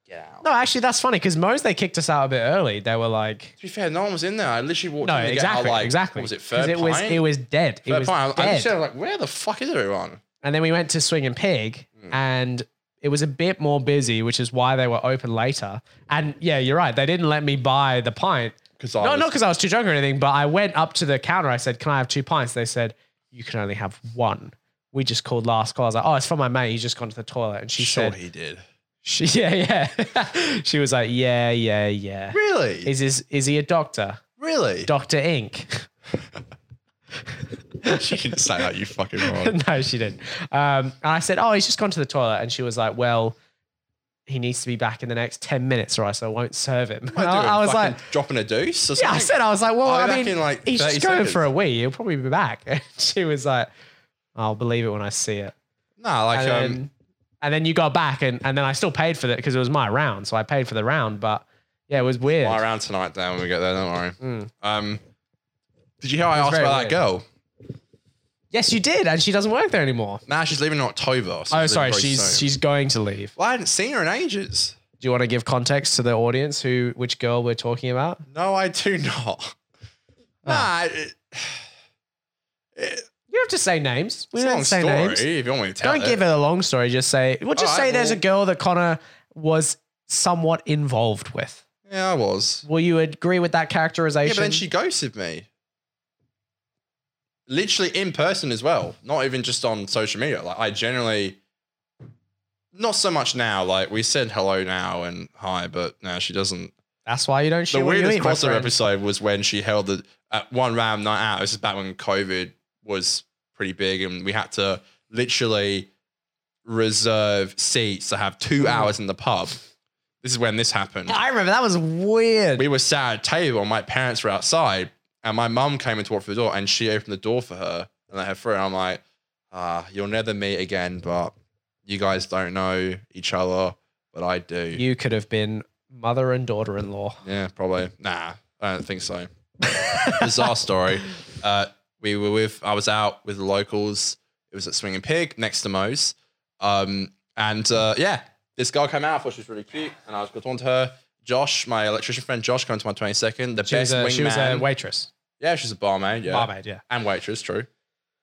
Speaker 1: "Get out."
Speaker 2: No, actually, that's funny because Moe's they kicked us out a bit early. They were like,
Speaker 1: To be fair, no one was in there. I literally walked
Speaker 2: no,
Speaker 1: in to
Speaker 2: exactly,
Speaker 1: get our, like,
Speaker 2: exactly.
Speaker 1: What was it
Speaker 2: 'Cause
Speaker 1: third
Speaker 2: it was
Speaker 1: pint?
Speaker 2: it was dead.
Speaker 1: third
Speaker 2: it was
Speaker 1: pint. I, I
Speaker 2: dead.
Speaker 1: literally was like, "Where the fuck is everyone?"
Speaker 2: and then we went to Swing and Pig,
Speaker 1: Mm.
Speaker 2: and it was a bit more busy, which is why they were open later. And yeah, you're right. They didn't let me buy the pint.
Speaker 1: Because I
Speaker 2: no,
Speaker 1: was,
Speaker 2: not because I was too drunk or anything, but I went up to the counter. I said, "Can I have two pints?" They said, "You can only have one." We just called last call. I was like, "Oh, it's for my mate. He's just gone to the toilet." And she
Speaker 1: sure
Speaker 2: said,
Speaker 1: he did.
Speaker 2: "She, yeah, yeah." she was like, "Yeah, yeah, yeah."
Speaker 1: Really,
Speaker 2: Is is is he a doctor?
Speaker 1: really.
Speaker 2: Doctor Inc.
Speaker 1: she didn't say that. You fucking moron.
Speaker 2: no, she didn't. Um, and I said, "Oh, he's just gone to the toilet," and she was like, "Well." He needs to be back in the next ten minutes, or else I won't serve him.
Speaker 1: What am
Speaker 2: And I-
Speaker 1: doing?
Speaker 2: I was
Speaker 1: Fucking
Speaker 2: like,
Speaker 1: dropping a deuce. Or
Speaker 2: Yeah, I
Speaker 1: something?
Speaker 2: said I was like, well,
Speaker 1: I'll be
Speaker 2: I
Speaker 1: back
Speaker 2: mean,
Speaker 1: in, like,
Speaker 2: he's
Speaker 1: 30
Speaker 2: just going
Speaker 1: seconds.
Speaker 2: for a wee. He'll probably be back. And she was like, I'll believe it when I see it.
Speaker 1: Nah, like
Speaker 2: And,
Speaker 1: um,
Speaker 2: then, and then you got back, and, and then I still paid for that because it was my round, so I paid for the round. But yeah, it was weird.
Speaker 1: Fly around tonight, Dan, when we get there. Don't worry.
Speaker 2: Mm.
Speaker 1: Um, did you hear I asked
Speaker 2: very
Speaker 1: about
Speaker 2: weird.
Speaker 1: that girl?
Speaker 2: Yes, you did, and she doesn't work there anymore.
Speaker 1: Nah, she's leaving in October. so
Speaker 2: Oh,
Speaker 1: it's
Speaker 2: sorry,
Speaker 1: very
Speaker 2: she's
Speaker 1: soon.
Speaker 2: she's going to leave.
Speaker 1: Well, I hadn't seen her in ages.
Speaker 2: Do you want to give context to the audience who which girl we're talking about?
Speaker 1: No, I do not.
Speaker 2: Ah.
Speaker 1: Nah, it, it,
Speaker 2: You don't have to say names. We
Speaker 1: it's a long
Speaker 2: don't say
Speaker 1: story.
Speaker 2: names.
Speaker 1: If you want me to tell
Speaker 2: Don't
Speaker 1: it.
Speaker 2: give it a long story. Just say we'll just
Speaker 1: All
Speaker 2: say
Speaker 1: right,
Speaker 2: there's
Speaker 1: well-
Speaker 2: a girl that Connor was somewhat involved with.
Speaker 1: Yeah, I was.
Speaker 2: Will you agree with that characterization?
Speaker 1: Yeah, but then she ghosted me. Literally in person as well, not even just on social media. Like I generally, not so much now. Like we said hello now and hi, but now she doesn't.
Speaker 2: That's why you don't
Speaker 1: the
Speaker 2: shoot what you
Speaker 1: weirdest
Speaker 2: eat, my
Speaker 1: crossover
Speaker 2: friend.
Speaker 1: episode was when she held the at one round night out. This is back when COVID was pretty big, and we had to literally reserve seats to have two hours in the pub. This is when this happened.
Speaker 2: I remember that was weird.
Speaker 1: We were sat at a table, and my parents were outside, and my mum came and walked through the door, and she opened the door for her and let her through. And I'm like, ah, you'll never meet again, but you guys don't know each other, but I do.
Speaker 2: you could have been mother and daughter-in-law.
Speaker 1: Yeah, probably. Nah, I don't think so. Bizarre story. Uh, we were with, I was out with the locals. It was at Swinging Pig next to Moe's. Um, and uh, yeah, this girl came out, I thought she was really cute, and I was good on to her. Josh, my electrician friend Josh, came to my 22nd. The
Speaker 2: She was,
Speaker 1: best
Speaker 2: a,
Speaker 1: wingman.
Speaker 2: she was a waitress,
Speaker 1: yeah, she's a barmaid. Yeah.
Speaker 2: barmaid. Yeah.
Speaker 1: and waitress, true.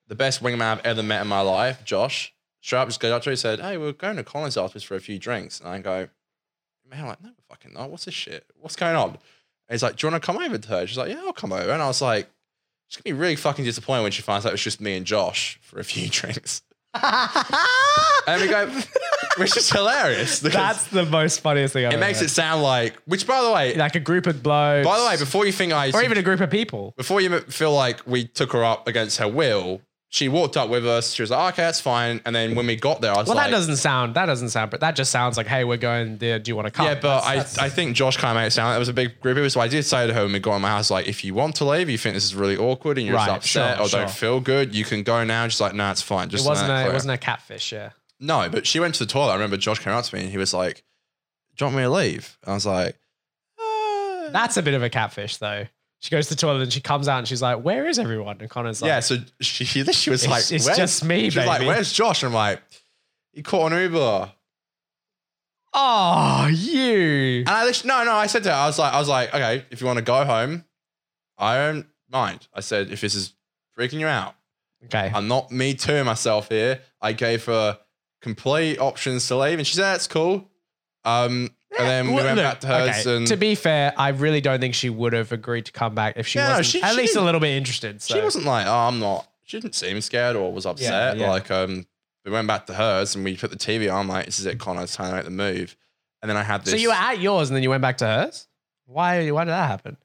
Speaker 1: The best wingman I've ever met in my life, Josh. Straight up just goes up to her and said, Hey, we're going to Collins afterwards for a few drinks. And I go, Man, I'm like, no, we're fucking not. What's this shit? What's going on? And he's like, Do you want to come over to her? She's like, Yeah, I'll come over. And I was like, She's gonna be really fucking disappointed when she finds out it's just me and Josh for a few drinks. And we go, which is hilarious. because
Speaker 2: That's the most funniest thing I've
Speaker 1: it
Speaker 2: ever
Speaker 1: makes
Speaker 2: heard.
Speaker 1: it sound like, which by the way,
Speaker 2: like a group of blokes.
Speaker 1: by the way, before you think I
Speaker 2: or even a group of people.
Speaker 1: before you feel like we took her up against her will, she walked up with us. She was like, okay, that's fine. And then when we got there, I was
Speaker 2: Well,
Speaker 1: like,
Speaker 2: that doesn't sound. That doesn't sound. But that just sounds like, hey, we're going there. Do you want to come?
Speaker 1: yeah, but I,
Speaker 2: That's-
Speaker 1: I think Josh kind of made it sound like it was a big group of us. So I did say to her when we got in my house, like, if you want to leave, you think this is really awkward and you're
Speaker 2: Right,
Speaker 1: just upset
Speaker 2: sure,
Speaker 1: or don't
Speaker 2: sure.
Speaker 1: feel good, you can go now. She's like, no, it's fine. Just
Speaker 2: it
Speaker 1: let
Speaker 2: wasn't.
Speaker 1: that
Speaker 2: A, it
Speaker 1: clear."
Speaker 2: wasn't a catfish. Yeah.
Speaker 1: No, but she went to the toilet. I remember Josh came up to me and he was like, do you want me to leave? And I was like, "Uh,
Speaker 2: That's a bit of a catfish though. She goes to the toilet and she comes out and she's like, "Where is everyone?" And Connor's like,
Speaker 1: yeah, so she, she was
Speaker 2: It's-
Speaker 1: like,
Speaker 2: it's
Speaker 1: "Where's-"
Speaker 2: just me,
Speaker 1: She was like,
Speaker 2: baby.
Speaker 1: where's Josh? And I'm like, he caught an Uber.
Speaker 2: "Oh, you."
Speaker 1: And I literally, no, no, I said to her, I was like, I was like, okay, if you want to go home, I don't mind. I said, if this is freaking you out,
Speaker 2: Okay.
Speaker 1: I'm not me too myself here. I gave her complete options to leave, and she said, that's cool. Um, and then we
Speaker 2: Well,
Speaker 1: went
Speaker 2: look,
Speaker 1: back to hers,
Speaker 2: okay,
Speaker 1: and
Speaker 2: to be fair, I really don't think she would have agreed to come back if she
Speaker 1: Yeah, no,
Speaker 2: wasn't
Speaker 1: she-
Speaker 2: at
Speaker 1: she
Speaker 2: least a
Speaker 1: didn't-
Speaker 2: little bit interested. So.
Speaker 1: she wasn't like, oh, I'm not. She didn't seem scared or was upset.
Speaker 2: yeah.
Speaker 1: Like, um, we went back to hers, and we put the TV on. I'm like, this is it, Connor. It's time to make the move. And then I had this.
Speaker 2: So you were at yours and then you went back to hers. Why? Why did that happen?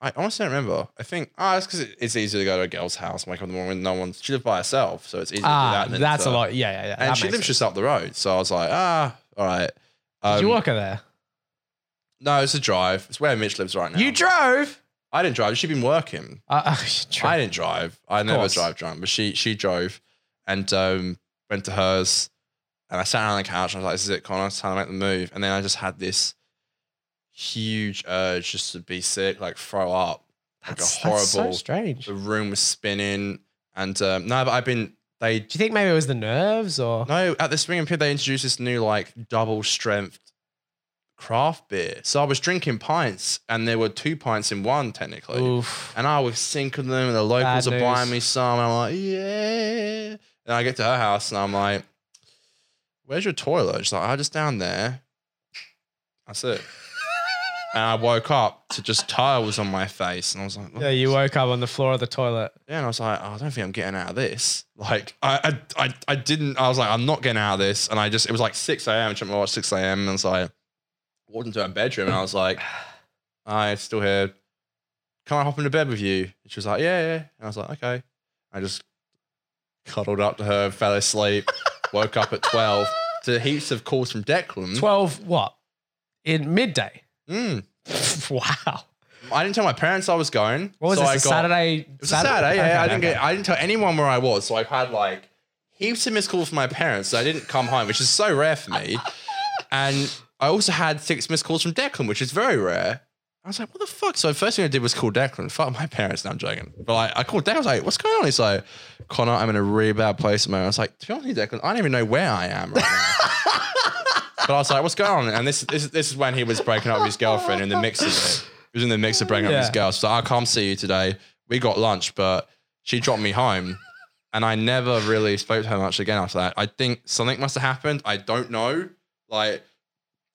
Speaker 1: I honestly don't remember. I think ah, it's because it, it's easy to go to a girl's house and wake up in the morning. with No one. She lived by herself, so it's easy
Speaker 2: Ah,
Speaker 1: to do that. than
Speaker 2: that's
Speaker 1: to-
Speaker 2: a lot. Yeah, yeah, yeah.
Speaker 1: And
Speaker 2: that
Speaker 1: she
Speaker 2: makes
Speaker 1: lives
Speaker 2: sense.
Speaker 1: just up the road, so I was like, ah, all right.
Speaker 2: Did you
Speaker 1: Um,
Speaker 2: walk her there?
Speaker 1: No, it's a drive. It's where Mitch lives right now.
Speaker 2: You drove.
Speaker 1: I didn't drive. She'd been working.
Speaker 2: Uh, you drove.
Speaker 1: I didn't drive. I never
Speaker 2: course.
Speaker 1: drive drunk, but she she drove and um, went to hers. And I sat down on the couch and I was like, this is it, Connor. It's time to make the move. And then I just had this huge urge just to be sick, like throw up. Like
Speaker 2: that's,
Speaker 1: a horrible
Speaker 2: that's so strange.
Speaker 1: the
Speaker 2: Do
Speaker 1: room was spinning and um, no but i've been they
Speaker 2: you think maybe it was the nerves or?
Speaker 1: no at the spring and Pear, they introduced this new like double strength craft beer so i was drinking pints and there were two pints in one technically
Speaker 2: Oof.
Speaker 1: and i was sinking them and the locals
Speaker 2: Bad
Speaker 1: are buying
Speaker 2: news.
Speaker 1: me some and i'm like yeah and i get to her house and i'm like where's your toilet she's like i just down there that's it and i woke up to just tiles on my face and i was like
Speaker 2: Yeah, you woke up on the floor of the toilet.
Speaker 1: yeah, and I was like, oh, I don't think I'm getting out of this. Like, I, I, I, I didn't. I was like, I'm not getting out of this. And I just, it was like 6 a.m. I checked my watch, 6 a.m. And I was like, walked into her bedroom, and I was like, I it's still here. Can I hop into bed with you? And she was like, yeah, yeah. And I was like, okay. I just cuddled up to her, fell asleep, woke up at 12 to heaps of calls from Declan.
Speaker 2: Twelve what? In midday.
Speaker 1: Mm.
Speaker 2: wow.
Speaker 1: I didn't tell my parents I was going.
Speaker 2: What was
Speaker 1: so
Speaker 2: this?
Speaker 1: I
Speaker 2: a
Speaker 1: got-
Speaker 2: Saturday.
Speaker 1: It was Saturday. yeah.
Speaker 2: Okay,
Speaker 1: I didn't
Speaker 2: okay.
Speaker 1: get. I didn't tell anyone where I was, so I've had like heaps of missed calls from my parents. So I didn't come home, which is so rare for me. and I also had six missed calls from Declan, which is very rare. I was like, what the fuck? So the first thing I did was call Declan. Fuck my parents. No, I'm joking. But like, I called Declan. I was like, what's going on? He's like, Connor, I'm in a really bad place at the moment. I was like, to be honest, with you, Declan, I don't even know where I am right now. but I was like, what's going on? And this, this, this is when he was breaking up with his girlfriend in the mix of it. He was in the mix of breaking up with his
Speaker 2: Yeah.
Speaker 1: girl. So I can't see you today. We got lunch, but she dropped me home. And I never really spoke to her much again after that. I think something must have happened. I don't know. Like,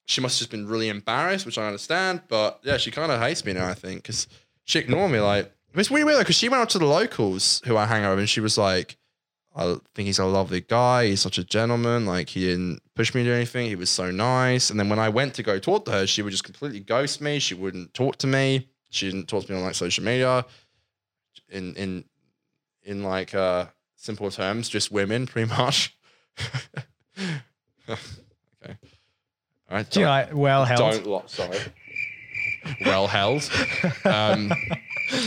Speaker 1: she must have just been really embarrassed, which I understand. But yeah, she kind of hates me now, I think, because she ignored me. Like, it's weird, weird, because she went up to the locals who I hang out with and she was like, I think he's a lovely guy. He's such a gentleman. Like, he didn't push me to do anything. He was so nice. And then when I went to go talk to her, she would just completely ghost me. She wouldn't talk to me. She didn't talk to me on like social media. In, in, in like uh, simple terms, just women, pretty much. okay. All right.
Speaker 2: Do you like well held?
Speaker 1: Don't lock, sorry. well held. Um,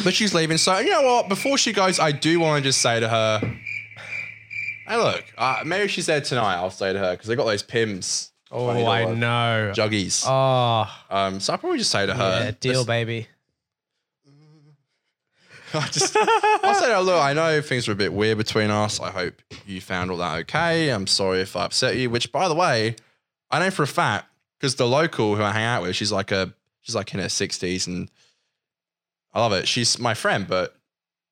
Speaker 1: but she's leaving. So, you know what? Before she goes, I do want to just say to her, hey, look, uh, maybe she's there tonight. I'll say to her because I got those Pims.
Speaker 2: Oh,
Speaker 1: $20
Speaker 2: I know.
Speaker 1: Juggies.
Speaker 2: Oh,
Speaker 1: Um, so I'll probably just say to her,
Speaker 2: yeah, deal,
Speaker 1: listen-
Speaker 2: baby.
Speaker 1: I just, I'll say, to her, look, I know things are a bit weird between us. I hope you found all that okay. I'm sorry if I upset you, which, by the way, I know for a fact because the local who I hang out with, she's like a she's like in her sixties, and I love it. She's my friend, but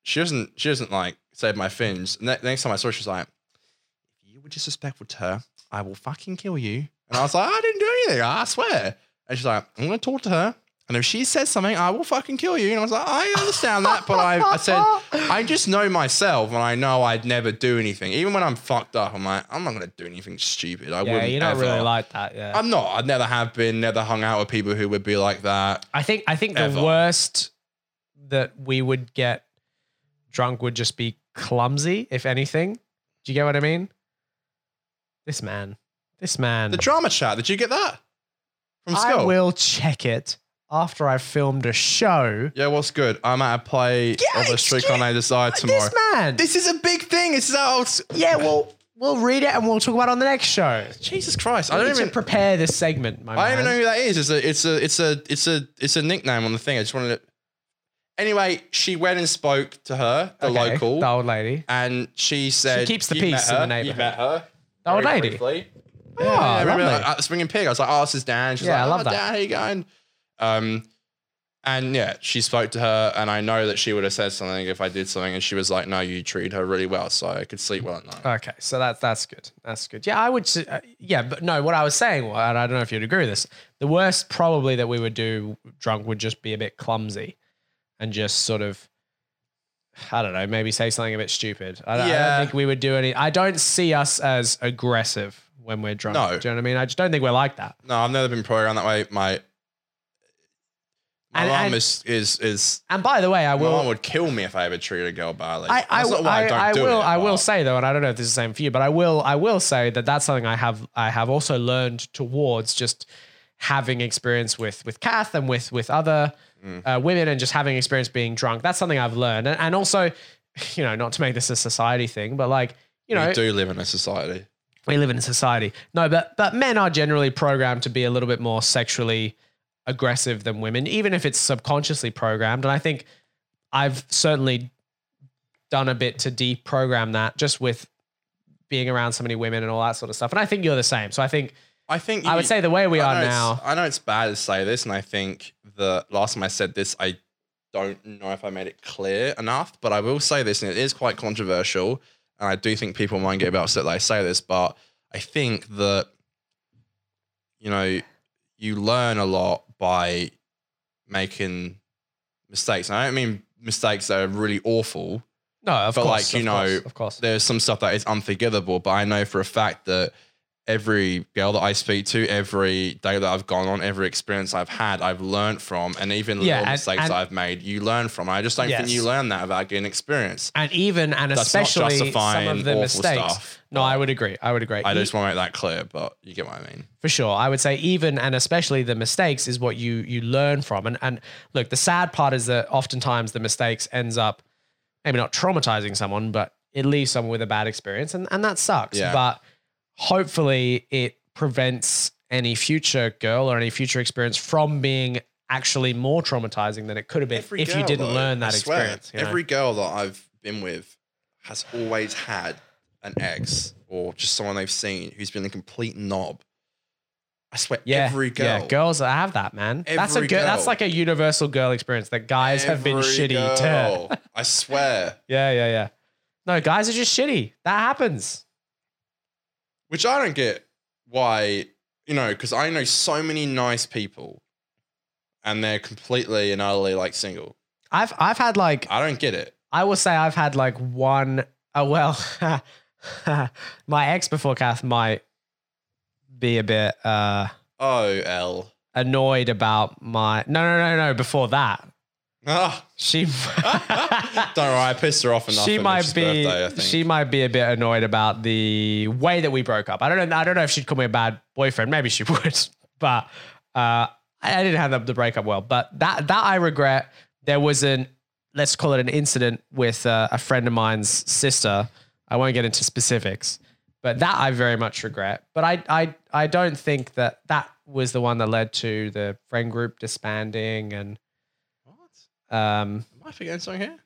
Speaker 1: she doesn't she doesn't like save my fins. And the next time I saw her, she's like, "If you were disrespectful to her, I will fucking kill you." And I was like, "I didn't do anything. I swear." And she's like, "I'm gonna talk to her." And if she says something, I will fucking kill you. And I was like, I understand that, but I, I said, I just know myself and I know I'd never do anything. Even when I'm fucked up, I'm like, I'm not going to do anything stupid. I
Speaker 2: yeah,
Speaker 1: wouldn't
Speaker 2: you don't
Speaker 1: ever.
Speaker 2: really like that. Yeah.
Speaker 1: I'm not. I never have been. Never hung out with people who would be like that.
Speaker 2: I think I think the
Speaker 1: Ever.
Speaker 2: worst that we would get drunk would just be clumsy, if anything. Do you get what I mean? This man, this man.
Speaker 1: The drama chat. Did you get that from school?
Speaker 2: I will check it after I've filmed a show.
Speaker 1: Yeah, what's good? I'm at a play of a streak on I Desire tomorrow.
Speaker 2: This man.
Speaker 1: This, is a big thing. This is our
Speaker 2: yeah, we'll we'll read it and we'll talk about it on the next show.
Speaker 1: Jesus Christ. I
Speaker 2: I
Speaker 1: don't
Speaker 2: need
Speaker 1: even.
Speaker 2: to prepare this segment. My
Speaker 1: I don't
Speaker 2: man.
Speaker 1: even know who that is. It's a it's a it's a it's a it's a nickname on the thing. I just wanted to. Anyway, she went and spoke to her, the
Speaker 2: Okay,
Speaker 1: local,
Speaker 2: the old lady.
Speaker 1: and she said
Speaker 2: keeps the
Speaker 1: "You've
Speaker 2: peace
Speaker 1: met
Speaker 2: in the
Speaker 1: her, you've
Speaker 2: neighborhood."
Speaker 1: met her.
Speaker 2: The old
Speaker 1: very
Speaker 2: lady.
Speaker 1: briefly.
Speaker 2: Oh,
Speaker 1: Yeah, I remember
Speaker 2: lovely.
Speaker 1: like, at Swinging Pig. I was like, oh, this is Dan. She's
Speaker 2: Yeah, I
Speaker 1: like,
Speaker 2: love
Speaker 1: oh,
Speaker 2: that.
Speaker 1: Dan, how you going? Um, and yeah, she spoke to her, and I know that she would have said something if I did something, and she was like, no, you treated her really well, so I could sleep well at night.
Speaker 2: Okay, so that's that's good. That's good. Yeah, I would. s- Uh, yeah, but no, what I was saying, well, and I don't know if you'd agree with this. The worst probably that we would do drunk would just be a bit clumsy, and just sort of, I don't know, maybe say something a bit stupid. I don't, I
Speaker 1: Yeah.
Speaker 2: don't think we would do any. I don't see us as aggressive when we're drunk.
Speaker 1: No.
Speaker 2: do you know what I mean? I just don't think we're like that.
Speaker 1: no, I've never been programmed that way. My my
Speaker 2: And-
Speaker 1: mom
Speaker 2: and-
Speaker 1: is is is
Speaker 2: And by the way, I
Speaker 1: my
Speaker 2: will.
Speaker 1: mom would kill me if I ever treated a girl badly.
Speaker 2: I, I,
Speaker 1: That's not why I, don't
Speaker 2: I, I
Speaker 1: do
Speaker 2: will
Speaker 1: it,
Speaker 2: I will
Speaker 1: but-
Speaker 2: say though, and I don't know if this is the same for you, but I will I will say that that's something I have I have also learned towards just having experience with with Kath and with with other
Speaker 1: Mm.
Speaker 2: uh, women and just having experience being drunk. That's something I've learned, and, and also, you know, not to make this a society thing, but like you know,
Speaker 1: we do live in a society.
Speaker 2: we live in a society. No, but but men are generally programmed to be a little bit more sexually aggressive than women, even if it's subconsciously programmed. And I think I've certainly done a bit to deprogram that just with being around so many women and all that sort of stuff. And I think you're the same. So I think
Speaker 1: I think
Speaker 2: I
Speaker 1: you-
Speaker 2: would say the way we
Speaker 1: I
Speaker 2: are
Speaker 1: know it's-
Speaker 2: now.
Speaker 1: I know it's bad to say this, and I think the last time I said this, I don't know if I made it clear enough, but I will say this, and it is quite controversial, and I do think people might get a bit upset that I say this, but I think that you know you learn a lot by making mistakes. And I don't mean mistakes that are really awful.
Speaker 2: No, of
Speaker 1: But,
Speaker 2: course,
Speaker 1: like, you
Speaker 2: of
Speaker 1: know,
Speaker 2: course, of course.
Speaker 1: There's some stuff that is unforgivable, but I know for a fact that every girl that I speak to, every day that I've gone on, every experience I've had, I've learned from, and even
Speaker 2: Yeah,
Speaker 1: little
Speaker 2: and-
Speaker 1: mistakes
Speaker 2: and-
Speaker 1: I've made, you learn from. I just don't think
Speaker 2: Yes.
Speaker 1: you learn that about getting experience.
Speaker 2: And even and
Speaker 1: That's not
Speaker 2: especially some
Speaker 1: justifying
Speaker 2: of the
Speaker 1: awful
Speaker 2: mistakes.
Speaker 1: stuff.
Speaker 2: No, I would agree. I would agree.
Speaker 1: I just want to make that clear, but you get what I mean.
Speaker 2: for sure i would say even and especially the mistakes is what you you learn from and and look the sad part is that oftentimes the mistakes ends up maybe not traumatizing someone but it leaves someone with a bad experience and and that sucks
Speaker 1: Yeah.
Speaker 2: but hopefully it prevents any future girl or any future experience from being actually more traumatizing than it could have been if you
Speaker 1: girl,
Speaker 2: didn't
Speaker 1: though,
Speaker 2: learn
Speaker 1: I
Speaker 2: that
Speaker 1: swear,
Speaker 2: experience you know?
Speaker 1: Every girl that I've been with has always had an ex or just someone they've seen who's been a complete knob. I swear,
Speaker 2: yeah,
Speaker 1: every girl.
Speaker 2: yeah, girls that have that man. that's a
Speaker 1: Every
Speaker 2: girl, that's
Speaker 1: girl.
Speaker 2: like a universal girl experience that guys have been
Speaker 1: every
Speaker 2: shitty to.
Speaker 1: girl. I swear.
Speaker 2: Yeah, yeah, yeah. No, guys are just shitty. That happens.
Speaker 1: Which I don't get why, you know, because I know so many nice people and they're completely and utterly like single.
Speaker 2: I've I've had like
Speaker 1: I don't get it.
Speaker 2: I will say I've had like one oh well my ex before Kath might be a bit uh
Speaker 1: Oh, L.
Speaker 2: annoyed about my no no no no before that.
Speaker 1: Ah,
Speaker 2: She
Speaker 1: don't worry, I pissed her off enough.
Speaker 2: she
Speaker 1: on
Speaker 2: might
Speaker 1: Mitch's
Speaker 2: be
Speaker 1: birthday, I think.
Speaker 2: she might be a bit annoyed about the way that we broke up. I don't know. I don't know if she'd call me a bad boyfriend. Maybe she would, but uh, I, I didn't have the, the breakup well. But that that I regret. There was an let's call it an incident with uh, a friend of mine's sister. I won't get into specifics, but that I very much regret. But I I I don't think that that was the one that led to the friend group disbanding and
Speaker 1: What?
Speaker 2: um
Speaker 1: Am I forgetting something here?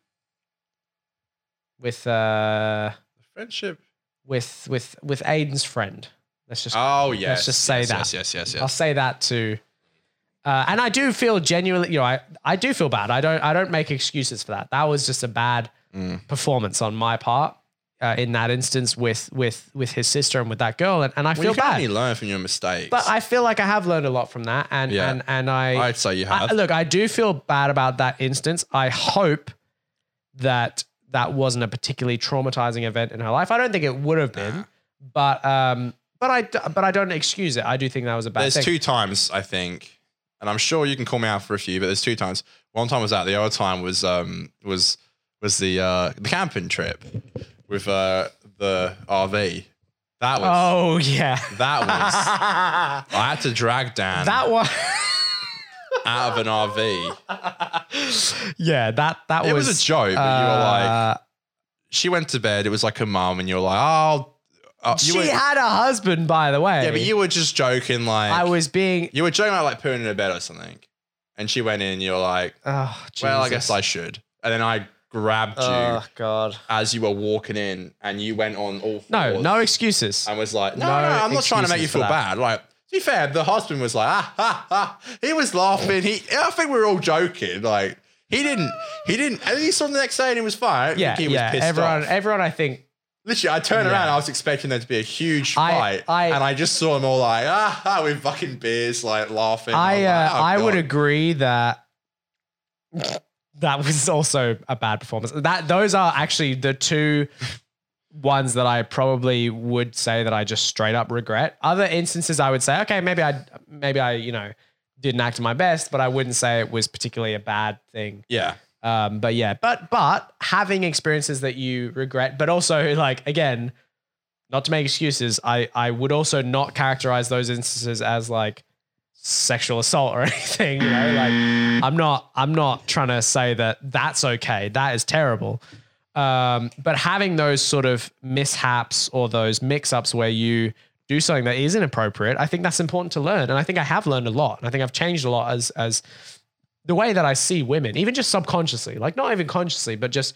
Speaker 2: with uh.
Speaker 1: Friendship.
Speaker 2: with with with Aiden's friend. Let's just
Speaker 1: Oh yes.
Speaker 2: just say
Speaker 1: yes,
Speaker 2: that.
Speaker 1: Yes, yes, yes, yes.
Speaker 2: I'll say that to. Uh, and I do feel genuinely, you know, I, I do feel bad. I don't I don't make excuses for that. That was just a bad
Speaker 1: Mm.
Speaker 2: performance on my part uh, in that instance with with with his sister and with that girl, and, and I
Speaker 1: well, you
Speaker 2: feel
Speaker 1: can
Speaker 2: bad.
Speaker 1: only learn from your mistakes.
Speaker 2: but I feel like I have learned a lot from that, and
Speaker 1: Yeah.
Speaker 2: and and I,
Speaker 1: I'd say you
Speaker 2: I
Speaker 1: have.
Speaker 2: look, I do feel bad about that instance. I hope that that wasn't a particularly traumatizing event in her life. I don't think it would have been, but um, but I d- but I don't excuse it. I do think that was a bad
Speaker 1: there's
Speaker 2: thing.
Speaker 1: two times I think, and I'm sure you can call me out for a few, but there's two times. One time was that. The other time was um was was the uh the camping trip with uh the RV. That was
Speaker 2: Oh yeah.
Speaker 1: that was. I had to drag Dan
Speaker 2: that one.
Speaker 1: out of an RV.
Speaker 2: yeah, that that
Speaker 1: It
Speaker 2: was, uh,
Speaker 1: was, a joke, but you were like, she went to bed. It was like her mum, and you're like, oh, uh, you
Speaker 2: she
Speaker 1: were,
Speaker 2: had a husband, by the way.
Speaker 1: yeah, but you were just joking, like
Speaker 2: I was being.
Speaker 1: you were joking about like pooing in her bed or something, and she went in. and You're like,
Speaker 2: Oh,
Speaker 1: well, I guess I should, and then I grabbed you
Speaker 2: Oh God.
Speaker 1: as you were walking in, and you went on all fours.
Speaker 2: No, no excuses.
Speaker 1: and was like, no, no,
Speaker 2: No
Speaker 1: I'm not trying to make you
Speaker 2: excuses for
Speaker 1: feel
Speaker 2: that.
Speaker 1: bad. Like, to be fair, the husband was like, ah, ha, ha. He was laughing. He, I think we were all joking. Like, he didn't, he didn't. And then he saw him the next day, and he was fine.
Speaker 2: yeah,
Speaker 1: he was
Speaker 2: yeah.
Speaker 1: pissed
Speaker 2: Everyone,
Speaker 1: off.
Speaker 2: everyone. I think.
Speaker 1: Literally, I turned
Speaker 2: Yeah.
Speaker 1: around. I was expecting there to be a huge
Speaker 2: I-
Speaker 1: fight,
Speaker 2: I-
Speaker 1: and I just saw them all like, ah, ah with fucking beers, like laughing. I'm
Speaker 2: I uh,
Speaker 1: like, oh,
Speaker 2: I would
Speaker 1: God.
Speaker 2: agree that. That was also a bad performance. That those are actually the two ones that I probably would say that I just straight up regret. Other instances I would say, okay, maybe I maybe I, you know, didn't act my best, but I wouldn't say it was particularly a bad thing.
Speaker 1: Yeah,
Speaker 2: Um, but yeah, but but having experiences that you regret, but also like again, not to make excuses, I I would also not characterize those instances as like sexual assault or anything. You know, like I'm not I'm not trying to say that that's okay. That is terrible. Um, but having those sort of mishaps or those mix-ups where you do something that is inappropriate, I think that's important to learn, and I think I have learned a lot, and I think I've changed a lot as as the way that I see women, even just subconsciously, like not even consciously, but just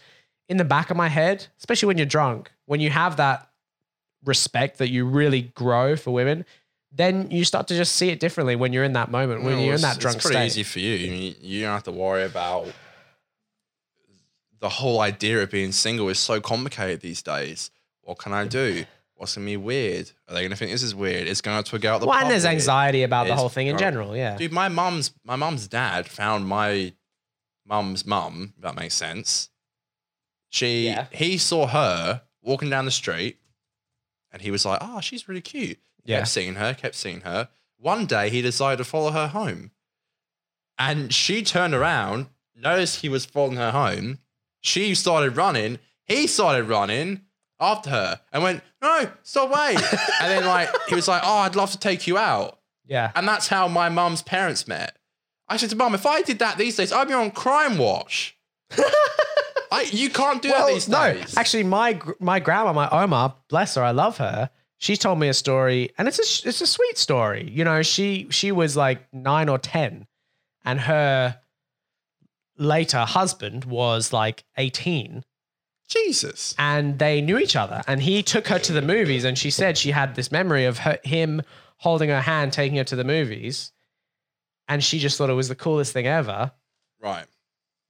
Speaker 2: in the back of my head, especially when you're drunk, when you have that respect that you really grow for women, then you start to just see it differently when you're in that moment, when
Speaker 1: Well,
Speaker 2: you're in
Speaker 1: it's-
Speaker 2: that drunk
Speaker 1: It's pretty
Speaker 2: state.
Speaker 1: easy for you. I mean, you don't have to worry about the whole idea of being single is so complicated these days. What can I do? What's gonna be weird? Are they gonna think this is weird? It's going to go out the
Speaker 2: Well,
Speaker 1: pub
Speaker 2: and there's
Speaker 1: weird.
Speaker 2: anxiety about the
Speaker 1: It's-
Speaker 2: whole thing in
Speaker 1: oh,
Speaker 2: general, yeah.
Speaker 1: Dude, my mum's my mum's dad found my mum's mum. If that makes sense. She
Speaker 2: Yeah.
Speaker 1: he saw her walking down the street, and he was like, "Ah, she's really cute."
Speaker 2: Yeah.
Speaker 1: Kept seeing her, kept seeing her. One day he decided to follow her home, and she turned around, noticed he was following her home. She started running. He started running after her and went, "No, stop, wait!" and then like he was like, "Oh, I'd love to take you out."
Speaker 2: Yeah.
Speaker 1: And that's how my mum's parents met. I said to mum, if I did that these days, I'd be on crime watch. I, you can't do that these
Speaker 2: no,
Speaker 1: days.
Speaker 2: actually, my gr- my grandma, my Oma, bless her, I love her. She told me a story, and it's a it's a sweet story. You know, she she was like nine or ten, and her later husband was like eighteen,
Speaker 1: Jesus.
Speaker 2: and they knew each other. And he took her to the movies, and she said she had this memory of her, him holding her hand, taking her to the movies, and she just thought it was the coolest thing ever.
Speaker 1: Right.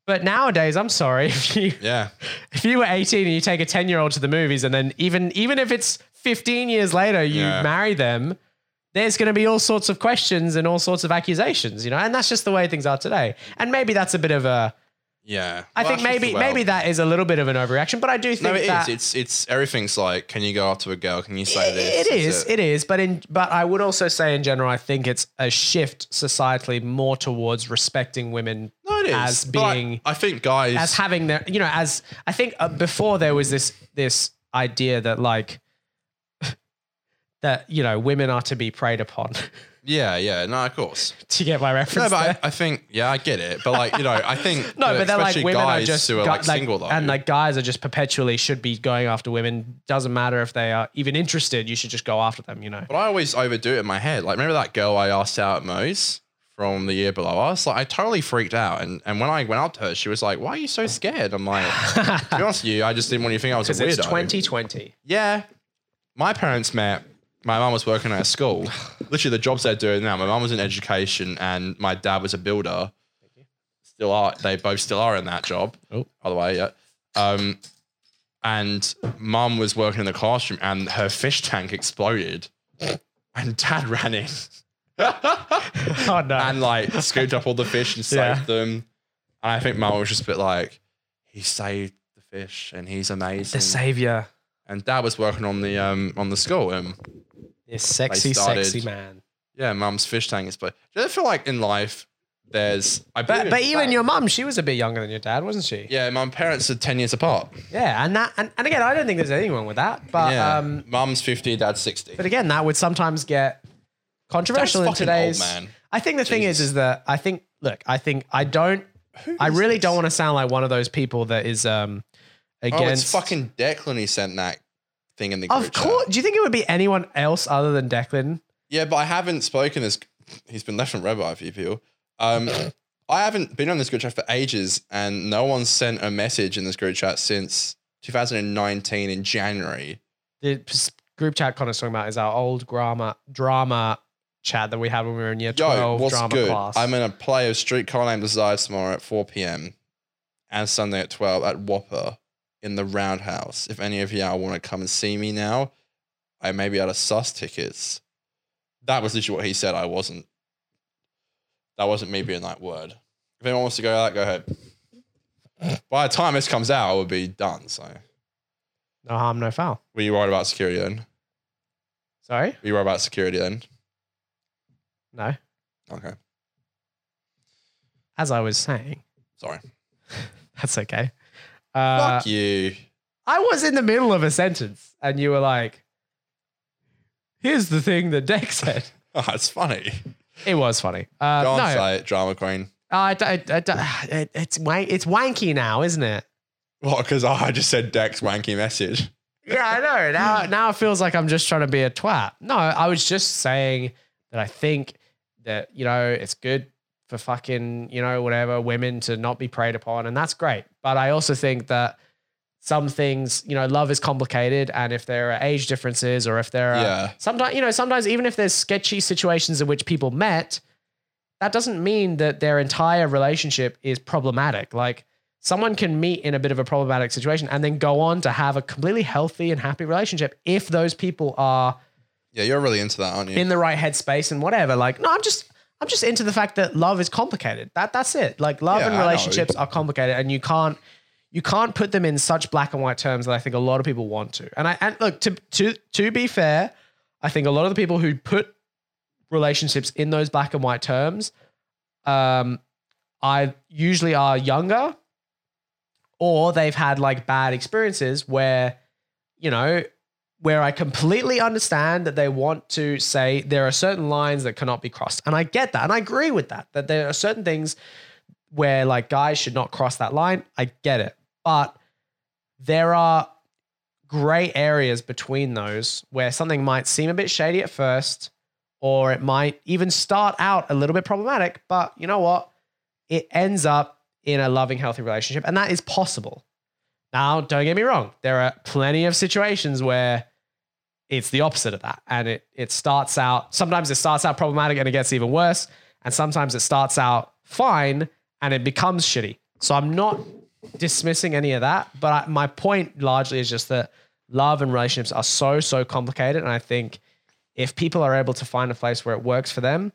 Speaker 2: But nowadays, I'm sorry if you
Speaker 1: Yeah.
Speaker 2: if you were 18 and you take a 10 year old to the movies and then even even if it's 15 years later you
Speaker 1: Yeah.
Speaker 2: marry them there's going to be all sorts of questions and all sorts of accusations you know and that's just the way things are today and maybe that's a bit of a
Speaker 1: Yeah.
Speaker 2: I
Speaker 1: Well, that's just
Speaker 2: think maybe
Speaker 1: the
Speaker 2: maybe
Speaker 1: world.
Speaker 2: that is a little bit of an overreaction but i do think
Speaker 1: No, it is.
Speaker 2: that
Speaker 1: It's it's everything's like, can you go up to a girl? Can you say this?
Speaker 2: it is, it is, but in but I would also say in general, I think it's a shift societally more towards respecting women
Speaker 1: No, it is.
Speaker 2: as
Speaker 1: But
Speaker 2: being-
Speaker 1: I think guys.
Speaker 2: as having their you know as i think uh, before there was this this idea that like that you know women are to be preyed upon
Speaker 1: yeah. Yeah. No, of course.
Speaker 2: to get my
Speaker 1: No,
Speaker 2: reference
Speaker 1: but I,
Speaker 2: there?
Speaker 1: I think yeah, I get it. But like you know, I think
Speaker 2: no, but they're like
Speaker 1: especially
Speaker 2: women are
Speaker 1: guys
Speaker 2: just
Speaker 1: who are
Speaker 2: gu-
Speaker 1: like, single though,
Speaker 2: and like guys are just perpetually should be going after women. Doesn't matter if they are even interested. You should just go after them. You know.
Speaker 1: But I always overdo it in my head. Like, remember that girl I asked out at Moe's from the year below us? Like, I totally freaked out. And and when I went up to her, she was like, "Why are you so scared?" I'm like, "To be honest with you, I just didn't want you to think I was a
Speaker 2: Because
Speaker 1: weirdo."
Speaker 2: it's 2020.
Speaker 1: Yeah, my parents met my mum was working at a school. Literally, the jobs they're doing now. My mum was in education, and my dad was a builder. Still are they both still are in that job?
Speaker 2: Oh.
Speaker 1: by the way, yeah. Um, and mum was working in the classroom, and her fish tank exploded, and dad ran in
Speaker 2: Oh no.
Speaker 1: and like scooped up all the fish and saved
Speaker 2: Yeah.
Speaker 1: them. And I think mum was just a bit like, he saved the fish, and he's amazing.
Speaker 2: the savior.
Speaker 1: and dad was working on the um on the school, and
Speaker 2: This sexy,
Speaker 1: started-
Speaker 2: sexy man.
Speaker 1: Yeah, mum's fish tank is but I feel like in life there's I bet
Speaker 2: But, but even your mum, she was a bit younger than your dad, wasn't she?
Speaker 1: Yeah, my parents are ten years apart.
Speaker 2: Yeah, and that, and, and again, I don't think there's anything wrong with that. But
Speaker 1: yeah.
Speaker 2: um,
Speaker 1: mum's fifty, dad's sixty.
Speaker 2: but again, that would sometimes get controversial in
Speaker 1: fucking old,
Speaker 2: today's.
Speaker 1: man.
Speaker 2: I think the thing is,
Speaker 1: Jesus.
Speaker 2: is that I think, look, I think I don't, I really don't want to sound like one of those people that is um
Speaker 1: oh,
Speaker 2: against.
Speaker 1: it's fucking Declan who sent that thing in the group
Speaker 2: Of
Speaker 1: chat.
Speaker 2: course, do you think it would be anyone else other than Declan?
Speaker 1: Yeah, but I haven't spoken as he's been left from red by a few people. Um I haven't been on this group chat for ages and no one sent a message in this group chat since 2019 in January.
Speaker 2: The p- group chat Connor's talking about is our old drama drama chat that we had when we were in year
Speaker 1: Yo,
Speaker 2: twelve
Speaker 1: what's
Speaker 2: drama
Speaker 1: good?
Speaker 2: class.
Speaker 1: I'm in a play of Streetcar Named Desire tomorrow at 4 p.m. and Sunday at 12 at Whopper in the Roundhouse. If any of y'all want to come and see me now, I may be out of sus tickets. That was literally what he said. I wasn't. That wasn't me being that word. If anyone wants to go out, go ahead. By the time this comes out, I would be done. So,
Speaker 2: no harm, no foul.
Speaker 1: were you worried about security then?
Speaker 2: Sorry,
Speaker 1: Were you worried about security then?
Speaker 2: no.
Speaker 1: Okay,
Speaker 2: As I was saying,
Speaker 1: sorry.
Speaker 2: that's okay. Uh,
Speaker 1: Fuck you.
Speaker 2: I was in the middle of a sentence, and you were like, "Here's the thing that Deck said."
Speaker 1: Oh, it's funny.
Speaker 2: It was funny. Uh,
Speaker 1: Go on,
Speaker 2: no,
Speaker 1: say it, drama queen.
Speaker 2: I d- I d- I d- it- it's wank- it's wanky now, isn't it?
Speaker 1: What? Because I just said Dex wanky message.
Speaker 2: Yeah, I know. Now, now it feels like I'm just trying to be a twat. No, I was just saying that I think that you know it's good for fucking you know whatever women to not be preyed upon, and that's great. But I also think that some things, you know, love is complicated, and if there are age differences, or if there are
Speaker 1: Yeah.
Speaker 2: sometimes, you know, sometimes even if there's sketchy situations in which people met, that doesn't mean that their entire relationship is problematic. Like someone can meet in a bit of a problematic situation and then go on to have a completely healthy and happy relationship if those people are
Speaker 1: Yeah, you're really into that, aren't you?
Speaker 2: in the right headspace and whatever. Like, no, I'm just I'm just into the fact that love is complicated. That that's it. Like love
Speaker 1: Yeah, I
Speaker 2: and
Speaker 1: know.
Speaker 2: relationships are complicated and you can't you can't put them in such black and white terms that I think a lot of people want to. And I and look, to to to be fair, I think a lot of the people who put relationships in those black and white terms um I usually are younger or they've had like bad experiences where you know where I completely understand that they want to say there are certain lines that cannot be crossed. And I get that. And I agree with that, that there are certain things where like guys should not cross that line. I get it. But there are gray areas between those where something might seem a bit shady at first, or it might even start out a little bit problematic. But you know what? It ends up in a loving, healthy relationship. And that is possible. Now, don't get me wrong. There are plenty of situations where it's the opposite of that. And it, it starts out, sometimes it starts out problematic and it gets even worse. And sometimes it starts out fine and it becomes shitty. So I'm not dismissing any of that. But I, my point largely is just that love and relationships are so, so complicated. And I think if people are able to find a place where it works for them,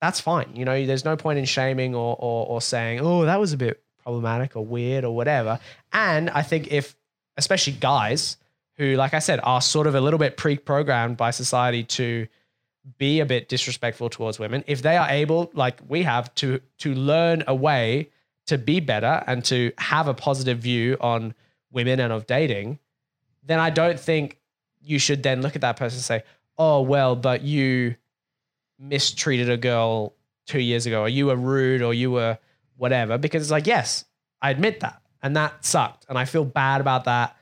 Speaker 2: that's fine. You know, there's no point in shaming or or, or saying, "Oh, that was a bit problematic or weird or whatever." And I think if, especially guys who, like I said, are sort of a little bit pre-programmed by society to be a bit disrespectful towards women, if they are able, like we have, to to learn a way to be better and to have a positive view on women and of dating, then I don't think you should then look at that person and say, "Oh, well, but you." mistreated a girl two years ago, or you were rude, or you were whatever, because it's like, yes, I admit that, and that sucked, and I feel bad about that,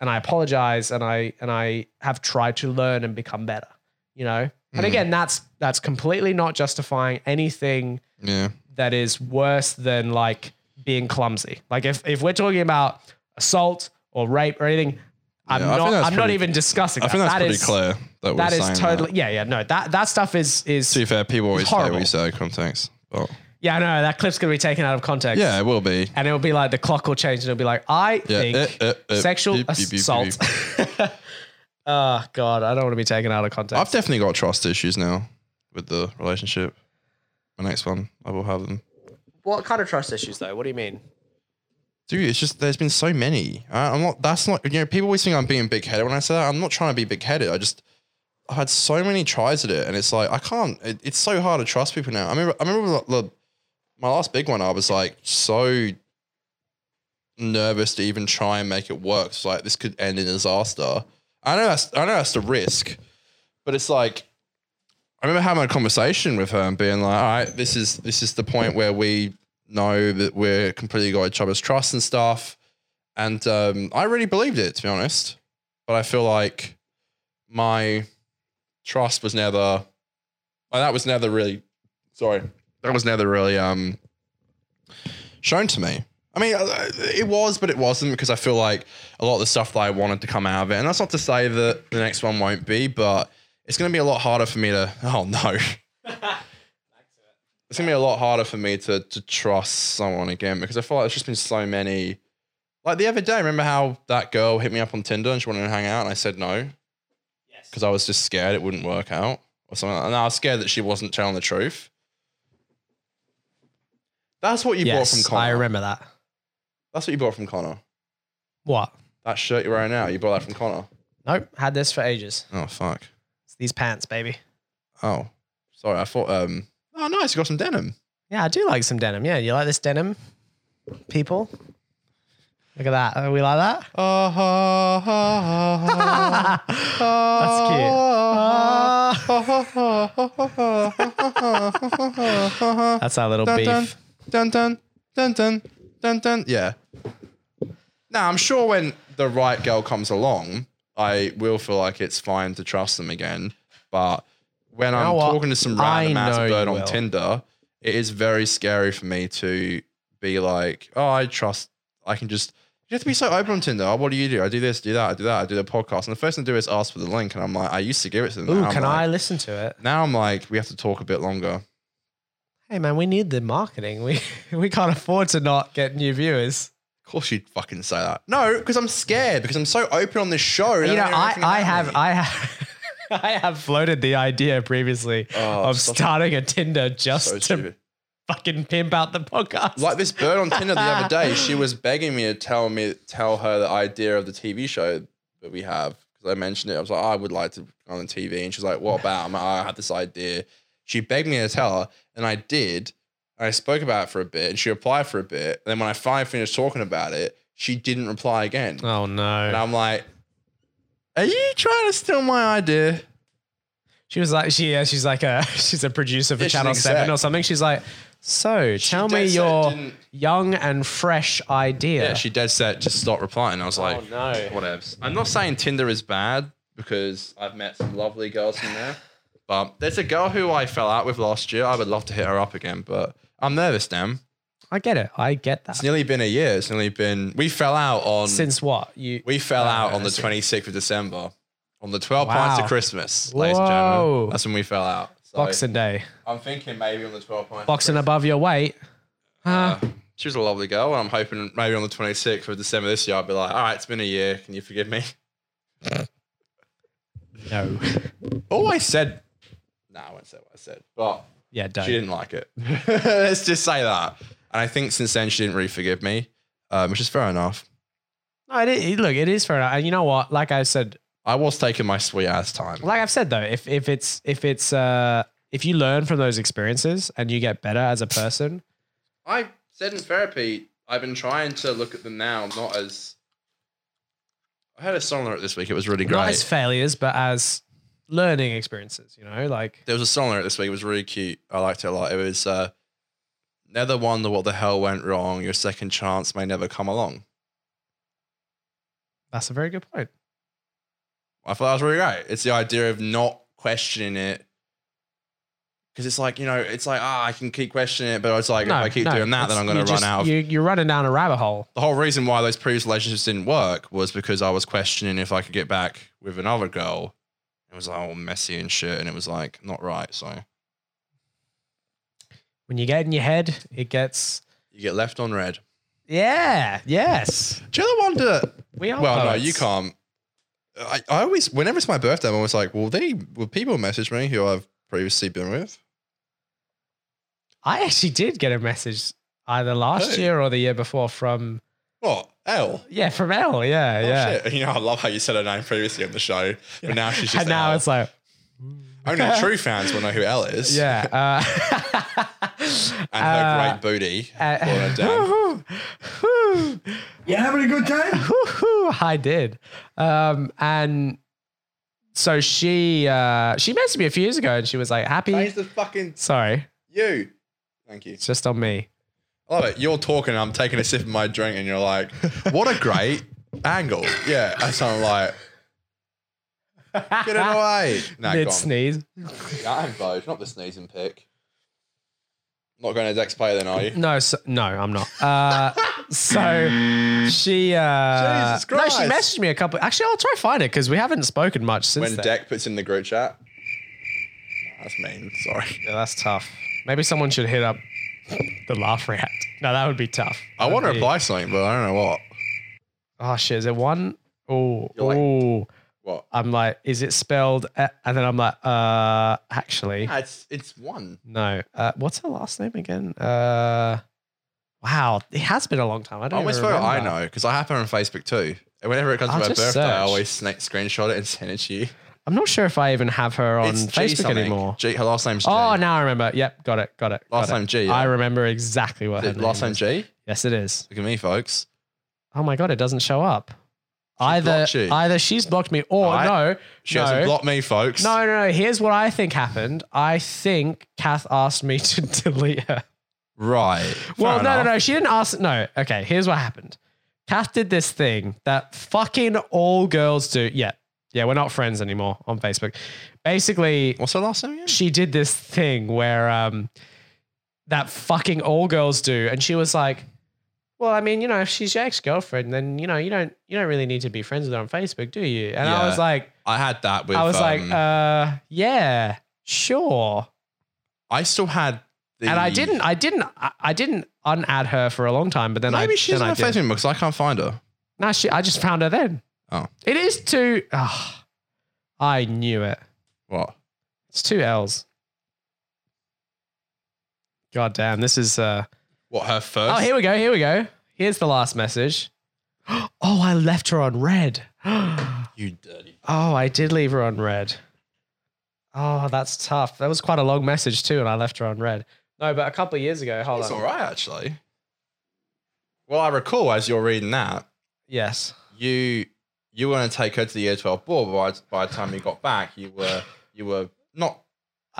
Speaker 2: and I apologize, and I and I have tried to learn and become better, you know. And
Speaker 1: Mm.
Speaker 2: again, that's that's completely not justifying anything
Speaker 1: yeah.
Speaker 2: that is worse than like being clumsy. Like if if we're talking about assault or rape or anything, I'm
Speaker 1: Yeah, I think
Speaker 2: not. I'm
Speaker 1: that's
Speaker 2: not
Speaker 1: pretty-
Speaker 2: even discussing.
Speaker 1: I
Speaker 2: that.
Speaker 1: think that's
Speaker 2: That
Speaker 1: pretty
Speaker 2: is-
Speaker 1: clear. That, we're
Speaker 2: That
Speaker 1: saying
Speaker 2: is totally. Yeah, yeah. No, that that stuff is
Speaker 1: To be
Speaker 2: is.
Speaker 1: fair, people always
Speaker 2: It's
Speaker 1: say
Speaker 2: horrible.
Speaker 1: we say context. But
Speaker 2: Yeah, no, that clip's gonna be taken out of context.
Speaker 1: yeah, it will be.
Speaker 2: and it'll be like the clock will change, and it'll be like, I
Speaker 1: Yeah,
Speaker 2: think
Speaker 1: eh, eh, eh,
Speaker 2: sexual
Speaker 1: beep, beep, beep, beep,
Speaker 2: assault.
Speaker 1: beep.
Speaker 2: oh God, I don't want to be taken out of context.
Speaker 1: I've definitely got trust issues now with the relationship. My next one, I will have them.
Speaker 2: what kind of trust issues though? What do you mean?
Speaker 1: Dude, it's just there's been so many. I, I'm not. That's not. You know, people always think I'm being big headed when I say that. I'm not trying to be big headed. I just I've had so many tries at it, and it's like I can't. It, it's so hard to trust people now. I remember. I remember like, the, my last big one. I was like so nervous to even try and make it work. It's like this could end in disaster. I know. That's, I know that's the risk, but it's like. I remember having a conversation with her and being like, "All right, this is this is the point where we know that we're completely got each other's trust and stuff. And um, I really believed it, to be honest. But I feel like my trust was never, like, that was never really, sorry, that was never really um, shown to me. I mean, uh, it was, but it wasn't because I feel like a lot of the stuff that I wanted to come out of it. And that's not to say that the next one won't be, but it's going to be a lot harder for me to, oh no. it's gonna be a lot harder for me to to trust someone again because I feel like there's just been so many. Like the other day, remember how that girl hit me up on Tinder and she wanted to hang out, and I said no because I was just scared it wouldn't work out or something. like that. And I was scared that she wasn't telling the truth. That's what you bought
Speaker 2: yes,
Speaker 1: from Connor.
Speaker 2: I remember that.
Speaker 1: That's what you bought from Connor.
Speaker 2: What?
Speaker 1: That shirt you're wearing now, you bought that from Connor.
Speaker 2: Nope, had this for ages.
Speaker 1: Oh fuck.
Speaker 2: It's these pants, baby.
Speaker 1: Oh, sorry. I thought. Um. Oh, nice. You got some denim.
Speaker 2: Yeah, I do like some denim. Yeah, you like this denim, people? Look at that. Are we like that?
Speaker 1: Uh,
Speaker 2: That's cute.
Speaker 1: Ah.
Speaker 2: That's our little
Speaker 1: Dun, dun,
Speaker 2: beef.
Speaker 1: dun, dun, dun, dun, dun, dun. Yeah. Now, I'm sure when the right girl comes along, I will feel like it's fine to trust them again. But when I'm
Speaker 2: know what?
Speaker 1: talking to some
Speaker 2: I
Speaker 1: random ass
Speaker 2: know
Speaker 1: bird
Speaker 2: you
Speaker 1: on
Speaker 2: will.
Speaker 1: Tinder, it is very scary for me to be like, oh, I trust, I can just. You have to be so open on Tinder. Oh, what do you do? I do this, do that, I do that, I do the podcast. And the first thing I do is ask for the link. And I'm like, I used to give it to them.
Speaker 2: Ooh,
Speaker 1: Now I'm
Speaker 2: can
Speaker 1: like-
Speaker 2: I listen to it?
Speaker 1: Now I'm like, we have to talk a bit longer.
Speaker 2: Hey man, we need the marketing. We we can't afford to not get new viewers.
Speaker 1: Of course you'd fucking say that. No, because I'm scared because I'm so open on this show.
Speaker 2: you know, I, I have
Speaker 1: have
Speaker 2: I have I have floated the idea previously
Speaker 1: Oh,
Speaker 2: of
Speaker 1: such-
Speaker 2: starting a Tinder just
Speaker 1: so
Speaker 2: to
Speaker 1: stupid.
Speaker 2: fucking pimp out the podcast.
Speaker 1: Like this bird on Tinder the other day, she was begging me to tell me tell her the idea of the TV show that we have because I mentioned it. I was like, "Oh, I would like to be on the TV, and she's like, "What about?" I'm like, "Oh, I had this idea. She begged me to tell her, and I did. And I spoke about it for a bit, and she replied for a bit. And then when I finally finished talking about it, she didn't reply again.
Speaker 2: oh
Speaker 1: And
Speaker 2: no.
Speaker 1: I'm like, "Are you trying to steal my idea?"
Speaker 2: She was like she yeah, she's like a she's a producer for
Speaker 1: Yeah, she's an
Speaker 2: Channel 7 or
Speaker 1: exec.
Speaker 2: something. She's like, "So, tell me
Speaker 1: dead set
Speaker 2: your
Speaker 1: didn't-
Speaker 2: young and fresh idea."
Speaker 1: Yeah, she dead set just stopped replying. I was like,
Speaker 2: oh no.
Speaker 1: whatevs. I'm not saying Tinder is bad because I've met some lovely girls from there. But there's a girl who I fell out with last year. I would love to hit her up again, but I'm nervous, damn.
Speaker 2: I get it. I get that.
Speaker 1: It's nearly been a year. It's nearly been. We fell out on.
Speaker 2: Since what? You
Speaker 1: we fell out on
Speaker 2: I
Speaker 1: the
Speaker 2: see.
Speaker 1: 26th of December, on the 12 pints
Speaker 2: Wow.
Speaker 1: of Christmas, ladies and gentlemen.
Speaker 2: Whoa.
Speaker 1: That's when we fell out. So
Speaker 2: Boxing Day.
Speaker 1: I'm thinking maybe on the 12 pints. of
Speaker 2: Boxing above your weight. Huh?
Speaker 1: She was a lovely girl, and I'm hoping maybe on the 26th of December this year, I'll be like, all right, it's been a year. Can you forgive me?
Speaker 2: no.
Speaker 1: Oh, I said, no, I won't say what I said, but
Speaker 2: yeah, don't.
Speaker 1: she didn't like it. Let's just say that. And I think since then, she didn't really forgive me, um, which is fair enough.
Speaker 2: No, it is, look, it is fair enough. And you know what? Like I said,
Speaker 1: I was taking my sweet ass time.
Speaker 2: like I've said though, if if it's if it's uh if you learn from those experiences and you get better as a person,
Speaker 1: I said in therapy, I've been trying to look at them now, not as. I heard a song lyric this week. It was really great.
Speaker 2: not as failures, but as learning experiences, you know, like
Speaker 1: there was a song lyric this week. It was really cute. I liked it a lot. It was uh, "Never wonder what the hell went wrong. Your second chance may never come along."
Speaker 2: that's a very good point.
Speaker 1: I thought that was really great. It's the idea of not questioning it because it's like you know, it's like ah, I can keep questioning it, but it's like
Speaker 2: No,
Speaker 1: if I keep
Speaker 2: no,
Speaker 1: doing that, then
Speaker 2: it's-
Speaker 1: I'm going to
Speaker 2: you're
Speaker 1: run
Speaker 2: just-
Speaker 1: out. Of,
Speaker 2: You, you're running down a rabbit hole.
Speaker 1: the whole reason why those previous relationships didn't work was because I was questioning if I could get back with another girl. It was like all messy and shit, and it was like not right. So
Speaker 2: When you get in your head, it gets.
Speaker 1: you get left on red.
Speaker 2: Yeah. Yes.
Speaker 1: Do you ever wonder?
Speaker 2: We are.
Speaker 1: Well, no,
Speaker 2: poets.
Speaker 1: you can't. I, I always, whenever it's my birthday, I'm always like, well, they will people message me who I've previously been with?
Speaker 2: I actually did get a message either last
Speaker 1: Who?
Speaker 2: year or the year before from
Speaker 1: What? L.
Speaker 2: yeah from Elle. Yeah.
Speaker 1: Oh,
Speaker 2: yeah.
Speaker 1: shit. You know, I love how you said her name previously on the show, but now she's just.
Speaker 2: And now
Speaker 1: Elle.
Speaker 2: it's like
Speaker 1: Only true fans will know who Elle is.
Speaker 2: yeah. Uh,
Speaker 1: And her
Speaker 2: uh,
Speaker 1: great booty.
Speaker 2: uh,
Speaker 1: Well done, Dan.
Speaker 5: You having a good time?
Speaker 2: I did. Um, and so she uh, she messaged me a few years ago and she was like, happy.
Speaker 1: That is the fucking
Speaker 2: Sorry,
Speaker 1: you. Thank you.
Speaker 2: it's just on me.
Speaker 1: I love it. You're talking, I'm taking a sip of my drink, and you're like, what a great angle. Yeah. And so I'm like, get it
Speaker 2: Ah,
Speaker 1: away. No,
Speaker 2: Mid
Speaker 1: gone.
Speaker 2: sneeze.
Speaker 1: That and Vogue, not the sneezing pick. Not going to Dex play then, are you?
Speaker 2: No, so, no, I'm not. Uh, so she uh,
Speaker 1: Jesus
Speaker 2: no, she
Speaker 1: Christ.
Speaker 2: messaged me a couple. Actually, I'll try and find it because we haven't spoken much since.
Speaker 1: When
Speaker 2: then.
Speaker 1: Deck puts in the group chat. That's mean. Sorry.
Speaker 2: Yeah, that's tough. Maybe someone should hit up the laugh rat. No, that would be tough.
Speaker 1: I want to
Speaker 2: That'd be-
Speaker 1: reply something, but I don't know what.
Speaker 2: Oh shit! Is it one? Oh,
Speaker 1: You're like-
Speaker 2: oh.
Speaker 1: What?
Speaker 2: I'm like, is it spelled? a- And then I'm like, uh, actually,
Speaker 1: it's it's one.
Speaker 2: no. Uh, what's her last name again? Uh, wow, it has been a long time. I
Speaker 1: I
Speaker 2: don't.
Speaker 1: always
Speaker 2: even
Speaker 1: forgot I
Speaker 2: remember.
Speaker 1: know because I have her on Facebook too. And whenever it comes to
Speaker 2: I'll
Speaker 1: my
Speaker 2: just
Speaker 1: birthday, I
Speaker 2: search.
Speaker 1: always sna- screenshot it and send it to you.
Speaker 2: I'm not sure if I even have her on
Speaker 1: It's G
Speaker 2: Facebook
Speaker 1: something.
Speaker 2: anymore.
Speaker 1: G, her last name's G.
Speaker 2: Oh, now I remember. Yep, got it, got it. got
Speaker 1: Last
Speaker 2: it.
Speaker 1: name G.
Speaker 2: I
Speaker 1: yeah.
Speaker 2: remember exactly what
Speaker 1: Is
Speaker 2: her
Speaker 1: it last
Speaker 2: name
Speaker 1: name
Speaker 2: is.
Speaker 1: G.
Speaker 2: Yes, it is.
Speaker 1: Look at me, folks.
Speaker 2: Oh my god, it doesn't show up. either
Speaker 1: blocked you.
Speaker 2: either she's blocked me or
Speaker 1: Alright.
Speaker 2: no,
Speaker 1: She
Speaker 2: no,
Speaker 1: hasn't blocked me, folks.
Speaker 2: no, no, no. Here's what I think happened. I think Kath asked me to delete her.
Speaker 1: Right. Fair
Speaker 2: well, no,
Speaker 1: enough.
Speaker 2: no, no. She didn't ask. No. Okay. Here's what happened. Kath did this thing that fucking all girls do. Yeah. Yeah. We're not friends anymore on Facebook. Basically,
Speaker 1: What's her last name? again?
Speaker 2: she did this thing where um that fucking all girls do and she was like well i mean you know if she's your ex-girlfriend then you know you don't you don't really need to be friends with her on facebook do you and i
Speaker 1: Yeah.
Speaker 2: was like
Speaker 1: I had that with.
Speaker 2: i was like
Speaker 1: um,
Speaker 2: uh yeah sure
Speaker 1: I still had. The,
Speaker 2: and i didn't i didn't i, I didn't unadd her for a long time but then
Speaker 1: Maybe
Speaker 2: i
Speaker 1: she's
Speaker 2: then
Speaker 1: on
Speaker 2: I
Speaker 1: my
Speaker 2: did.
Speaker 1: Facebook anymore because I can't find her.
Speaker 2: no she i just found her then
Speaker 1: Oh.
Speaker 2: it is two ah, i knew it
Speaker 1: What?
Speaker 2: it's two l's god damn this is uh
Speaker 1: What her first?
Speaker 2: Oh, here we go. Here we go. Here's the last message. Oh, I left her on red. Oh,
Speaker 1: you dirty.
Speaker 2: I did leave her on red. Oh, that's tough. That was quite a long message too, and I left her on red. No, but a couple of years ago. Hold
Speaker 1: That's
Speaker 2: on.
Speaker 1: all right, actually. Well, I recall as you're reading that,
Speaker 2: Yes.
Speaker 1: you you were going to take her to the year twelve ball. By by the time you got back, you were you were not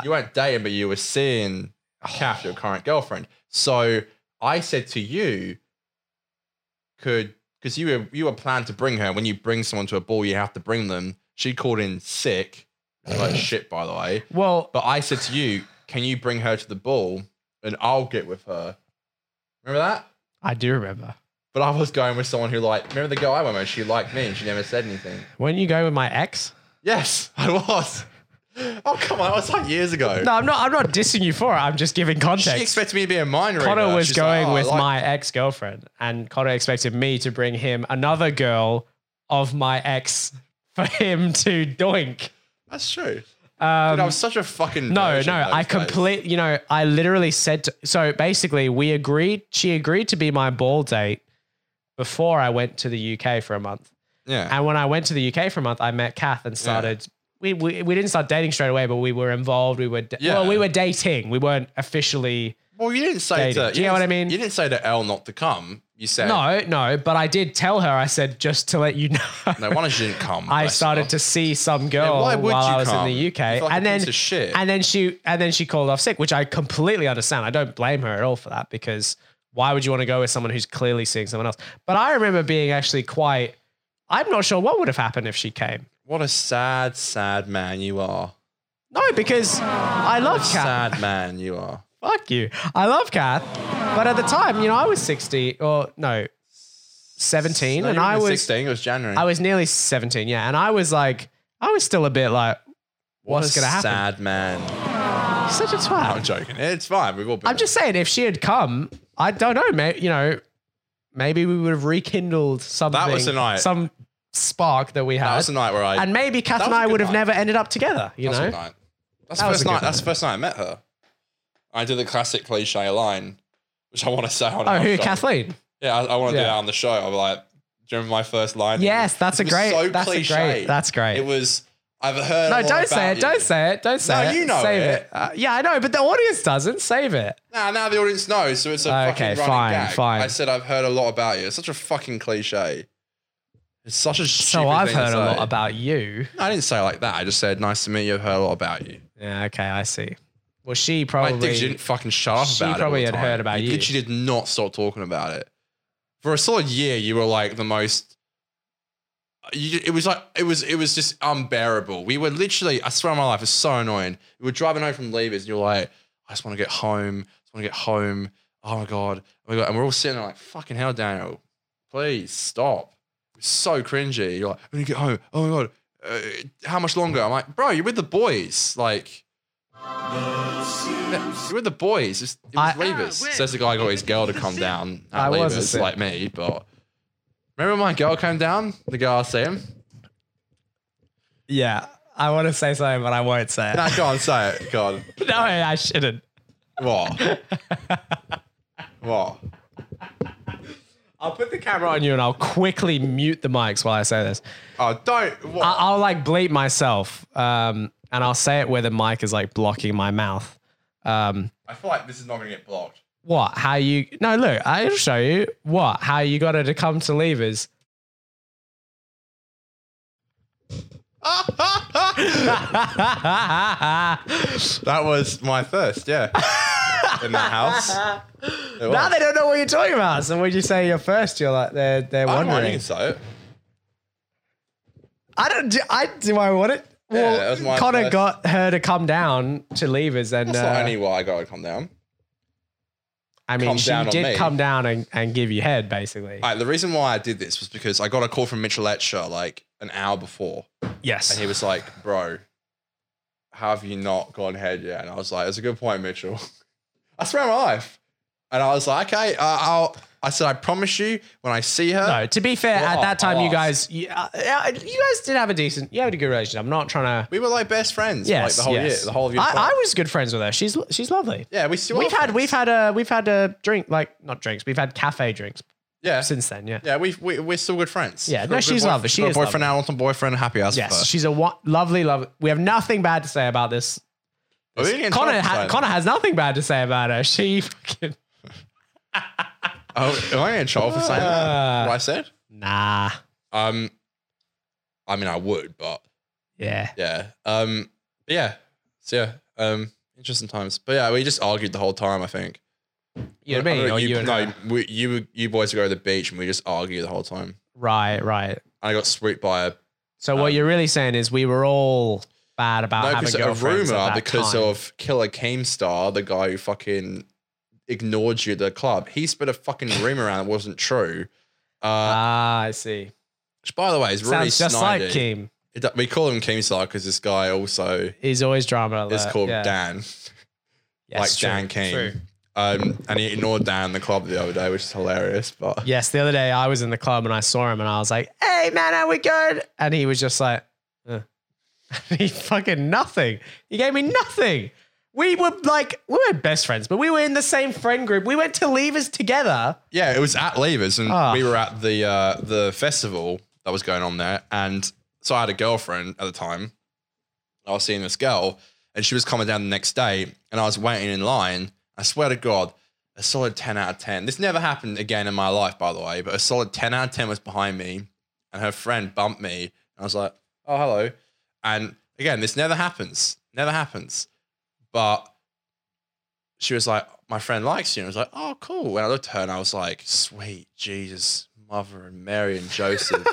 Speaker 1: you weren't dating, but you were seeing Kath, your current girlfriend. So I said to you, could because you were you were planned to bring her. When you bring someone to a ball, you have to bring them. She called in sick, like shit, by the way.
Speaker 2: Well,
Speaker 1: But I said to you, can you bring her to the ball and I'll get with her? Remember that?
Speaker 2: I do remember
Speaker 1: But I was going with someone who like remember the girl I went with. She liked me and she never said anything.
Speaker 2: when you go with my ex.
Speaker 1: Yes, I was. Oh come on, that was like years ago.
Speaker 2: No, I'm not. I'm not dissing you for it. I'm just giving
Speaker 1: she
Speaker 2: context.
Speaker 1: expected me to be a mind reader.
Speaker 2: Connor was
Speaker 1: She's like,
Speaker 2: going
Speaker 1: "Oh, I
Speaker 2: with
Speaker 1: like-"
Speaker 2: my ex girlfriend, and Connor expected me to bring him another girl of my ex for him to doink.
Speaker 1: That's true.
Speaker 2: Um,
Speaker 1: Dude, I was such a fucking.
Speaker 2: No,
Speaker 1: virgin
Speaker 2: no,
Speaker 1: those
Speaker 2: I
Speaker 1: days.
Speaker 2: complete. You know, I literally said to, so. Basically, we agreed. She agreed to be my ball date before I went to the UK for a month.
Speaker 1: Yeah,
Speaker 2: And when I went to the UK for a month, I met Kath and started. We, we we didn't start dating straight away, but we were involved. We were da- well,
Speaker 1: Yeah.
Speaker 2: we were dating. We weren't officially.
Speaker 1: well, you didn't say
Speaker 2: Dated.
Speaker 1: to.
Speaker 2: Do you
Speaker 1: didn't-
Speaker 2: know what I mean?
Speaker 1: You didn't say to L not to come. You said
Speaker 2: No, no, but I did tell her. I said just to let you know.
Speaker 1: No, one of you didn't come.
Speaker 2: I
Speaker 1: bless
Speaker 2: started
Speaker 1: her.
Speaker 2: to see some girl
Speaker 1: why would
Speaker 2: while
Speaker 1: you
Speaker 2: I was
Speaker 1: come?
Speaker 2: in the UK,
Speaker 1: You feel like
Speaker 2: and
Speaker 1: a
Speaker 2: then
Speaker 1: piece of shit.
Speaker 2: and then she and then she called off sick, which I completely understand. I don't blame her at all for that because why would you want to go with someone who's clearly seeing someone else? But I remember being actually quite. I'm not sure what would have happened if she came.
Speaker 1: What a sad, sad man you are.
Speaker 2: No, because I love Kath.
Speaker 1: Sad man, you are.
Speaker 2: Fuck you. I love Kath. But at the time, you know, I was 60 or no, 17.
Speaker 1: No,
Speaker 2: and
Speaker 1: you were
Speaker 2: I was,
Speaker 1: 16. It was January.
Speaker 2: I was nearly 17. Yeah. And I was like, I was still a bit like,
Speaker 1: What
Speaker 2: what's
Speaker 1: a
Speaker 2: going to happen?
Speaker 1: Sad man.
Speaker 2: Such a twat.
Speaker 1: I'm joking. It's fine. We've all been.
Speaker 2: I'm just saying, if she had come, I don't know, may, you know, maybe we would have rekindled something.
Speaker 1: was the night.
Speaker 2: Some spark that we had.
Speaker 1: That was the night where I.
Speaker 2: and maybe Kath
Speaker 1: that
Speaker 2: and
Speaker 1: was a
Speaker 2: I
Speaker 1: good
Speaker 2: would have
Speaker 1: night.
Speaker 2: never ended up together, you
Speaker 1: That's
Speaker 2: know?
Speaker 1: the night. That's the
Speaker 2: That was
Speaker 1: first
Speaker 2: a good
Speaker 1: night.
Speaker 2: night.
Speaker 1: That's the first night I met her. I did the classic cliche line, which I want to say on.
Speaker 2: Oh,
Speaker 1: our
Speaker 2: who?
Speaker 1: show.
Speaker 2: Kathleen?
Speaker 1: Yeah, I, I want to do
Speaker 2: Yeah.
Speaker 1: that on the show. I'm like, do you remember my first line?
Speaker 2: Yes, that's a
Speaker 1: was
Speaker 2: great.
Speaker 1: so
Speaker 2: that's a
Speaker 1: cliche.
Speaker 2: great. That's great.
Speaker 1: It was. I've heard.
Speaker 2: no,
Speaker 1: all
Speaker 2: don't say
Speaker 1: about
Speaker 2: it. Don't
Speaker 1: you."
Speaker 2: say it. Don't say
Speaker 1: No,
Speaker 2: it.
Speaker 1: you know
Speaker 2: Save
Speaker 1: it.
Speaker 2: it. Uh, yeah, I know, but the audience doesn't. Save it.
Speaker 1: Nah, now the audience knows, so it's a
Speaker 2: Okay,
Speaker 1: fucking running
Speaker 2: fine,
Speaker 1: gag.
Speaker 2: fine.
Speaker 1: I said I've heard a lot about you. It's such a fucking cliche. It's such a.
Speaker 2: So
Speaker 1: stupid
Speaker 2: I've
Speaker 1: thing to
Speaker 2: heard a lot
Speaker 1: say.
Speaker 2: about you.
Speaker 1: No, I didn't say it like that. I just said, "Nice to meet you. I've heard a lot about you."
Speaker 2: Yeah. Okay, I see. Well,
Speaker 1: My
Speaker 2: she
Speaker 1: dick
Speaker 2: probably.
Speaker 1: didn't fucking shut up
Speaker 2: She
Speaker 1: about it. all
Speaker 2: probably
Speaker 1: the
Speaker 2: had
Speaker 1: time.
Speaker 2: heard about you.
Speaker 1: Literally did not stop talking about it for a solid year. You were like the most. You, it was like it was it was just unbearable. We were literally. I swear, on my life it's so annoying. We were driving home from Levers, and you're like, I just want to get home. I just want to get home. Oh my god, oh my god, and we're all sitting there like, fucking hell, Daniel, please stop. It's so cringy. You're like, I'm gonna get home. Oh my god, uh, how much longer? I'm like, bro, you're with the boys, like. We're the boys. Just, it was
Speaker 2: I-
Speaker 1: Reavers. Says the guy got his girl to come down.
Speaker 2: I
Speaker 1: At
Speaker 2: was a
Speaker 1: Reavers,
Speaker 2: simp.
Speaker 1: like me, but remember when my girl came down? The girl Sam.
Speaker 2: Yeah, I want to say something, but I won't say it.
Speaker 1: Nah, go on, say it. Go on.
Speaker 2: no, I shouldn't.
Speaker 1: What? what?
Speaker 2: I'll put the camera on you and I'll quickly mute the mics while I say this.
Speaker 1: Oh, don't. What?
Speaker 2: I- I'll like bleep myself, um, and I'll say it where the mic is like blocking my mouth. Um,
Speaker 1: I feel like this is not going to get blocked.
Speaker 2: what? How you? No, look, I'll show you what. How you got her to come to levers? now
Speaker 1: That was my first, yeah. In that house. It was.
Speaker 2: they don't know what you're talking about. So when you say you're first, you're like they're they're
Speaker 1: I don't mind, you
Speaker 2: wondering.
Speaker 1: can say it.
Speaker 2: I don't. Do I do. I want it. Well,
Speaker 1: that was my
Speaker 2: Connor
Speaker 1: first.
Speaker 2: got her to come down to levers, and
Speaker 1: That's
Speaker 2: uh,
Speaker 1: not only why I got to come down.
Speaker 2: I mean,
Speaker 1: come
Speaker 2: she
Speaker 1: down on
Speaker 2: did
Speaker 1: me.
Speaker 2: come down and, and give you head basically.
Speaker 1: All right, the reason why I did this was because I got a call from Mitchell Etcher like an hour before.
Speaker 2: yes.
Speaker 1: And he was like, bro, how have you not gone head yet? And I was like, it's a good point, Mitchell. I swear on my life. And I was like, okay, uh, I'll, I said, I promise you when I see her.
Speaker 2: No, to be fair,
Speaker 1: Well,
Speaker 2: at that time,
Speaker 1: I'll
Speaker 2: you guys, you, uh, uh, you guys did have a decent, you had a good relationship. I'm not trying to.
Speaker 1: We were like best friends for, like
Speaker 2: Yes,
Speaker 1: the whole
Speaker 2: yes.
Speaker 1: year, the whole of year.
Speaker 2: I, I was good friends with her. She's she's lovely.
Speaker 1: yeah, we still
Speaker 2: we've
Speaker 1: are
Speaker 2: had
Speaker 1: friends.
Speaker 2: we've had a we've had a drink like not drinks. We've had cafe drinks
Speaker 1: yeah,
Speaker 2: since then. Yeah.
Speaker 1: yeah, we've, we, we're still good friends.
Speaker 2: Yeah,
Speaker 1: Got
Speaker 2: no,
Speaker 1: a good
Speaker 2: she's
Speaker 1: boyf-
Speaker 2: lovely. She
Speaker 1: got a
Speaker 2: is
Speaker 1: boyfriend,
Speaker 2: lovely.
Speaker 1: now, and boyfriend, happy ass.
Speaker 2: Yes,
Speaker 1: for her.
Speaker 2: she's a wa- lovely, lovely. We have nothing bad to say about this.
Speaker 1: But we didn't get in
Speaker 2: Connor,
Speaker 1: trouble for
Speaker 2: ha-
Speaker 1: saying
Speaker 2: Connor has nothing bad to say about her. She fucking
Speaker 1: that. Oh, am I in trouble for saying that?
Speaker 2: Uh,
Speaker 1: What I said?
Speaker 2: nah,
Speaker 1: Um, I mean, I would, but
Speaker 2: yeah.
Speaker 1: Yeah. Um. But yeah. So yeah. Um. Interesting times. But yeah, we just argued the whole time. I think.
Speaker 2: You
Speaker 1: I
Speaker 2: know what I mean?
Speaker 1: don't Uh, know,
Speaker 2: Or you and
Speaker 1: no,
Speaker 2: her.
Speaker 1: we, you you boys would go to the beach and we just argue the whole time.
Speaker 2: Right, right.
Speaker 1: I got swooped by a
Speaker 2: So what you're really saying is we were all bad
Speaker 1: Um,
Speaker 2: about
Speaker 1: no,
Speaker 2: having
Speaker 1: because a
Speaker 2: girlfriends at
Speaker 1: rumor
Speaker 2: that
Speaker 1: because
Speaker 2: time.
Speaker 1: of uh, Killer Keemstar, the guy who fucking ignored you at the club. He spread a fucking rumor around that wasn't true. Uh,
Speaker 2: ah, I see.
Speaker 1: which, by the way, is really
Speaker 2: Sounds just like
Speaker 1: snidey.
Speaker 2: Kim.
Speaker 1: It- we call him Keemstar because this guy also
Speaker 2: He's always drama. Alert.
Speaker 1: is called
Speaker 2: yeah.
Speaker 1: Dan.
Speaker 2: Yes,
Speaker 1: like
Speaker 2: true,
Speaker 1: Dan King.
Speaker 2: true.
Speaker 1: Um, and he ignored Dan in the club the other day, which is hilarious. But
Speaker 2: Yes, the other day I was in the club and I saw him and I was like, "Hey man, how we good?" And he was just like, "Uh." "He fucking nothing. He gave me nothing." We were like, we were best friends, but we were in the same friend group. We went to Levers together.
Speaker 1: yeah, it was at Levers, and
Speaker 2: Ah.
Speaker 1: we were at the uh, the festival that was going on there. And so I had a girlfriend at the time. I was seeing this girl, and she was coming down the next day, and I was waiting in line. I swear to God, a solid ten out of ten. This never happened again in my life, by the way. But a solid ten out of ten was behind me, and her friend bumped me, and I was like, "Oh, hello." And again, this never happens. Never happens. But she was like, my friend likes you. And I was like, oh, cool. And I looked at her and I was like, sweet Jesus, mother and Mary and Joseph.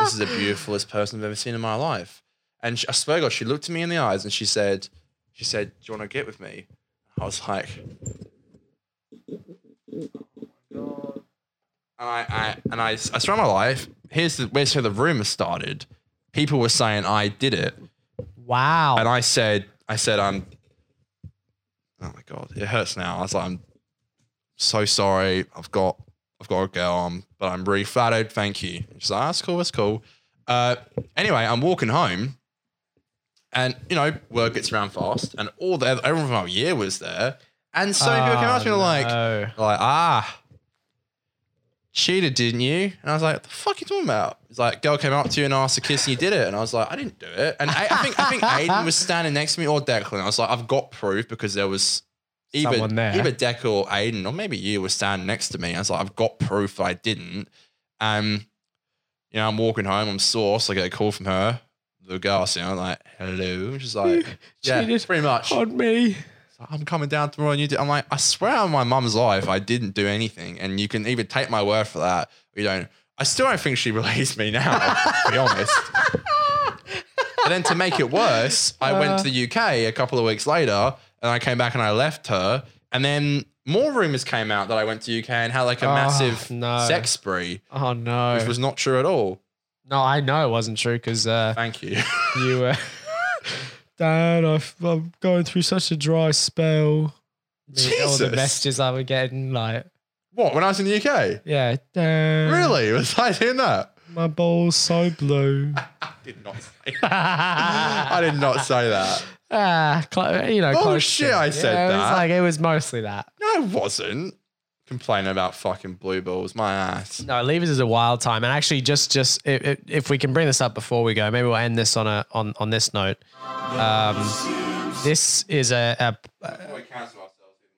Speaker 1: this is the beautifulest person I've ever seen in my life. And she, I swear to God, she looked at me in the eyes and she said, she said, do you want to get with me? I was like, and I, I and I, I swear on my life, here's the, where's where the rumor started. People were saying I did it,
Speaker 2: Wow.
Speaker 1: and I said, I said, I'm. Oh my god, it hurts now. I was like, I'm so sorry. I've got, I've got a girl, um, but I'm really flattered. Thank you. And she's like, that's cool. That's cool. Uh, anyway, I'm walking home, and you know, word gets around fast, and all the everyone from our year was there, and so many people came up to me and were like,
Speaker 2: Ah, Oh, no.
Speaker 1: like, ah, cheated, didn't you? And I was like, the fuck you talking about? He's like, girl came up to you and asked to kiss and you did it. And I was like, I didn't do it. And I, I think I think Aiden was standing next to me or Declan. I was like, I've got proof because there was either,
Speaker 2: Someone there.
Speaker 1: either Declan or Aiden, or maybe you were standing next to me. I was like, I've got proof that I didn't. Um, you know, I'm walking home, I'm sauce, I get a call from her. The girl, so I'm like, hello. She's like, yeah,
Speaker 2: cheated
Speaker 1: pretty much.
Speaker 2: on me.
Speaker 1: I'm coming down tomorrow and you did. I'm like, I swear on my mum's life, I didn't do anything. And you can either take my word for that or you don't. I still don't think she believes me now, to be honest. And then to make it worse, I went to the UK a couple of weeks later and I came back and I left her. And then more rumors came out that I went to UK and had like a
Speaker 2: Oh,
Speaker 1: massive
Speaker 2: no.
Speaker 1: sex spree,
Speaker 2: Oh no.
Speaker 1: which was not true at all.
Speaker 2: no, I know it wasn't true because uh,
Speaker 1: Thank you.
Speaker 2: you were. Dad, I've, I'm going through such a dry spell. Me- All the
Speaker 1: Jesus.
Speaker 2: messages I were getting, like,
Speaker 1: what, when I was in the UK?
Speaker 2: yeah, Dad,
Speaker 1: Really? Was I doing that?
Speaker 2: my ball's so blue.
Speaker 1: I did not say that. I did not say that.
Speaker 2: Ah, cl- you know.
Speaker 1: Oh,
Speaker 2: close
Speaker 1: shit,
Speaker 2: to it.
Speaker 1: I said
Speaker 2: yeah, It was
Speaker 1: that.
Speaker 2: like it was mostly that.
Speaker 1: No, I wasn't complaining about fucking blue balls. My ass.
Speaker 2: No, Levers is a wild time, and actually, just just i i if we can bring this up before we go, maybe we'll end this on a on on this note. Um, this is a, a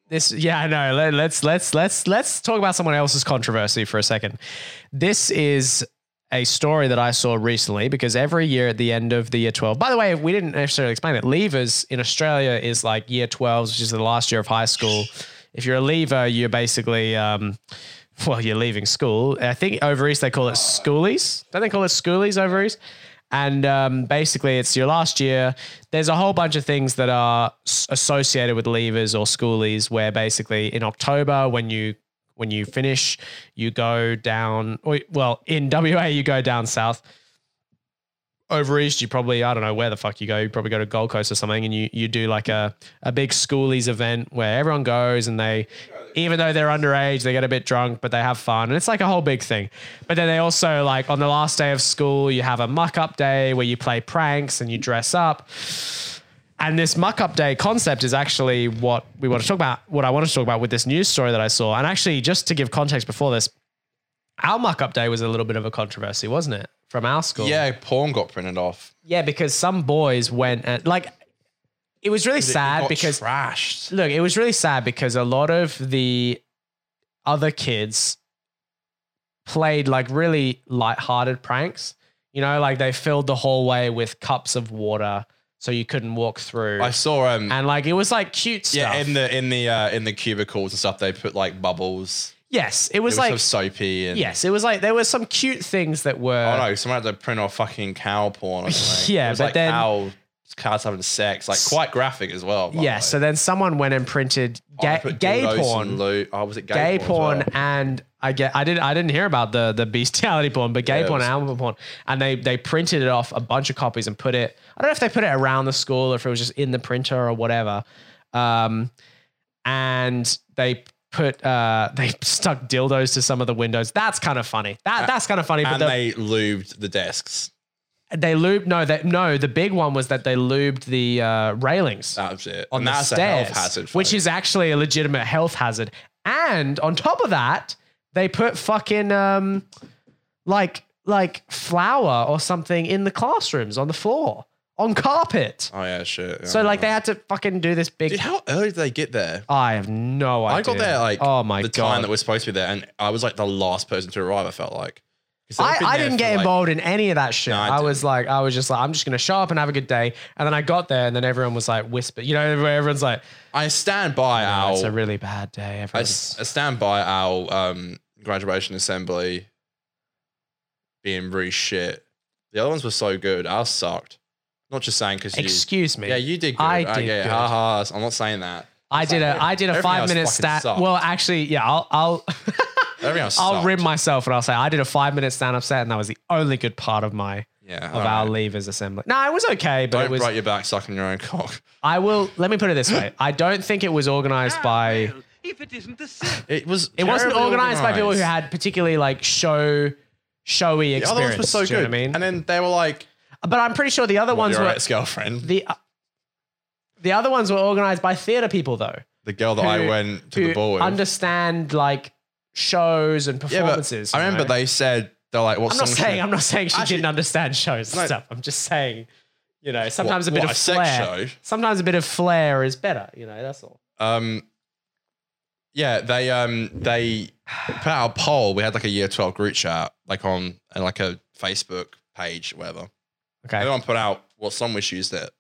Speaker 2: this yeah I know Let, let's let's let's let's talk about someone else's controversy for a second. This is a story that I saw recently because every year at the end of the year 12. By the way, we didn't necessarily explain it. Leavers in Australia is like year 12s, which is the last year of high school. If you're a leaver, you're basically um well, you're leaving school. I think over east they call it schoolies. Don't they call it schoolies over east? And um, basically, it's your last year. There's a whole bunch of things that are s- associated with leavers or schoolies, where basically in October when you when you finish, you go down. Or, well, in WA you go down south. Over east, you probably I don't know where the fuck you go. You probably go to Gold Coast or something, and you you do like a a big schoolies event where everyone goes and they, even though they're underage, they get a bit drunk, but they have fun, and it's like a whole big thing. But then they also like on the last day of school, you have a muck up day where you play pranks and you dress up. And this muck up day concept is actually what we want to talk about, what I wanted to talk about with this news story that I saw. And actually, just to give context before this, our muck up day was a little bit of a controversy, wasn't it? From our school.
Speaker 1: Yeah, porn got printed off.
Speaker 2: Yeah, because some boys went and like it was really sad
Speaker 1: got
Speaker 2: because
Speaker 1: trashed.
Speaker 2: look, it was really sad because a lot of the other kids played like really light-hearted pranks. You know, like they filled the hallway with cups of water so you couldn't walk through.
Speaker 1: I saw um
Speaker 2: and like it was like cute
Speaker 1: yeah
Speaker 2: stuff.
Speaker 1: in the in the uh, in the cubicles and stuff they put like bubbles.
Speaker 2: yes, it
Speaker 1: It
Speaker 2: was,
Speaker 1: was,
Speaker 2: like
Speaker 1: sort of soapy and
Speaker 2: yes, it was like there were some cute things that were
Speaker 1: Oh no, someone had to print off fucking cow porn or something.
Speaker 2: Yeah,
Speaker 1: It was
Speaker 2: but
Speaker 1: like
Speaker 2: then-
Speaker 1: cow cows having sex, like quite graphic as well. by the
Speaker 2: yeah,
Speaker 1: way.
Speaker 2: so then someone went and printed
Speaker 1: Oh, they
Speaker 2: ga-
Speaker 1: put
Speaker 2: gay
Speaker 1: dildos and
Speaker 2: porn.
Speaker 1: Lo- oh, was it gay,
Speaker 2: gay porn,
Speaker 1: porn? as well?
Speaker 2: and I get I didn't I didn't hear about the the bestiality porn, but gay
Speaker 1: Yeah, it
Speaker 2: porn
Speaker 1: was-
Speaker 2: and animal porn, and they they printed it off a bunch of copies and put it. I don't know if they put it around the school or if it was just in the printer or whatever. Um, and they put uh they stuck dildos to some of the windows. That's kind of funny. That that's kind of funny. But
Speaker 1: And
Speaker 2: the,
Speaker 1: they lubed the desks.
Speaker 2: they lubed no that no the big one was that they lubed the uh, railings
Speaker 1: That was it.
Speaker 2: on
Speaker 1: and
Speaker 2: the
Speaker 1: that's
Speaker 2: stairs,
Speaker 1: a health hazard.
Speaker 2: which is actually a legitimate health hazard. And on top of that, they put fucking um, like like flour or something in the classrooms on the floor on carpet.
Speaker 1: Oh yeah, shit.
Speaker 2: So like they had to fucking do this big.
Speaker 1: Dude, how early did they get there?
Speaker 2: I have no idea.
Speaker 1: I got there like
Speaker 2: oh my
Speaker 1: the
Speaker 2: god.
Speaker 1: time that we're supposed to be there, and I was like the last person to arrive. I felt like 'Cause
Speaker 2: I,
Speaker 1: they've been
Speaker 2: I
Speaker 1: there for,
Speaker 2: didn't get
Speaker 1: like-
Speaker 2: involved in any of that shit.
Speaker 1: No, I
Speaker 2: I, was
Speaker 1: didn't.
Speaker 2: like, I was just like, I'm just gonna show up and have a good day. And then I got there, and then everyone was like, whisper, you know, everyone's like,
Speaker 1: I stand by
Speaker 2: oh,
Speaker 1: our.
Speaker 2: it's a really bad day.
Speaker 1: I,
Speaker 2: Everyone's,
Speaker 1: s- I stand by our um, graduation assembly being really shit. The other ones were so good. Ours sucked. Not just saying because you.
Speaker 2: Excuse me.
Speaker 1: yeah, you did good.
Speaker 2: I
Speaker 1: okay,
Speaker 2: did good.
Speaker 1: Ha ha. I'm not saying that.
Speaker 2: I did a I did a
Speaker 1: Everything
Speaker 2: five
Speaker 1: else
Speaker 2: minute
Speaker 1: fucking
Speaker 2: stat.
Speaker 1: sucked.
Speaker 2: Well, actually, yeah, I'll I'll
Speaker 1: Everything else.
Speaker 2: I'll
Speaker 1: sucked.
Speaker 2: rim myself and I'll say I did a five minute stand up set and that was the only good part of my
Speaker 1: Yeah.
Speaker 2: of
Speaker 1: all
Speaker 2: our
Speaker 1: right.
Speaker 2: levers assembly. No, it was okay, but
Speaker 1: Don't
Speaker 2: it was
Speaker 1: break your back sucking your own cock.
Speaker 2: I will let me put it this way. I don't think it was organized by
Speaker 3: Well, if it isn't the sick.
Speaker 1: It was.
Speaker 2: it wasn't
Speaker 1: Ah, terribly
Speaker 2: organized by people who
Speaker 1: organised.
Speaker 2: had particularly like show showy
Speaker 1: The other
Speaker 2: experience.
Speaker 1: ones were so
Speaker 2: do you know
Speaker 1: good.
Speaker 2: what I mean?
Speaker 1: And then they were like,
Speaker 2: but I'm pretty sure the other
Speaker 1: one's
Speaker 2: ones
Speaker 1: your
Speaker 2: were
Speaker 1: ex girlfriend,
Speaker 2: the the other ones were organized by theater people though.
Speaker 1: the girl that I
Speaker 2: who-
Speaker 1: went to
Speaker 2: who
Speaker 1: the ball with.
Speaker 2: understand like shows and
Speaker 1: yeah, but
Speaker 2: performances.
Speaker 1: I
Speaker 2: you
Speaker 1: remember
Speaker 2: know?
Speaker 1: they said they're like, "What song?"
Speaker 2: I'm not
Speaker 1: should
Speaker 2: saying
Speaker 1: we-
Speaker 2: I'm not saying she
Speaker 1: Actually-
Speaker 2: didn't understand shows and
Speaker 1: No.
Speaker 2: stuff. I'm just saying, you know, sometimes a bit
Speaker 1: what,
Speaker 2: of
Speaker 1: a sex
Speaker 2: flair.
Speaker 1: show?
Speaker 2: Sometimes a bit of flair is better. You know, that's all.
Speaker 1: Um, yeah, they um they put out a poll. We had like a year twelve group chat, like on and like a Facebook page, whatever.
Speaker 2: Okay.
Speaker 1: Everyone put out what song we should use that.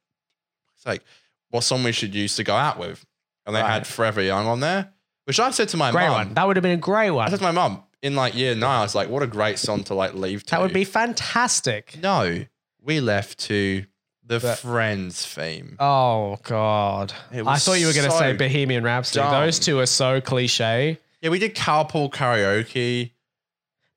Speaker 1: It's like what song we should use to go out with, and they
Speaker 2: Right.
Speaker 1: had Forever Young on there, which I said to my
Speaker 2: Great
Speaker 1: mum.
Speaker 2: one. That would have been a great
Speaker 1: I
Speaker 2: one.
Speaker 1: said to my mum in like year nine, I was like, "What a great song to like leave to."
Speaker 2: That would be fantastic.
Speaker 1: no. We left to the
Speaker 2: But-
Speaker 1: Friends theme.
Speaker 2: Oh God!
Speaker 1: It
Speaker 2: I
Speaker 1: was
Speaker 2: thought you were going to
Speaker 1: so
Speaker 2: say Bohemian Rhapsody.
Speaker 1: dumb.
Speaker 2: Those two are so cliche.
Speaker 1: Yeah, we did carpool karaoke.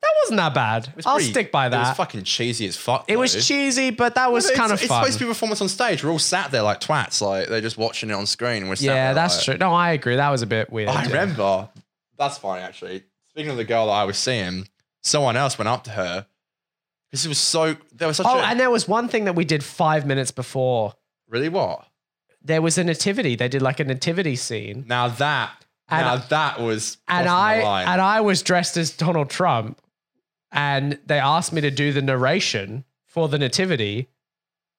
Speaker 2: That wasn't that bad.
Speaker 1: It was
Speaker 2: I'll
Speaker 1: pretty-
Speaker 2: stick by
Speaker 1: It
Speaker 2: that.
Speaker 1: was fucking cheesy as fuck.
Speaker 2: It was,
Speaker 1: though.
Speaker 2: cheesy, but that was
Speaker 1: It's-
Speaker 2: kind of
Speaker 1: it's
Speaker 2: fun.
Speaker 1: supposed to be a performance on stage. We're all sat there like twats, like they're just watching it on screen. We're sat
Speaker 2: yeah,
Speaker 1: there
Speaker 2: that's
Speaker 1: like-
Speaker 2: true. No, I agree. That was a bit weird.
Speaker 1: I remember. That's funny actually. Speaking of the girl that I was seeing, someone else went up to her because it was so. There was such
Speaker 2: Oh,
Speaker 1: a
Speaker 2: and there was one thing that we did five minutes before.
Speaker 1: really what?
Speaker 2: There was a nativity. They did like a nativity scene,
Speaker 1: Now that
Speaker 2: And-
Speaker 1: now that was
Speaker 2: and
Speaker 1: crossing
Speaker 2: I
Speaker 1: the line.
Speaker 2: and I was dressed as Donald Trump, and they asked me to do the narration for the nativity,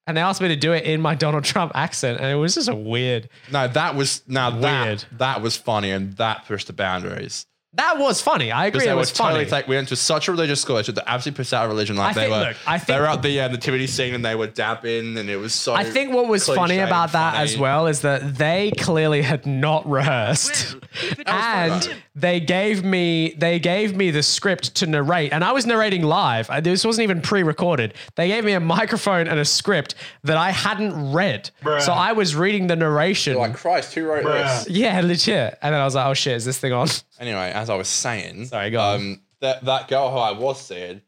Speaker 2: and they asked me to do it in my Donald Trump accent, and it was just a weird.
Speaker 1: no that was now
Speaker 2: Weird.
Speaker 1: that that was funny and that pushed the boundaries.
Speaker 2: That was funny. I agree.
Speaker 1: Because they
Speaker 2: It
Speaker 1: were
Speaker 2: was funny.
Speaker 1: totally take, we went to such a religious school. They took the absolute piss out of religion. Like
Speaker 2: I
Speaker 1: they
Speaker 2: think-
Speaker 1: were,
Speaker 2: look, I
Speaker 1: they
Speaker 2: think-
Speaker 1: were at the uh, nativity scene and they were dabbing, and it was so.
Speaker 2: I think what was
Speaker 1: cliche
Speaker 2: funny
Speaker 1: and
Speaker 2: about that
Speaker 1: funny.
Speaker 2: as well is that they clearly had not rehearsed.
Speaker 3: Well, if it
Speaker 2: and
Speaker 3: isn't the sick.
Speaker 2: they gave me they gave me the script to narrate and i was narrating live I- this wasn't even pre-recorded they gave me a microphone and a script that i hadn't read so i was reading the narration
Speaker 1: like Christ, who wrote this?
Speaker 2: yeah legit and then i was like oh shit is this thing on
Speaker 1: Anyway, as I was saying,
Speaker 2: Sorry, go on.
Speaker 1: um, that that girl who I was seeing,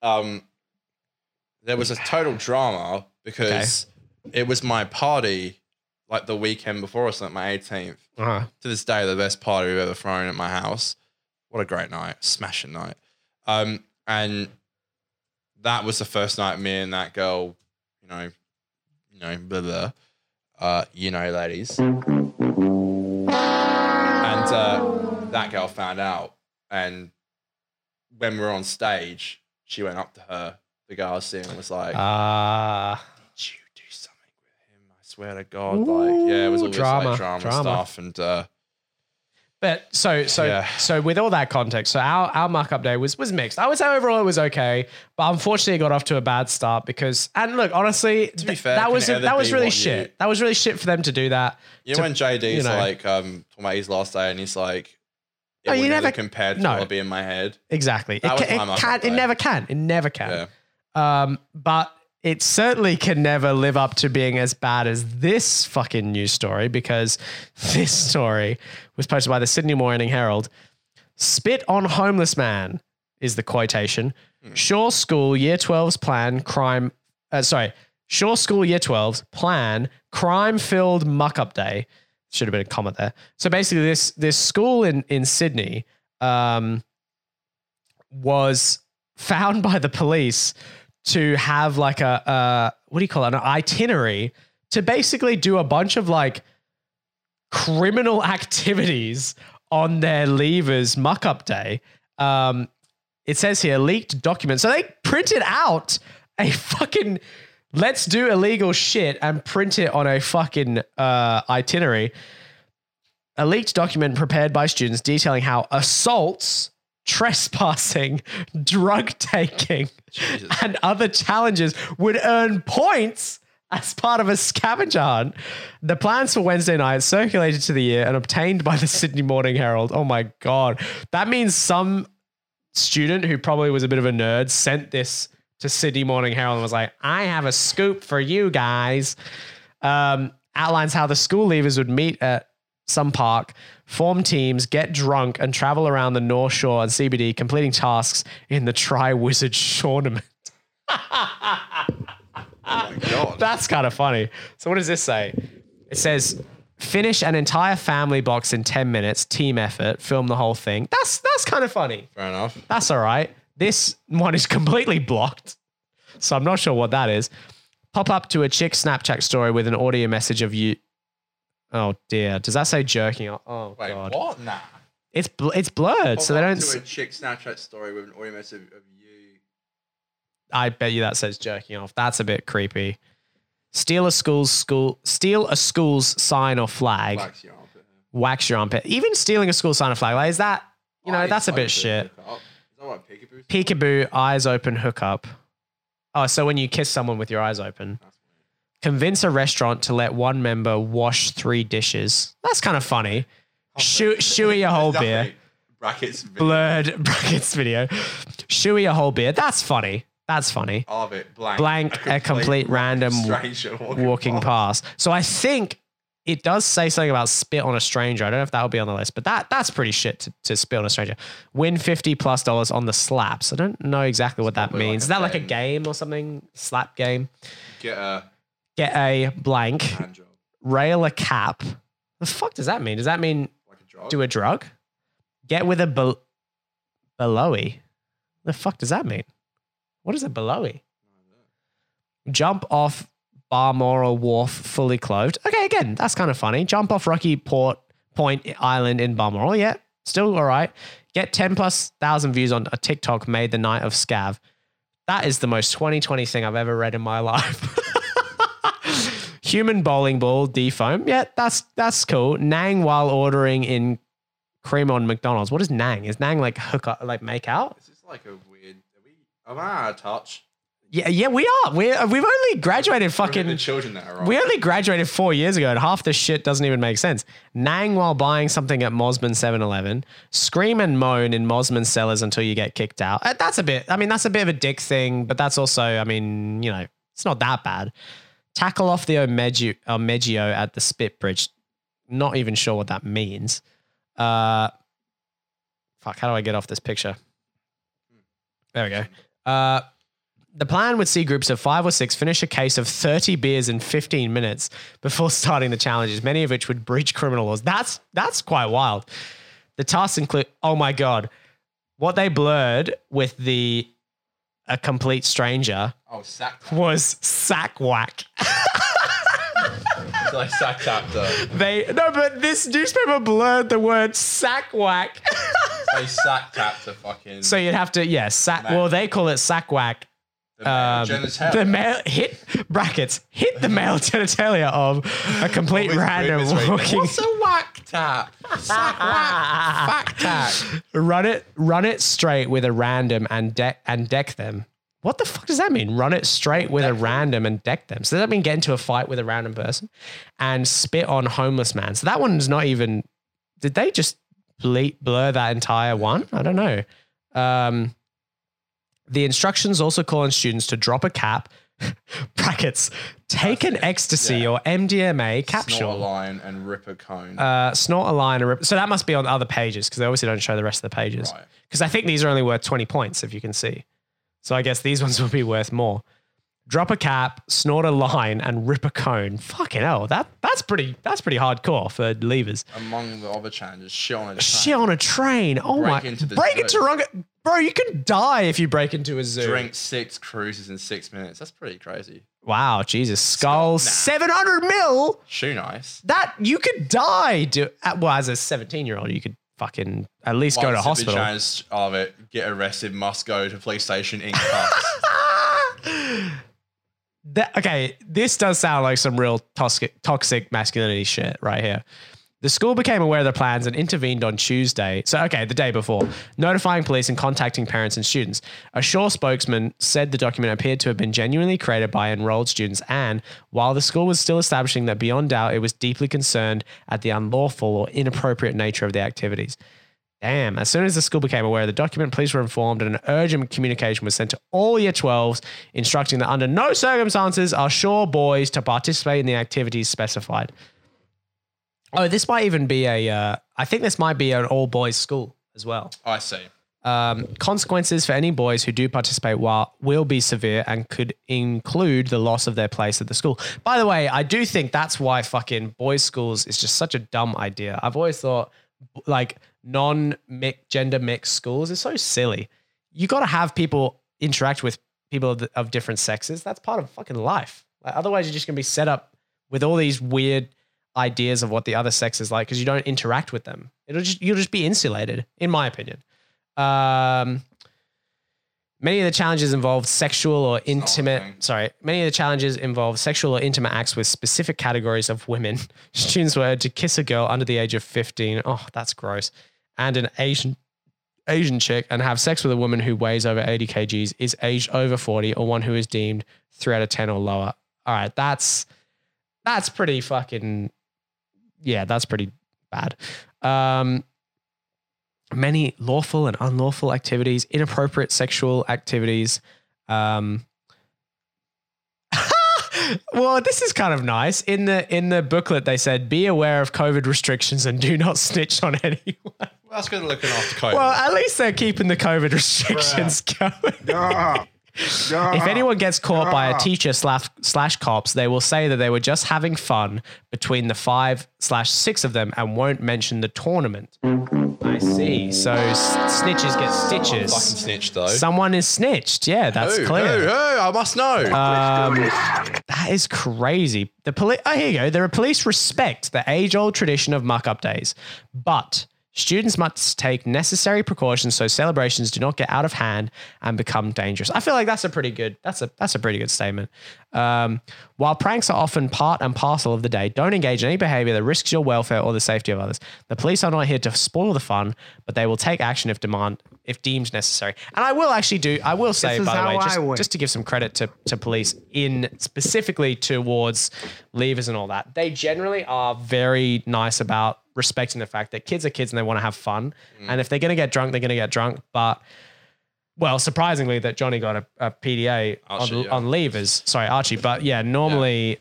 Speaker 1: um, there was a total drama because it was my party, like the weekend before or something, my 18th.
Speaker 2: uh-huh.
Speaker 1: to this day the best party we've ever thrown at my house. What a great night, smashing night. Um, and that was the first night me and that girl, you know, you know, blah blah, uh, you know, ladies. And uh, that girl found out, and when we were on stage, she went up to her, the girl I was seeing, and was like,
Speaker 2: uh,
Speaker 1: did you do something with him? I swear to God, like yeah, it was
Speaker 2: Ooh,
Speaker 1: all this
Speaker 2: drama,
Speaker 1: like, drama,
Speaker 2: drama.
Speaker 1: stuff, and uh,
Speaker 2: but so so
Speaker 1: Yeah.
Speaker 2: so with all that context so our our markup day was was mixed i would say overall it was okay but unfortunately it got off to a bad start because and look honestly
Speaker 1: be
Speaker 2: th-
Speaker 1: fair,
Speaker 2: that
Speaker 1: can
Speaker 2: was
Speaker 1: it
Speaker 2: a,
Speaker 1: ever
Speaker 2: that was
Speaker 1: be
Speaker 2: really
Speaker 1: what you-
Speaker 2: shit that was really shit for them to do that
Speaker 1: You know
Speaker 2: to-
Speaker 1: when JD's
Speaker 2: you know.
Speaker 1: like um talking about his last day and he's like it
Speaker 2: No,
Speaker 1: will
Speaker 2: you
Speaker 1: never,
Speaker 2: never-
Speaker 1: compare to
Speaker 2: no.
Speaker 1: what will be in my head.
Speaker 2: Exactly. It,
Speaker 1: That was
Speaker 2: ca-
Speaker 1: my
Speaker 2: it
Speaker 1: markup
Speaker 2: can. It
Speaker 1: day.
Speaker 2: never can. It never can.
Speaker 1: Yeah.
Speaker 2: Um, but it certainly can never live up to being as bad as this fucking news story because this story was posted by the Sydney Morning Herald. Spit on homeless man is the quotation. Shaw School Year 12's plan crime. Uh, sorry, Shaw School Year 12's plan crime filled muck up day. Should have been a comment there. So basically, this this school in in Sydney. Um, was found by the police to have like a uh, what do you call it an itinerary to basically do a bunch of like criminal activities on their leavers muck up day um, it says here leaked documents so they printed out a fucking let's do illegal shit and print it on a fucking uh, itinerary a leaked document prepared by students detailing how assaults, trespassing, drug taking, and other challenges would earn points as part of a scavenger hunt. The plans for Wednesday night circulated to the year and obtained by the Sydney Morning Herald. Oh my God. That means some student who probably was a bit of a nerd sent this to Sydney Morning Herald and was like, I have a scoop for you guys. Um, outlines how the school leavers would meet at some park, form teams, get drunk, and travel around the North Shore and CBD, completing tasks in the Tri Wizard tournament.
Speaker 4: oh God.
Speaker 2: That's kind of funny. So, what does this say? It says, finish an entire family box in 10 minutes, team effort, film the whole thing. That's that's kind of funny.
Speaker 4: Fair enough.
Speaker 2: That's all right. This one is completely blocked. So I'm not sure what that is. Pop up to a chick Snapchat story with an audio message of you. Oh dear. Does that say jerking? off? Oh
Speaker 4: Wait,
Speaker 2: god.
Speaker 4: what? Nah.
Speaker 2: It's bl- it's blurred, so they don't.
Speaker 4: do
Speaker 2: s-
Speaker 4: a chick Snapchat story with an audio message of you.
Speaker 2: I bet you that says jerking off. That's a bit creepy. Steal a school's school. Steal a school's sign or flag.
Speaker 4: Flags your armpit.
Speaker 2: Wax your armpit. Even stealing a school sign or flag. Like, is that? You know,
Speaker 4: Eyes
Speaker 2: that's a
Speaker 4: open,
Speaker 2: bit shit.
Speaker 4: look up. Is that what peekaboo?
Speaker 2: Peekaboo, eyes open, hookup. Oh, so when you kiss someone with your eyes open.
Speaker 4: That's
Speaker 2: Convince a restaurant to let one member wash three dishes. That's kind of funny. Shoo, shooey a whole Oh, beer.
Speaker 4: Definitely Brackets. Blur.
Speaker 2: Blurred brackets video. Shooey a whole beer. That's funny. That's funny.
Speaker 4: Of it. Blank.
Speaker 2: Blank, a complete random
Speaker 4: stranger walking,
Speaker 2: walking
Speaker 4: past.
Speaker 2: past. So I think it does say something about spit on a stranger. I don't know if that will be on the list, but that that's pretty shit to, to spit on a stranger. Win fifty plus dollars on the slaps. I don't know exactly what that
Speaker 4: probably like
Speaker 2: means.
Speaker 4: a
Speaker 2: Is that like a game or something? Slap game.
Speaker 4: Get a
Speaker 2: Get a blank.
Speaker 4: hand job.
Speaker 2: Rail a cap. The fuck does that mean? Does that mean
Speaker 4: Like a drug.
Speaker 2: do a drug? Get with a bel- belowy. The fuck does that mean? What is a belowy? Jump off Balmoral Wharf fully clothed. Okay, again, that's kind of funny. Jump off Rocky Port Point Island in Balmoral. Yeah, still all right. Get 10 plus thousand views on a TikTok made the night of Scav. That is the most 2020 thing I've ever read in my life. Human bowling ball defoam. Yeah, that's that's cool. Nang while ordering in cream on McDonald's. What is Nang? Is Nang like hook up, like make out?
Speaker 4: This is like a weird. Are we? Am I out of touch?
Speaker 2: Yeah, yeah, we are. We're we've only graduated
Speaker 4: Look at
Speaker 2: fucking
Speaker 4: the children that are.
Speaker 2: We
Speaker 4: on.
Speaker 2: only graduated four years ago, and half this shit doesn't even make sense. Nang while buying something at Mosman 7 Eleven. Scream and moan in Mosman cellars until you get kicked out. Uh, That's a bit, I mean, that's a bit of a dick thing, but that's also, I mean, you know, it's not that bad. Tackle off the Omeggio, Omeggio at the Spit Bridge. Not even sure what that means. Uh, fuck, how do I get off this picture? There we go. Uh, the plan would see groups of five or six finish a case of 30 beers in 15 minutes before starting the challenges, many of which would breach criminal laws. That's that's quite wild. The tasks include oh my god, what they blurred with the a complete stranger
Speaker 4: Oh, sack.
Speaker 2: was sack whack.
Speaker 4: It's like sack chapter.
Speaker 2: They no, but this newspaper blurred the word sack whack.
Speaker 4: They sack chapter. Fucking.
Speaker 2: so you'd have to yeah, sack. Well, they call it sack whack.
Speaker 4: the
Speaker 2: um,
Speaker 4: genitalia.
Speaker 2: the male hit brackets hit the male genitalia of a complete
Speaker 4: Always
Speaker 2: random
Speaker 4: grimace right there.
Speaker 2: walking.
Speaker 4: What's a whack tap? Sack whack. Fact tap.
Speaker 2: run it, run it straight with a random and deck and deck them. What the fuck does that mean? Run it straight with a random and deck them. So does that mean get into a fight with a random person and spit on homeless man? So that one's not even. Did they just bleep blur that entire one? I don't know. Um, the instructions also call on students to drop a cap, brackets, take an ecstasy
Speaker 4: Yeah.
Speaker 2: or
Speaker 4: Snort a
Speaker 2: MDMA capsule,
Speaker 4: line and rip a cone.
Speaker 2: uh, snort a line, and rip. So that must be on other pages because they obviously don't show the rest of the pages.
Speaker 4: right.
Speaker 2: Because I think these are only worth 20 points, if you can see. So I guess these ones will be worth more. Drop a cap, snort a line, and rip a cone. Fucking hell, that that's pretty that's pretty hardcore for levers.
Speaker 4: Among the other challenges, shit on a
Speaker 2: Shit on a train. Oh
Speaker 4: Break
Speaker 2: my!
Speaker 4: into the
Speaker 2: break
Speaker 4: zoo.
Speaker 2: into wrong, bro. You can die if you break into a zoo.
Speaker 4: Drink six cruises in six minutes. That's pretty crazy.
Speaker 2: Wow, Jesus, skull
Speaker 4: Nah.
Speaker 2: 700 mil.
Speaker 4: Shoe nice.
Speaker 2: That you could die. Do uh, well as a 17 year old, you could fucking at least go to hospital.
Speaker 4: Chance of it. Get arrested. Must go to police station in cuffs.
Speaker 2: That- okay, this does sound like some real toxic, toxic masculinity shit right here. The school became aware of the plans and intervened on Tuesday. So, okay, the day before, notifying police and contacting parents and students. A Shaw spokesman said the document appeared to have been genuinely created by enrolled students. And while the school was still establishing that beyond doubt, it was deeply concerned at the unlawful or inappropriate nature of the activities. Damn. As soon as the school became aware of the document, police were informed and an urgent communication was sent to all year 12s instructing that under no circumstances are sure boys to participate in the activities specified. Oh, this might even be a, uh, I think this might be an all boys school as well.
Speaker 1: I see.
Speaker 2: Um, consequences for any boys who do participate while will be severe and could include the loss of their place at the school. By the way, I do think that's why fucking boys' schools is just such a dumb idea. I've always thought like non gender mixed schools is so silly. You got to have people interact with people of, of different sexes. That's part of fucking life. Like, otherwise, you're just gonna be set up with all these weird ideas of what the other sex is like because you don't interact with them. It'll just you'll just be insulated, in my opinion. Um, many of the challenges involved sexual or intimate.
Speaker 1: thing.
Speaker 2: sorry, many of the challenges involved sexual or intimate acts with specific categories of women. Students were to kiss a girl under the age of fifteen. Oh, that's gross. And an Asian Asian chick and have sex with a woman who weighs over 80 kgs, is aged over 40, or one who is deemed three out of 10 or lower. All right, that's that's pretty fucking yeah, that's pretty bad. Um, many lawful and unlawful activities, inappropriate sexual activities. Um, well, this is kind of nice. In the in the booklet, they said, "Be aware of COVID restrictions and do not snitch on anyone."
Speaker 1: Well, that's good looking after COVID.
Speaker 2: Well, at least they're keeping the COVID restrictions going. If anyone gets caught by a teacher slash, slash cops, they will say that they were just having fun between the five slash six of them and won't mention the tournament. I see. So s- snitches get
Speaker 1: Fucking
Speaker 2: stitches.
Speaker 1: snitch though.
Speaker 2: Someone is snitched. Yeah, that's
Speaker 1: Who? Who?
Speaker 2: clear. Uh,
Speaker 1: Who? I must know.
Speaker 2: That is crazy. The police. Oh, here you go. The police respect the age-old tradition of muck-up days, but students must take necessary precautions so celebrations do not get out of hand and become dangerous. I feel like that's a pretty good. That's a that's a pretty good statement. Um, while pranks are often part and parcel of the day, don't engage in any behavior that risks your welfare or the safety of others. The police are not here to spoil the fun, but they will take action if demand if deemed necessary. And I will actually do. I will say
Speaker 5: This is
Speaker 2: by the
Speaker 5: how
Speaker 2: way,
Speaker 5: I
Speaker 2: just,
Speaker 5: would.
Speaker 2: just to give some credit to to police in specifically towards leavers and all that, they generally are very nice about respecting the fact that kids are kids and they want to have fun. And if they're going to get drunk, they're going to get drunk. But well, surprisingly, that Johnny got a, a PDA
Speaker 1: Archie,
Speaker 2: on,
Speaker 1: yeah.
Speaker 2: on leavers. Sorry, Archie. But yeah, normally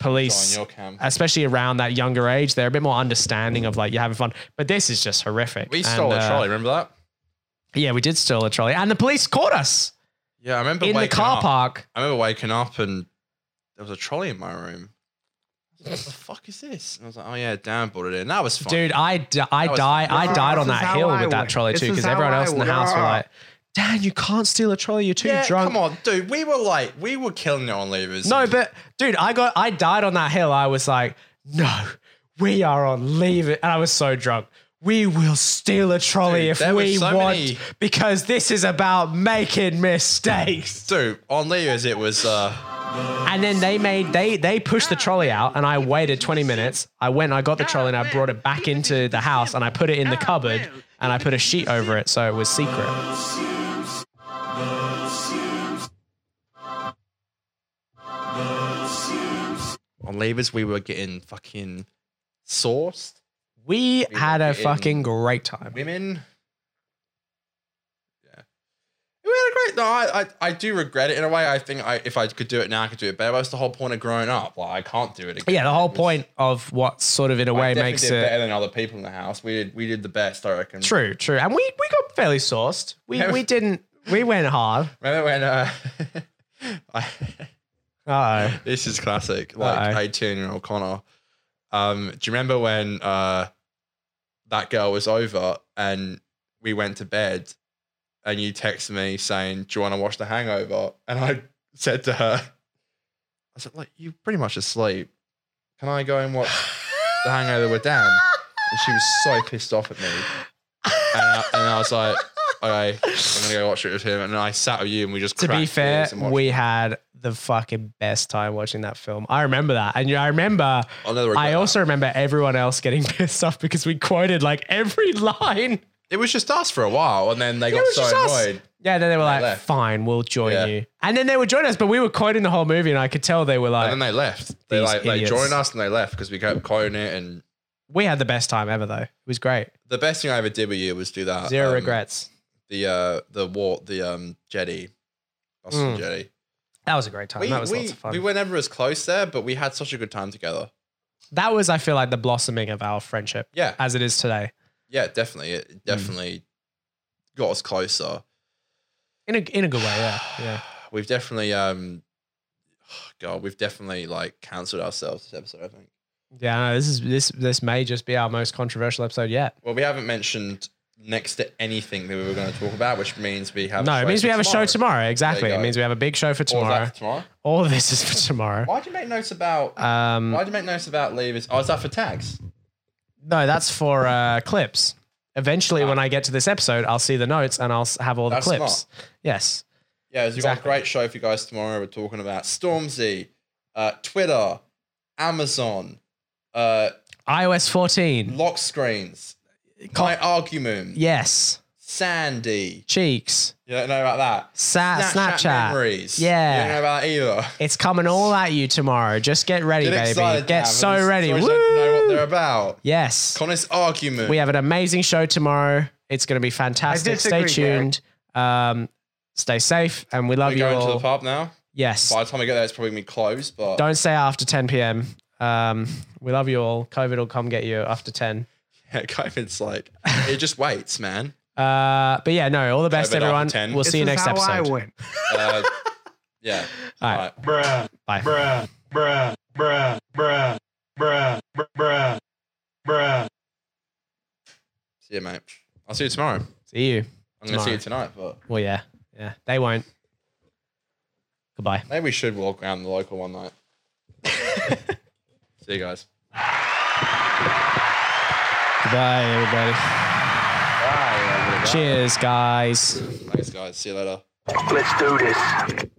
Speaker 1: on
Speaker 2: police,
Speaker 1: your cam.
Speaker 2: especially around that younger age, they're a bit more understanding of like you're having fun. But this is just horrific.
Speaker 1: We
Speaker 2: And,
Speaker 1: stole a
Speaker 2: uh,
Speaker 1: trolley. Remember that?
Speaker 2: yeah, we did steal a trolley, and the police caught us
Speaker 1: Yeah, I remember
Speaker 2: in the
Speaker 1: waking
Speaker 2: car
Speaker 1: up.
Speaker 2: park.
Speaker 1: I remember waking up and there was a trolley in my room. I was like, what the fuck is this? And I was like, oh yeah, Dan brought it in. That was fun.
Speaker 2: Dude, I, di- I
Speaker 1: That was-
Speaker 2: died. I
Speaker 5: This
Speaker 2: died
Speaker 5: is
Speaker 2: on that
Speaker 5: how
Speaker 2: hill
Speaker 5: I
Speaker 2: with that
Speaker 5: would.
Speaker 2: trolley
Speaker 5: This
Speaker 2: too,
Speaker 5: is
Speaker 2: because
Speaker 5: how
Speaker 2: everyone
Speaker 5: I
Speaker 2: else in the
Speaker 5: would.
Speaker 2: house were like, "Dan, you can't steal a trolley. You're too
Speaker 1: Ah. yeah,
Speaker 2: drunk."
Speaker 1: come on, dude. We were like, we were killing it on levers.
Speaker 2: No,
Speaker 1: And
Speaker 2: but dude, I got I died on that hill. I was like, no, we are on leave it, and I was so drunk. We will steal a trolley
Speaker 1: Dude,
Speaker 2: if
Speaker 1: there were
Speaker 2: we
Speaker 1: so
Speaker 2: want
Speaker 1: many-
Speaker 2: because this is about making mistakes.
Speaker 1: dude, on levers it was. uh
Speaker 2: And then they made they they pushed the trolley out, and I waited twenty minutes. I went, I got the trolley, and I brought it back into the house, and I put it in the cupboard, and I put a sheet over it so it was secret.
Speaker 1: On levers, we were getting fucking sourced.
Speaker 2: We had a
Speaker 1: it in.
Speaker 2: fucking great time.
Speaker 1: Women. Yeah. We had a great. No, I, I I do regret it in a way. I think I if I could do it now, I could do it better. But that's the whole point of growing up. Like I can't do it again.
Speaker 2: Yeah, the whole
Speaker 1: It was-
Speaker 2: point of what sort of in a
Speaker 1: I
Speaker 2: way
Speaker 1: definitely
Speaker 2: makes
Speaker 1: did
Speaker 2: it
Speaker 1: better than other people in the house. We did we did the best, I reckon.
Speaker 2: True, true. And we we got fairly sourced. We we didn't we went hard.
Speaker 1: Remember when uh, I,
Speaker 2: Oh.
Speaker 1: this is classic, like
Speaker 2: Uh-oh.
Speaker 1: eighteen year old Connor. Um, do you remember when uh, that girl was over and we went to bed, and you texted me saying, "Do you want to watch The Hangover?" And I said to her, "I said like you're pretty much asleep. Can I go and watch The Hangover with Dan?" And she was so pissed off at me, and I, and I was like. Okay, I'm gonna go watch it with him, and I sat with you, and we just
Speaker 2: To be
Speaker 1: cracked
Speaker 2: fair,
Speaker 1: beers and watched
Speaker 2: we had the fucking best time watching that film. I remember that. And I remember
Speaker 1: I'll never regret
Speaker 2: I
Speaker 1: that.
Speaker 2: also remember everyone else getting pissed off because we quoted like every line.
Speaker 1: It was just us for a while, and then they got
Speaker 2: was
Speaker 1: so
Speaker 2: just us.
Speaker 1: annoyed.
Speaker 2: Yeah, then they were like,
Speaker 1: left.
Speaker 2: fine, we'll join
Speaker 1: Yeah.
Speaker 2: you. And then they would join us, but we were quoting the whole movie and I could tell they were like,
Speaker 1: And then they left. They
Speaker 2: These
Speaker 1: like
Speaker 2: idiots.
Speaker 1: they joined us and they left because we kept quoting it and
Speaker 2: We had the best time ever, though. It was great.
Speaker 1: The best thing I ever did with you was do that.
Speaker 2: Zero
Speaker 1: um,
Speaker 2: regrets.
Speaker 1: The uh, the war, the um, jetty, Boston
Speaker 2: Mm.
Speaker 1: jetty.
Speaker 2: That was a great time.
Speaker 1: We,
Speaker 2: that was
Speaker 1: we,
Speaker 2: lots of fun.
Speaker 1: we were never as close there, but we had such a good time together.
Speaker 2: that was, I feel like, the blossoming of our friendship
Speaker 1: Yeah,
Speaker 2: as it is today.
Speaker 1: yeah, definitely.
Speaker 2: Mm.
Speaker 1: It definitely got us closer.
Speaker 2: In a in a good way, yeah. Yeah.
Speaker 1: We've definitely, um, God, we've definitely like cancelled ourselves this episode. I think.
Speaker 2: Yeah, I know, this is this this may just be our most controversial episode yet.
Speaker 1: Well, we haven't mentioned next to anything that we were going to talk about, which means we have.
Speaker 2: no,
Speaker 1: a
Speaker 2: it
Speaker 1: show
Speaker 2: means we
Speaker 1: for
Speaker 2: have a show tomorrow. Exactly. It
Speaker 1: go.
Speaker 2: means we have a big show for
Speaker 1: Or is
Speaker 2: tomorrow.
Speaker 1: that for tomorrow.
Speaker 2: All of this is for tomorrow.
Speaker 1: Why'd you make notes about?
Speaker 2: Um,
Speaker 1: why'd you make notes about leavers? Oh, is that for tags?
Speaker 2: no, that's for uh, clips. Eventually, when I get to this episode, I'll see the notes and I'll s- have all the
Speaker 1: That's
Speaker 2: clips. Yes.
Speaker 1: Yeah, we've
Speaker 2: Exactly.
Speaker 1: got a great show for you guys tomorrow. We're talking about Stormzy, uh, Twitter, Amazon, uh,
Speaker 2: iOS 14.
Speaker 1: lock screens, my argument,
Speaker 2: Yes.
Speaker 1: Sandy.
Speaker 2: Cheeks.
Speaker 1: You don't know about that.
Speaker 2: Sa- Ah, Snapchat.
Speaker 1: memories.
Speaker 2: Yeah.
Speaker 1: you don't know about that either.
Speaker 2: It's coming all at you tomorrow. Just get ready,
Speaker 1: Get
Speaker 2: baby.
Speaker 1: excited,
Speaker 2: get
Speaker 1: Gavin.
Speaker 2: so
Speaker 1: It's-
Speaker 2: ready.
Speaker 1: so
Speaker 2: Woo!
Speaker 1: you don't know what they're about.
Speaker 2: yes.
Speaker 1: Connor's argument.
Speaker 2: We have an amazing show tomorrow. It's going to be fantastic. Stay
Speaker 5: disagree, Derek.
Speaker 2: tuned. Um, stay safe, and we love
Speaker 1: We're
Speaker 2: you
Speaker 1: going to the
Speaker 2: all.
Speaker 1: pub now.
Speaker 2: Yes.
Speaker 1: By the time we get there, it's probably gonna be closed. But
Speaker 2: Don't stay after 10 p.m. Um, we love you all. COVID will come get you after 10.
Speaker 1: yeah, COVID's like it just waits, man.
Speaker 2: Uh, but yeah, no, all the best,
Speaker 1: COVID after
Speaker 2: everyone.
Speaker 1: 10.
Speaker 2: We'll see you
Speaker 5: This
Speaker 2: next
Speaker 5: is how I
Speaker 2: episode.
Speaker 5: went.
Speaker 1: Uh, yeah.
Speaker 2: All
Speaker 1: All
Speaker 2: right.
Speaker 1: right.
Speaker 6: bruh,
Speaker 2: Bye.
Speaker 6: bruh, bruh, bruh, bruh, bruh, bruh, bruh.
Speaker 1: See you, mate. I'll see you tomorrow.
Speaker 2: See you.
Speaker 1: I'm gonna see you
Speaker 2: Tomorrow.
Speaker 1: tonight, but
Speaker 2: Well, yeah. Yeah. They won't. Goodbye.
Speaker 1: maybe we should walk around the local one night. see you guys.
Speaker 2: Goodbye, everybody.
Speaker 1: Bye. everybody.
Speaker 2: Cheers, guys.
Speaker 1: Thanks, guys. See you later.
Speaker 7: Let's do this.